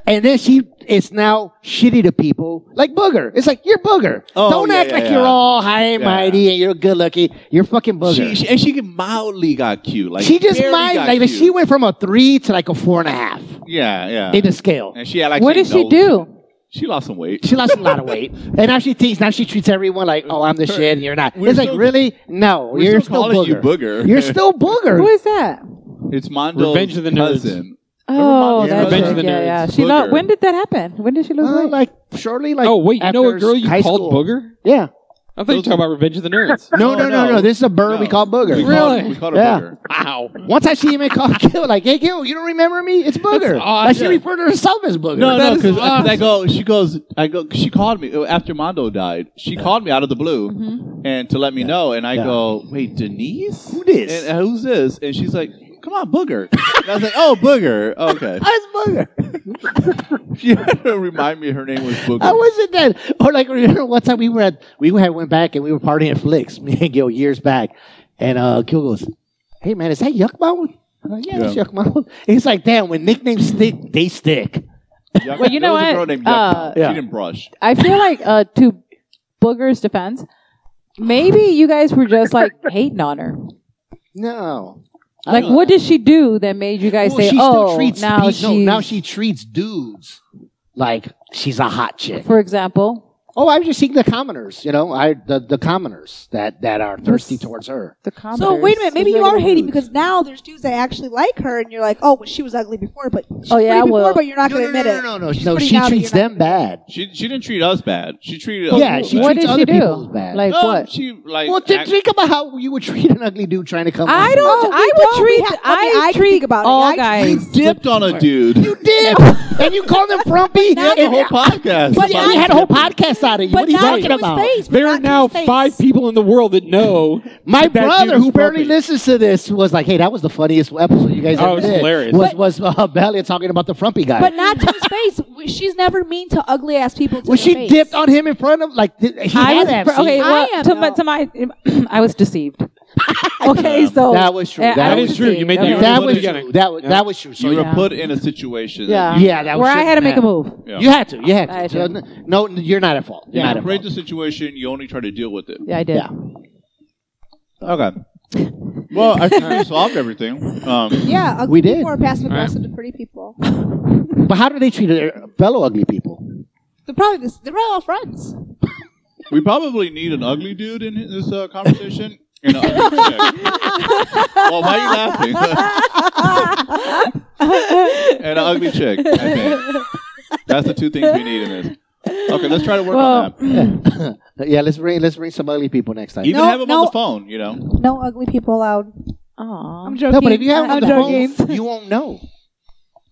B: and then she is now shitty to people like booger. It's like you're booger.
A: Oh,
B: don't
A: yeah,
B: act
A: yeah,
B: like
A: yeah.
B: you're all high and
A: Yeah.
B: mighty and you're good looking. You're fucking booger.
A: she, she and she can mildly got cute. Like
B: She just
A: barely
B: might
A: got
B: like
A: cute.
B: she went from a three to like a four and a half
A: Yeah, yeah.
B: in the scale.
A: and she had like
D: what did she do?
A: She lost some weight.
B: She lost a lot of weight, *laughs* and now she thinks now she treats everyone like, "Oh, I'm the shit, and you're not."
A: We're
B: it's
A: still-
B: like really, no,
A: We're
B: you're
A: still
B: still,
A: calling
B: booger.
A: you booger.
B: You're still
D: Who
B: booger.
D: is that?
A: *laughs* It's Mondo's
C: Revenge of the Nerds.
A: cousin.
D: Oh,
A: Revenge
D: that's
A: of
C: the
D: right. yeah,
C: Nerds.
D: yeah. She
A: Booger.
D: lo- when did that happen? When did she lose
B: Uh,
D: weight?
B: like shortly, like
C: oh wait, you know a
B: after
C: girl you
B: high
C: called
B: school.
C: Booger?
B: Yeah.
C: I thought you were talking about Revenge of the Nerds.
B: No,
A: Oh,
B: no, no,
A: no.
B: no, This is a bird we
A: No.
B: call
A: We
B: booger.
C: Really?
A: called- we called her
B: Yeah.
A: booger.
C: wow.
B: Once I see him in call Gil, *laughs* like, "Hey, Gil, you don't remember me? It's booger."
C: odd.
B: Like she referred to herself as booger.
A: No,
C: That
A: no,
C: is
A: because
C: awesome.
A: I go, she goes, I go, she called me uh, after Mondo died. She called me out of the blue
D: Mm-hmm.
A: and to let me know. And I
B: Mm-hmm. Yeah.
A: go, wait, Denise? Who
B: this?
A: And, uh, who's this? And she's like, come on, Booger. and I was like, oh, Booger.
B: *laughs*
A: Okay.
B: it's booger.
A: she had to remind me her name was Booger.
B: I wasn't that. Or like *laughs* remember one time we were at we had went back and we were partying at Flicks, *laughs* me and Gil years back. And uh Gil goes, Hey man, is that Yuck Mountain? I'm like, Yeah, that's
A: Yeah.
B: Yuck Mountain. And *laughs* he's like, damn, when nicknames stick, they stick.
A: Yuck-
D: Well, you
A: there
D: know
A: was a
D: what?
A: girl named Yuck.
D: Uh,
A: she
B: Yeah.
A: didn't brush.
D: I feel like uh, to Booger's defense, Maybe you guys were just like hating on her.
B: No. I
D: Like,
B: don't-
D: what did she do that made you guys
B: Well,
D: say,
B: she
D: "Oh,
B: still treats
D: now
B: pe- no,
D: she's,
B: now she treats dudes like she's a hot chick.
D: for example,
B: Oh, I'm just seeing the commoners. You know, I the, the commoners that that are thirsty towards her.
D: the comments.
E: So wait a minute, maybe you are hating because now there's dudes that actually like her, and you're like, oh, well, she was ugly before, but she's
D: Oh, yeah,
E: pretty before,
D: well-
E: but you're not
B: no,
E: going
B: no,
E: to admit
B: no, no,
E: it.
B: no, no,
E: She's
B: no.
E: pretty
B: She
E: now, but
B: treats
E: you're not
B: them bad.
A: She she didn't treat us bad. She treated us.
B: Yeah, she
D: What
B: treats
D: did she
B: other
D: do?
B: people as bad. Oh,
D: Like
A: no,
D: what?
A: She like.
B: well, think,
A: act-
B: think about how you would *laughs* treat an ugly dude trying to come. on
D: I
B: you.
D: don't.
E: No, we
D: I would
E: don't. We
D: treat.
E: ha- okay,
D: I,
E: I can
D: treat
E: think about it.
D: all
E: I can-
A: you
D: guys.
A: dipped on a dude.
B: You did, and you called him frumpy.
A: We had a
B: *laughs*
A: whole podcast.
B: But
A: about
B: we had a whole
A: dipping.
B: podcast out of you. What
E: But
B: are you
E: not
B: talking
E: to his
B: about?
E: face, but
C: There
E: not
C: are
E: to
C: now
E: his face.
C: five people in the world that know.
B: My
C: *laughs* that that
B: brother,
C: dude
B: who
C: is
B: barely
C: frumpy.
B: listens to this, was like, "Hey, that was the funniest episode you guys
C: Oh,
B: ever
C: it was
B: did."
C: hilarious.
B: Was was uh, Belia talking about the frumpy guy?
E: But not to his face. We- She's never mean to ugly ass people. To
B: well,
E: their
B: she
E: face.
B: dipped on him in front of like th- he
D: *laughs* I
B: had
D: was
B: to have
D: pr-
B: seen
D: okay.
B: it.
D: Well,
E: I am,
D: to, my, to
E: though.
D: my, *clears throat* I was deceived. *laughs* okay, so
B: That was true.
D: Yeah, I
B: That
D: was
B: was
C: true.
D: deceived.
C: You made the-
D: Okay.
C: you
B: that
C: were
B: was
C: put
B: true. That was
C: Yeah.
B: that was true. So
A: You were
B: yeah.
A: put in a situation.
D: yeah,
A: That
B: Yeah, that was
D: where I
B: shit,
D: had to make a
B: man.
D: move.
A: you,
B: You had to. You had
D: I
B: to.
D: had
B: So,
D: to.
B: n- no, n- you're not at fault. You're
A: yeah,
B: not at
A: create the
B: fault.
A: situation. You only try to deal with it.
D: Yeah, I did.
B: Yeah.
A: Okay. well, I think we solved everything. Um,
E: Yeah, ugly
B: We did.
E: people are passive
C: Alright.
E: aggressive to pretty people.
B: But how do they treat their fellow ugly people?
E: They're probably this, they're all friends.
A: we probably need an ugly dude in this uh, conversation. And a ugly chick. well, why are you laughing? *laughs* and an ugly chick. I think that's the two things we need in this. Okay, let's try to work on that.
B: yeah, let's bring let's bring some ugly people next time.
A: Even
E: No,
A: have him
E: no.
A: on the phone. You know.
E: No ugly people allowed.
D: Aw,
E: I'm joking.
B: no, but if you have
E: I'm
B: on the
D: *laughs*
E: joking.
B: phone, you won't know.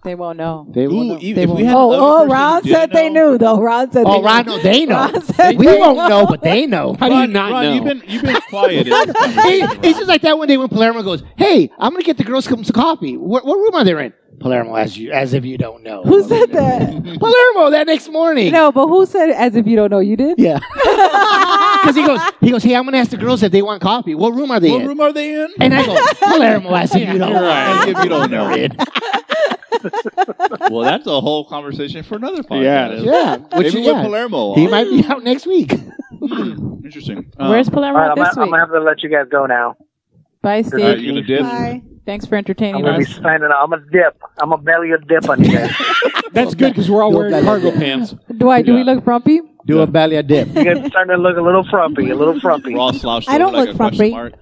D: they won't know.
B: They won't
A: Ooh,
B: know.
A: even
D: They
A: if we
D: won't.
A: had an
F: Oh, oh,
A: ugly person who
F: Ron
A: didn't
F: said they
A: know-
F: knew though. Ron said
B: Oh,
F: they
B: Ron,
F: knew.
D: *laughs*
B: no, they know.
F: Ron said
B: *laughs* we
F: they
B: won't know, but they know.
C: How do you not
A: Ron,
C: know?
A: you've been you've been quiet. in this
B: It-
A: conversation,
B: it's just like that one day when Palermo goes, "Hey, I'm gonna get the girls some coffee." What, what room are they in? Palermo, as you as if you don't know.
F: Who said that?
B: *laughs* Palermo that next morning?
D: No, but who said it as if you don't know? You did.
B: Yeah. *laughs* Because he goes, he goes, "Hey, I'm gonna ask the girls if they want coffee. What room are they
A: Ron. What
B: in?"
A: room are they in?
B: And I go, Palermo, as if you don't
A: You're
B: know.
A: right. If you don't know.
B: They're in.
A: *laughs* Well, that's a whole conversation for another podcast.
C: Yeah, it
B: *laughs*
C: is.
B: Yeah, which
A: Maybe
B: is-
A: with
B: yeah.
A: Palermo.
B: He might be out next week.
A: Interesting.
D: *laughs*
A: Um,
D: Where's
G: All right,
D: Palermo
G: I'm,
D: this
G: gonna- I'm
D: week?
G: gonna have to let you guys go now.
D: Bye,
A: all right,
D: Steve.
A: you gonna dip?
E: Bye.
D: Thanks for
G: I'm
D: entertaining
G: gonna be
D: us.
G: signing. out. I'm gonna dip. I'm a belly of dip on you guys.
B: *laughs*
C: That's good because we're all
B: Don't
C: wearing
B: let
C: cargo
B: it-
C: pants.
D: Dwight, do we
A: Yeah.
D: look frumpy?
B: Do a belly a
C: *laughs*
B: dip.
G: you guys are starting to look a little frumpy. A little frumpy.
A: We're all slouched
E: I
A: over
E: don't
A: like
E: look
A: a question
E: frumpy.
A: mark.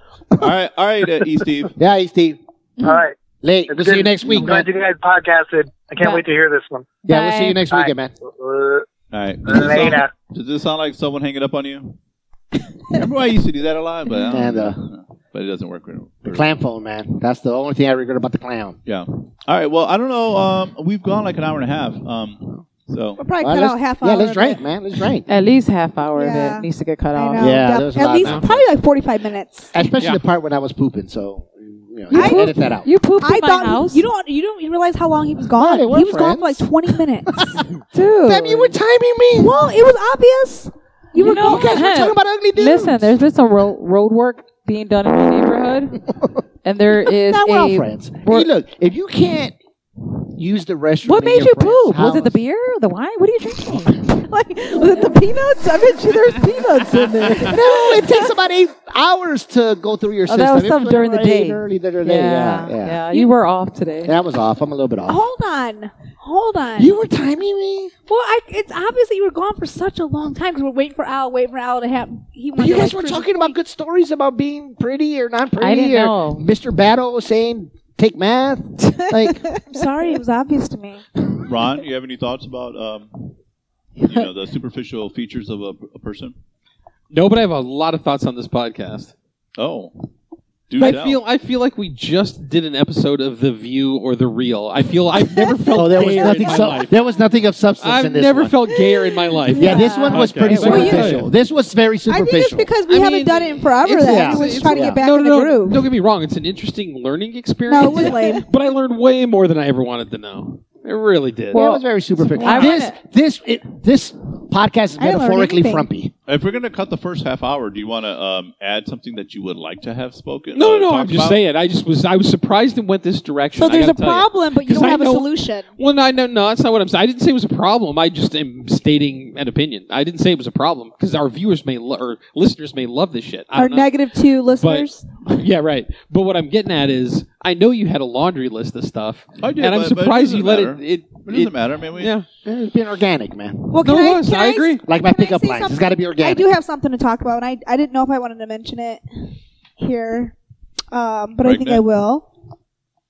A: All right, all right, uh, E. Steve.
B: Yeah, hey, Steve.
G: All right.
B: Late.
G: It's
B: We'll see you
G: good.
B: next week,
G: I'm
B: man.
G: glad you guys podcasted. I can't
D: Bye.
G: wait to hear this one.
B: Yeah, we'll see
D: Bye.
B: you next
G: Bye.
B: weekend, man.
G: Uh,
A: All right. Does this, sound,
G: later.
A: does this sound like someone hanging up on you? Remember, I used to do that a lot, but I don't-
B: And uh,
A: but it doesn't work. very-
B: the clam phone, man. That's the only thing I regret about the clown.
A: Yeah. All right. Well, I don't know. Um, we've gone like an hour and a half. Um, so
E: We'll probably
B: Well,
E: cut
B: let's-
E: out half
B: yeah,
E: hour.
B: let's
E: of
B: drink,
E: it.
B: man. Let's
D: *laughs*
B: drink.
D: At least half hour of
E: Yeah.
D: it needs to get cut
E: I
D: off.
E: know.
B: Yeah,
E: Def-
B: there's a
E: at
B: lot
E: least
B: now.
E: probably like 45 minutes.
B: Especially
C: Yeah.
B: the part when I was pooping. So, you know,
D: You
B: edit
D: pooped-
B: that out.
D: You pooped
E: I
D: in my
E: thought
D: house.
E: you don't you don't realize how long he was gone.
B: they
E: he
B: were
E: was gone for like
B: friends. *laughs*
E: 20 minutes.
D: dude.
B: Damn, you were timing me.
E: well, it was obvious. You were
D: No.
E: gone.
B: You guys were talking about ugly dudes.
D: Listen, there's been some road, road work being done in the neighborhood, and there is
B: Not
D: a.
B: we're all friends. Hey, look, if you can't use the restroom,
D: What
B: in
D: made
B: your
D: you
B: friend's
D: poop? Was it the
B: house-
D: beer? The wine? What are you drinking? *laughs*
F: like, was it the peanuts? I bet you there's peanuts in there.
B: *laughs*
D: *laughs*
B: No, it takes about eight hours to go through your
D: Oh,
B: system.
D: that was
B: It's
D: stuff during the
B: right
D: day.
B: Early during the day. Yeah, yeah.
D: You were off today.
B: That was off. I'm a little bit off.
E: Hold on. Hold on. Oh
B: You were timing me.
E: well, I, it's obvious that you were gone for such a long time because we're waiting for Al, waiting for Al to have. He
B: But
E: wanted
B: you
E: to,
B: guys
E: like,
B: were
E: prove-
B: talking about good stories about being pretty or not pretty.
D: didn't
B: or
D: know.
B: Mr. Battle saying take math. Like
E: *laughs* I'm sorry, it was obvious to
B: *laughs*
E: me.
A: Ron, you have any thoughts about um, you know,
C: *laughs*
A: the superficial features of a, a person?
C: No, but I have a lot of thoughts on this podcast.
A: Oh, do
C: I
A: tell.
C: feel I feel like we just did an episode of The View or The Real. I feel I've never felt
B: oh, there was
C: gayer
B: nothing.
C: in my
B: sub-
C: life.
B: there was nothing of substance
C: I've
B: in this
C: never
B: one.
C: felt gayer in my life.
B: yeah, this one was
C: Okay.
B: pretty
C: Well, you-
B: superficial. This was very
F: I
B: superficial.
F: think it's because we
C: I
F: haven't
C: mean,
F: done it in forever.
C: it's-
F: Then
B: yeah.
F: we was
B: It's-
F: trying to
B: yeah.
F: get back
C: no,
F: in
C: no,
F: the
C: no,
F: groove.
C: Don't get me wrong. It's an interesting learning experience.
F: No, it was lame.
C: *laughs* But I learned way more than I ever wanted to know. I really did.
B: Yeah, it was very superficial.
D: I
B: this this it, this podcast is
F: I didn't learn
B: metaphorically
F: anything.
B: frumpy.
A: If we're gonna cut the first half hour, do you want to um, add something that you would like to have spoken?
C: No,
A: uh,
C: no,
A: talked
C: I'm just
A: about?
C: saying. I just was I was surprised it went this direction.
E: So
C: I
E: there's a
C: gotta tell you.
E: problem, but you
C: 'Cause
E: don't
C: I
E: have a
C: know-
E: solution.
C: Well, no, no, no, that's not what I'm saying. I didn't say it was a problem. I just am stating an opinion. I didn't say it was a problem because our viewers may lo- or listeners may love this shit. I
E: Our
C: don't know.
E: negative two listeners.
C: *laughs* yeah, right. But what I'm getting at is, I know you had a laundry list of stuff,
A: I did,
C: and I'm
A: but- but it
C: surprised you
A: doesn't
C: let it.
A: matter.
C: It,
A: It doesn't
C: it-
A: matter. I mean, we,
C: Yeah,
B: It's being organic, man.
E: well,
C: no,
E: can
C: it
E: I,
C: was.
E: can
C: I
E: I
C: agree.
B: Like my
E: Can I
B: pickup
E: say
B: lines. It's
E: something?
B: got to be
E: I
B: organic.
E: do have something to talk about, and I, I didn't know if I wanted to mention it here, um, but I think
A: Pregnant?
E: I will.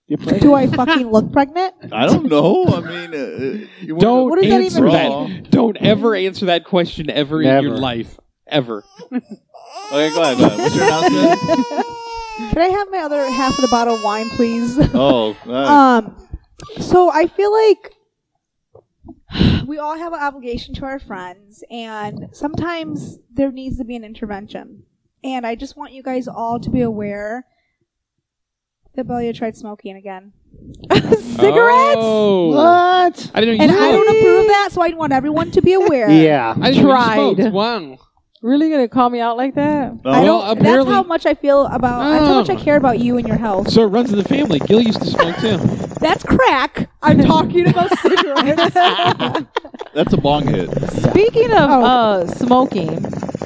B: You're pregnant.
E: Do I fucking look pregnant?
A: I don't know. I mean, uh, you wanna-
C: Don't
E: What does that even
C: answer
E: mean?
C: that. Don't ever answer that question ever in your
B: Never.
C: life. Ever.
A: Okay, go ahead. Go ahead. What's your
C: *laughs*
A: announcement?
E: Can I have my other half of the bottle of wine, please?
A: oh, all right.
E: Um, so I feel like we all have an obligation to our friends, and sometimes there needs to be an intervention. And I just want you guys all to be aware that Belia tried smoking again.
C: Cigarettes?
B: Oh. What?
C: Oh. I didn't know you
E: And
C: smoked.
E: I don't approve that, so I want everyone
D: *laughs*
E: to be aware.
B: Yeah.
C: I didn't know you
D: Tried.
C: smoked. Wow.
D: Really gonna call me out like that?
A: No?
E: I
C: Well,
E: don't. That's
C: apparently-
E: how much I feel about. That's how much I
C: Oh.
E: care about you and your health.
C: So it runs in the family. Gil used to smoke too.
E: That's crack. I'm talking
D: *laughs*
E: about *laughs* cigarettes.
A: That's a bong hit.
D: Speaking of
E: Oh.
D: uh, smoking,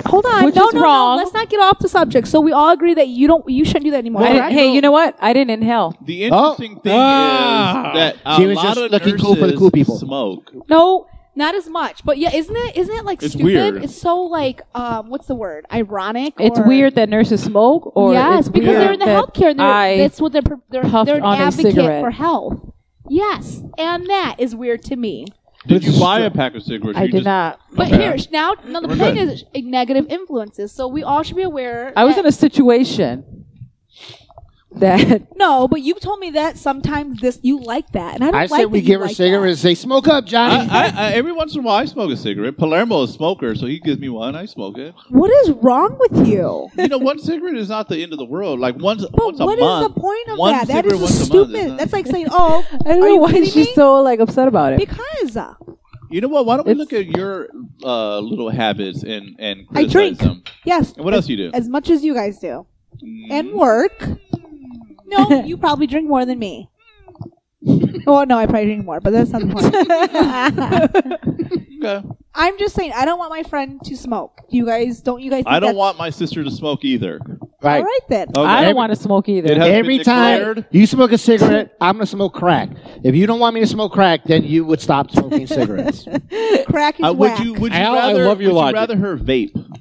E: Hold on.
D: Which
E: no,
D: is
E: no,
D: wrong.
E: no. Let's not get off the subject. So we all agree that you don't. You shouldn't do that anymore.
D: I
E: right?
D: didn't- hey, you know what? I didn't inhale.
A: The interesting thing
C: Oh, Ah.
A: is that a
B: She was
A: lot
B: just
A: of
B: looking cool for the
A: nurses
B: cool people.
A: Smoke.
E: No, not as much. But yeah, isn't it? Isn't it like
A: It's
E: stupid?
A: weird.
E: It's so like um, what's the word? Ironic.
D: It's
E: or-
D: weird that nurses smoke, or
E: yes,
D: it's
E: because
D: weird
E: they're in the
D: that
E: healthcare. and They're,
D: I
E: that's what they're. pr- They're,
D: huffed
E: they're an
D: on a
E: advocate
D: cigarette.
E: for health. Yes, and that is weird to me.
A: Did you buy a pack of cigarettes?
D: I
A: You
D: did
A: just-
D: not.
E: But
A: Okay.
E: here now, no. The
A: We're
E: point
A: good.
E: is uh, negative influences. So we all should be aware.
D: I was
E: that-
D: in a situation *laughs* that
E: no, but you told me that sometimes this you like that, and I don't
B: I
E: like.
B: said we
E: that you
B: give her
E: like that.
B: cigarettes and say, smoke up, *laughs* Johnny.
A: I, I, I, every once in a while, I smoke a cigarette. Palermo is a smoker, so he gives me one. I smoke it.
E: What is wrong with you?
A: You know, one cigarette is not the end of the world. Like once,
E: But
A: once a
E: what is
A: month.
E: the point of
A: one
E: that? That
A: cigarette
E: is
A: once
E: just
A: a month is
E: stupid.
A: not-
E: That's like saying,
A: *laughs*
E: "Oh,
D: I don't
E: are
D: know
E: you
D: why
E: kidding
D: she's
E: me?"
D: so like upset about it.
E: because uh,
A: You know what? Why don't we
D: It's-
A: look at your uh, little habits and and
E: I
A: criticize
E: drink.
A: them?
E: yes,
A: And what
E: as,
A: else you do?
E: as much as you guys do, and
A: Mm.
E: work. *laughs* No, you probably drink more than *laughs* me. oh no, I probably drink more, but that's not *laughs* the
D: *laughs*
E: point.
A: Okay.
E: I'm just saying, I don't want my friend to smoke. You guys, don't you guys? Think
A: I don't
E: that's-
A: want my sister to smoke either.
E: All
B: right.
E: right then.
A: Okay.
D: I don't want to smoke either.
A: It has been
B: Every time
A: declared.
B: you smoke a cigarette, I'm going to smoke crack. If you don't want me to smoke crack, then you would stop
E: *laughs*
B: smoking cigarettes.
E: Crack is
A: Uh, would
E: whack.
A: you would you
C: Al, I
A: rather
C: love your
A: would
C: logic.
A: you rather her vape?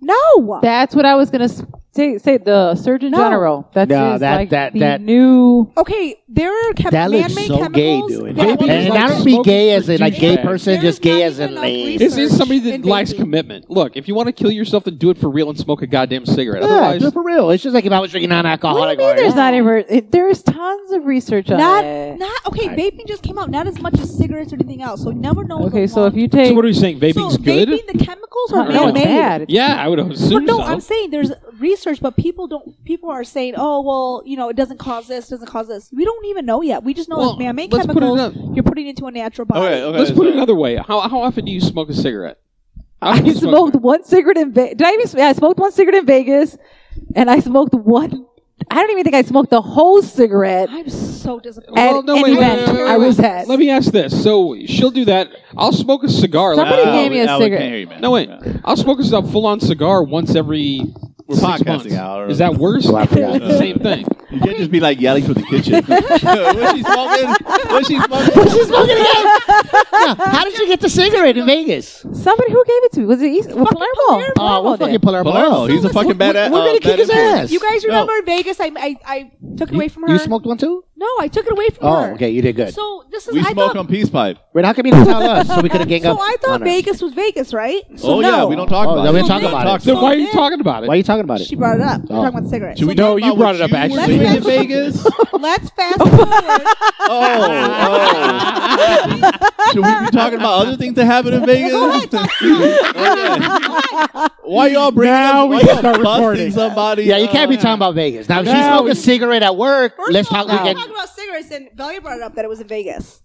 E: no.
D: That's what I was gonna s- say. Say the Surgeon
E: No.
D: General. That's
B: No,
D: his,
B: that-
D: like,
B: that-
D: the
B: that-
D: new.
E: okay, there are chem-
B: That looks
E: man-made
B: so gay,
E: chemicals
B: dude.
E: that-
C: Vaping
B: and
C: is
B: not
C: like
B: to be gay
C: smoking
B: as in
C: for
B: like gay
C: douchebags.
B: person,
E: There's
B: just gay
E: not
B: as
E: even
B: in
E: enough
B: lame.
E: research.
C: This is somebody
E: and
C: that lacks
E: vaping.
C: commitment. Look, if you want to kill yourself, then do it for real and smoke a goddamn cigarette.
B: Yeah,
C: Otherwise,
B: do it for real. It's just like if I was drinking non-alcoholic.
D: What do you mean
B: or-
D: there's not ever? It, there's tons of research on
E: Not,
D: it.
E: not okay. Vaping just came out, not as much as cigarettes or anything else. So you never know.
D: okay,
E: the
D: so
E: long-
D: if you take
C: so what are you saying? Vaping's
E: so
C: good?
E: Vaping, the chemicals
D: no,
E: are
D: no, it's
E: man-made.
D: bad. It's
C: yeah, I would
E: But
C: assume
E: no,
C: so.
E: I'm saying there's research, but people don't. People are saying, "Oh, well, you know, it doesn't cause this, doesn't cause this." We don't even know yet. We just know
C: Well,
E: it's man-made
C: let's put it
E: chemicals.
C: up.
E: you're putting into a natural body.
A: Okay, okay.
C: Let's put
A: so-
C: it another way. How, how often do you smoke a cigarette? How often do
D: *laughs* I
C: you smoke a
D: smoked
C: cigarette?
D: one cigarette in Vegas. Did I even? sm- Yeah, I smoked one cigarette in Vegas, and I smoked one. I don't even think I smoked the whole cigarette.
E: I'm so disappointed.
C: Oh,
D: At any event, I was at.
C: Let me ask this. So she'll do that. I'll smoke a cigar.
D: Somebody
C: like, uh,
A: Al,
D: gave me a
A: Uh, Al, we
D: cigarette.
A: can't hear you, man.
C: No wait,
A: Yeah.
C: I'll smoke a full on cigar once every
A: We're
C: six
A: podcasting,
C: months.
A: Al, or-
C: Is that worse?
B: Well, I forgot.
C: It's the same
E: *laughs*
C: thing.
A: You can't just be like yelling from the kitchen. *laughs* What's she smoking? What's she smoking?
B: She's smoking again.
E: *laughs*
B: Yeah, How did you get the cigarette in Vegas?
D: Somebody who gave it to me was it East, well, Palermo?
C: Ah,
B: Oh, we'll fucking
D: did.
B: pull her
A: Palermo,
B: balls.
A: he's a fucking bad
B: We're gonna kick his ass.
E: you guys
A: No.
E: remember in Vegas? I, I I took it away from her.
B: You smoked one too?
E: No, I took it away from her.
B: Oh, okay, you did good.
E: So this is
A: We
E: I
A: smoke
E: thought.
A: on peace pipe.
B: Wait, how come you didn't tell us so we could have gang
E: *laughs* so
B: up?
E: I thought
B: on her?
E: Vegas was Vegas, right? So
A: oh
E: no.
A: yeah, we don't talk
B: Oh,
A: about
B: then we
A: it.
B: don't talk
A: don't
B: about it.
C: Then
E: So
C: why are you
E: then-
C: talking about it?
B: Why are you talking about it?
E: She brought it up. We're
B: Oh.
E: talking about cigarettes.
A: Should we
E: So
C: No,
A: talk
C: you
A: about what
C: brought it up,
A: you
C: actually.
A: were *laughs*
E: Let's
A: doing in
E: fast-
A: Vegas. *laughs*
E: let's fast forward.
A: Oh, oh. Should we be talking about other things that happen in Vegas? *laughs* Okay. Why y'all bringing
B: Now
A: up?
B: we
A: Why
B: can
A: y'all
B: start
A: busting
B: recording.
A: somebody?
B: Yeah, you can't be
A: Uh,
B: talking about Vegas. Now, if she
C: No,
B: smoked
C: we-
B: a cigarette at work,
E: First
B: let's
E: of all,
B: talk. We
E: we
B: can,
E: talking about cigarettes, and Valia brought it up that it was in Vegas.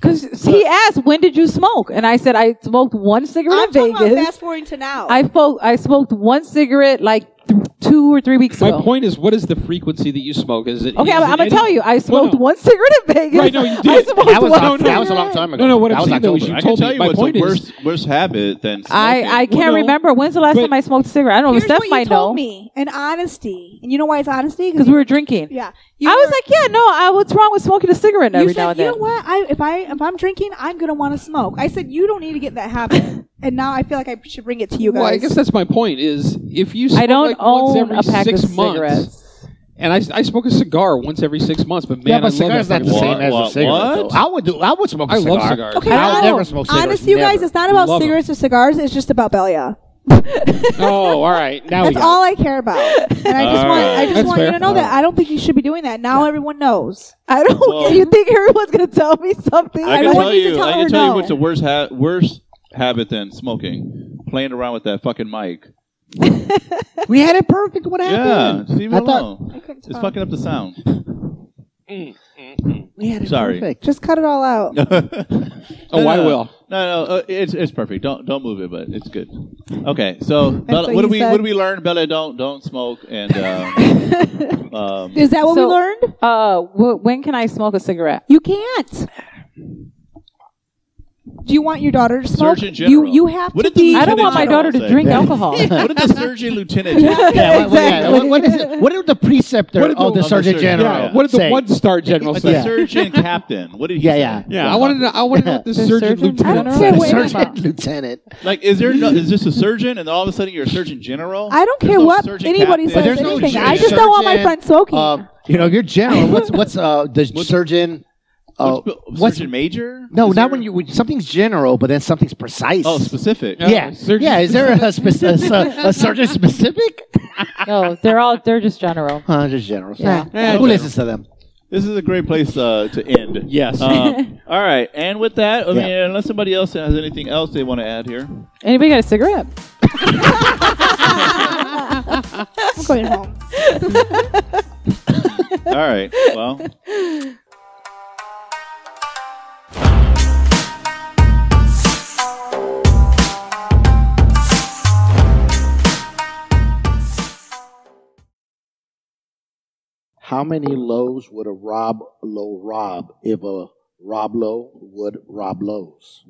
D: Because he asked, when did you smoke? And I said, I smoked one cigarette
E: I'm
D: in
E: talking about
D: Vegas.
E: fast forwarding to now.
D: I, fo- I smoked one cigarette like th- two or three weeks
C: My
D: ago.
C: point is, what is the frequency that you smoke? Is it
D: okay,
C: is
D: I'm,
C: it
D: I'm going
C: any-
D: to tell you. I smoked
C: no.
D: one cigarette in Vegas.
C: Right, no, you
D: *laughs* I
C: did.
D: smoked
B: That was,
D: one
B: Oc- that was a
D: cigarette.
B: long time ago.
C: No, no. What
B: that
C: I'm
B: was
C: saying though is,
B: October.
C: you
A: I can
C: told
A: tell
C: me
A: you
C: my
A: what's
C: point
A: the
C: is.
A: worst worst habit than smoking.
D: I, I can't
C: Well, no.
D: remember. When's the last
C: But-
D: time I smoked a cigarette? I don't know.
E: Here's
D: Steph
E: what you
D: might
E: told
D: know.
E: me, and honesty. And you know why it's honesty?
D: Because we were drinking.
E: yeah.
D: I was like, yeah, no, I, what's wrong with smoking a cigarette
E: you
D: every
E: said,
D: now and
E: you
D: then?
E: know what? I if I if I'm drinking, I'm gonna want to smoke. I said you don't need to get that habit,
D: *laughs*
E: and now I feel like I should bring it to you guys.
C: Well, I guess that's my point. Is if you smoke
D: I don't
C: like
D: own
C: once every
D: a pack
C: six
D: of
C: months,
D: cigarettes.
C: and I, I smoke a cigar once every six months, but man,
B: Yeah,
C: I
B: but
C: love that
B: cigar's not the
C: fucking
A: What?
B: same as a
A: What?
B: cigarette.
A: What?
B: though. I would do. I would smoke a
C: I
B: cigar.
C: love cigars.
E: Okay,
B: I would
E: no.
B: never smoke cigarettes.
E: Honest, you guys,
B: never.
E: it's not about
C: Love 'em.
E: cigarettes or cigars. It's just about Belia.
C: oh, all right. Now we
E: That's
C: got
E: all I care about, and I just
A: All
E: want
A: right.
E: I just
C: That's
E: want you
C: fair.
E: to know that I don't think you should be doing that. Now everyone knows.
D: I don't.
A: Well-
D: you think everyone's gonna tell me something?
A: I can
E: don't
A: tell
E: need to
A: you.
E: tell
A: I
E: her
A: can tell
E: no.
A: you what's the worst ha- worst habit than smoking? Playing around with that fucking mic.
B: We had it perfect. What
A: Yeah,
B: happened?
A: just leave
B: I
A: it
B: thought-
A: alone.
E: couldn't
A: It's
E: tell.
A: fucking up the
C: *laughs*
A: sound.
C: Mm,
B: We had it
A: Sorry. *laughs*
B: perfect.
E: Just cut it all out.
C: it. Oh,
A: No,
C: I
A: no,
C: will.
A: No, no, uh, it's it's perfect. Don't don't move it, but it's good. Okay, so Bella,
E: what
A: what do
E: he
A: we
E: said.
A: what do we learn? Bella, don't don't smoke and
E: *laughs*
A: um, um,
E: Is that what we
D: So-
E: learned?
D: Uh, wh- when can I smoke a cigarette?
E: You can't. Do you want your daughter to smoke?
A: Surgeon General.
E: You you have
A: What
E: to
A: did the
E: be.
D: I don't
A: Lieutenant
D: want my
A: General
D: daughter to
A: say.
D: drink alcohol. *laughs*
A: what did the surgeon lieutenant? do?
B: Yeah, what- what- yeah, what- what is it? What did the preceptor
C: What did the-
B: of the
A: of the
B: Surgeon
A: surgeon-
B: General?
A: Yeah,
C: What did the
B: *laughs* say?
C: one star general
A: What
C: say?
A: the surgeon captain? What did he?
B: Yeah,
A: say?
B: yeah.
C: Yeah, I want to know. I want to know what the,
D: *laughs* The
C: surgeon,
D: surgeon
C: lieutenant
D: general?
C: said.
E: Yeah, wait.
B: Surgeon *laughs* Lieutenant.
A: Like, is there no, is this a surgeon, and all of a sudden you're a surgeon general?
E: I don't
A: There's
E: care
A: no
E: what
A: surgeon
E: anybody
A: captain.
E: says
B: There's no
E: anything.
B: surgeon.
E: I just don't want my
B: Surgeon,
E: friend smoking.
B: Uh, you know, your general. What's what's uh the surgeon? Uh,
A: What's-
B: what's-
A: surgeon major?
B: no,
A: Is
B: not
A: there-
B: when you when something's general, but then something's precise.
A: Oh, specific.
B: yeah,
C: surgeon-
B: yeah. Is *laughs* there a, spe- a, a- a surgeon *laughs* specific?
D: no, they're all they're just general.
B: Uh, just general.
D: Yeah.
B: Eh, Who
A: Okay.
B: listens to them?
A: This is a great place uh, to end.
B: *laughs*
C: Yes.
A: Um, all right, and with that, I mean,
B: Yeah.
A: unless somebody else has anything else they want to add
B: *laughs*
A: here.
D: Anybody got a cigarette?
E: I'm going home.
A: All right. Well.
B: How many lows would a Rob Low rob
G: Uh,
B: if a Rob Low would rob lows?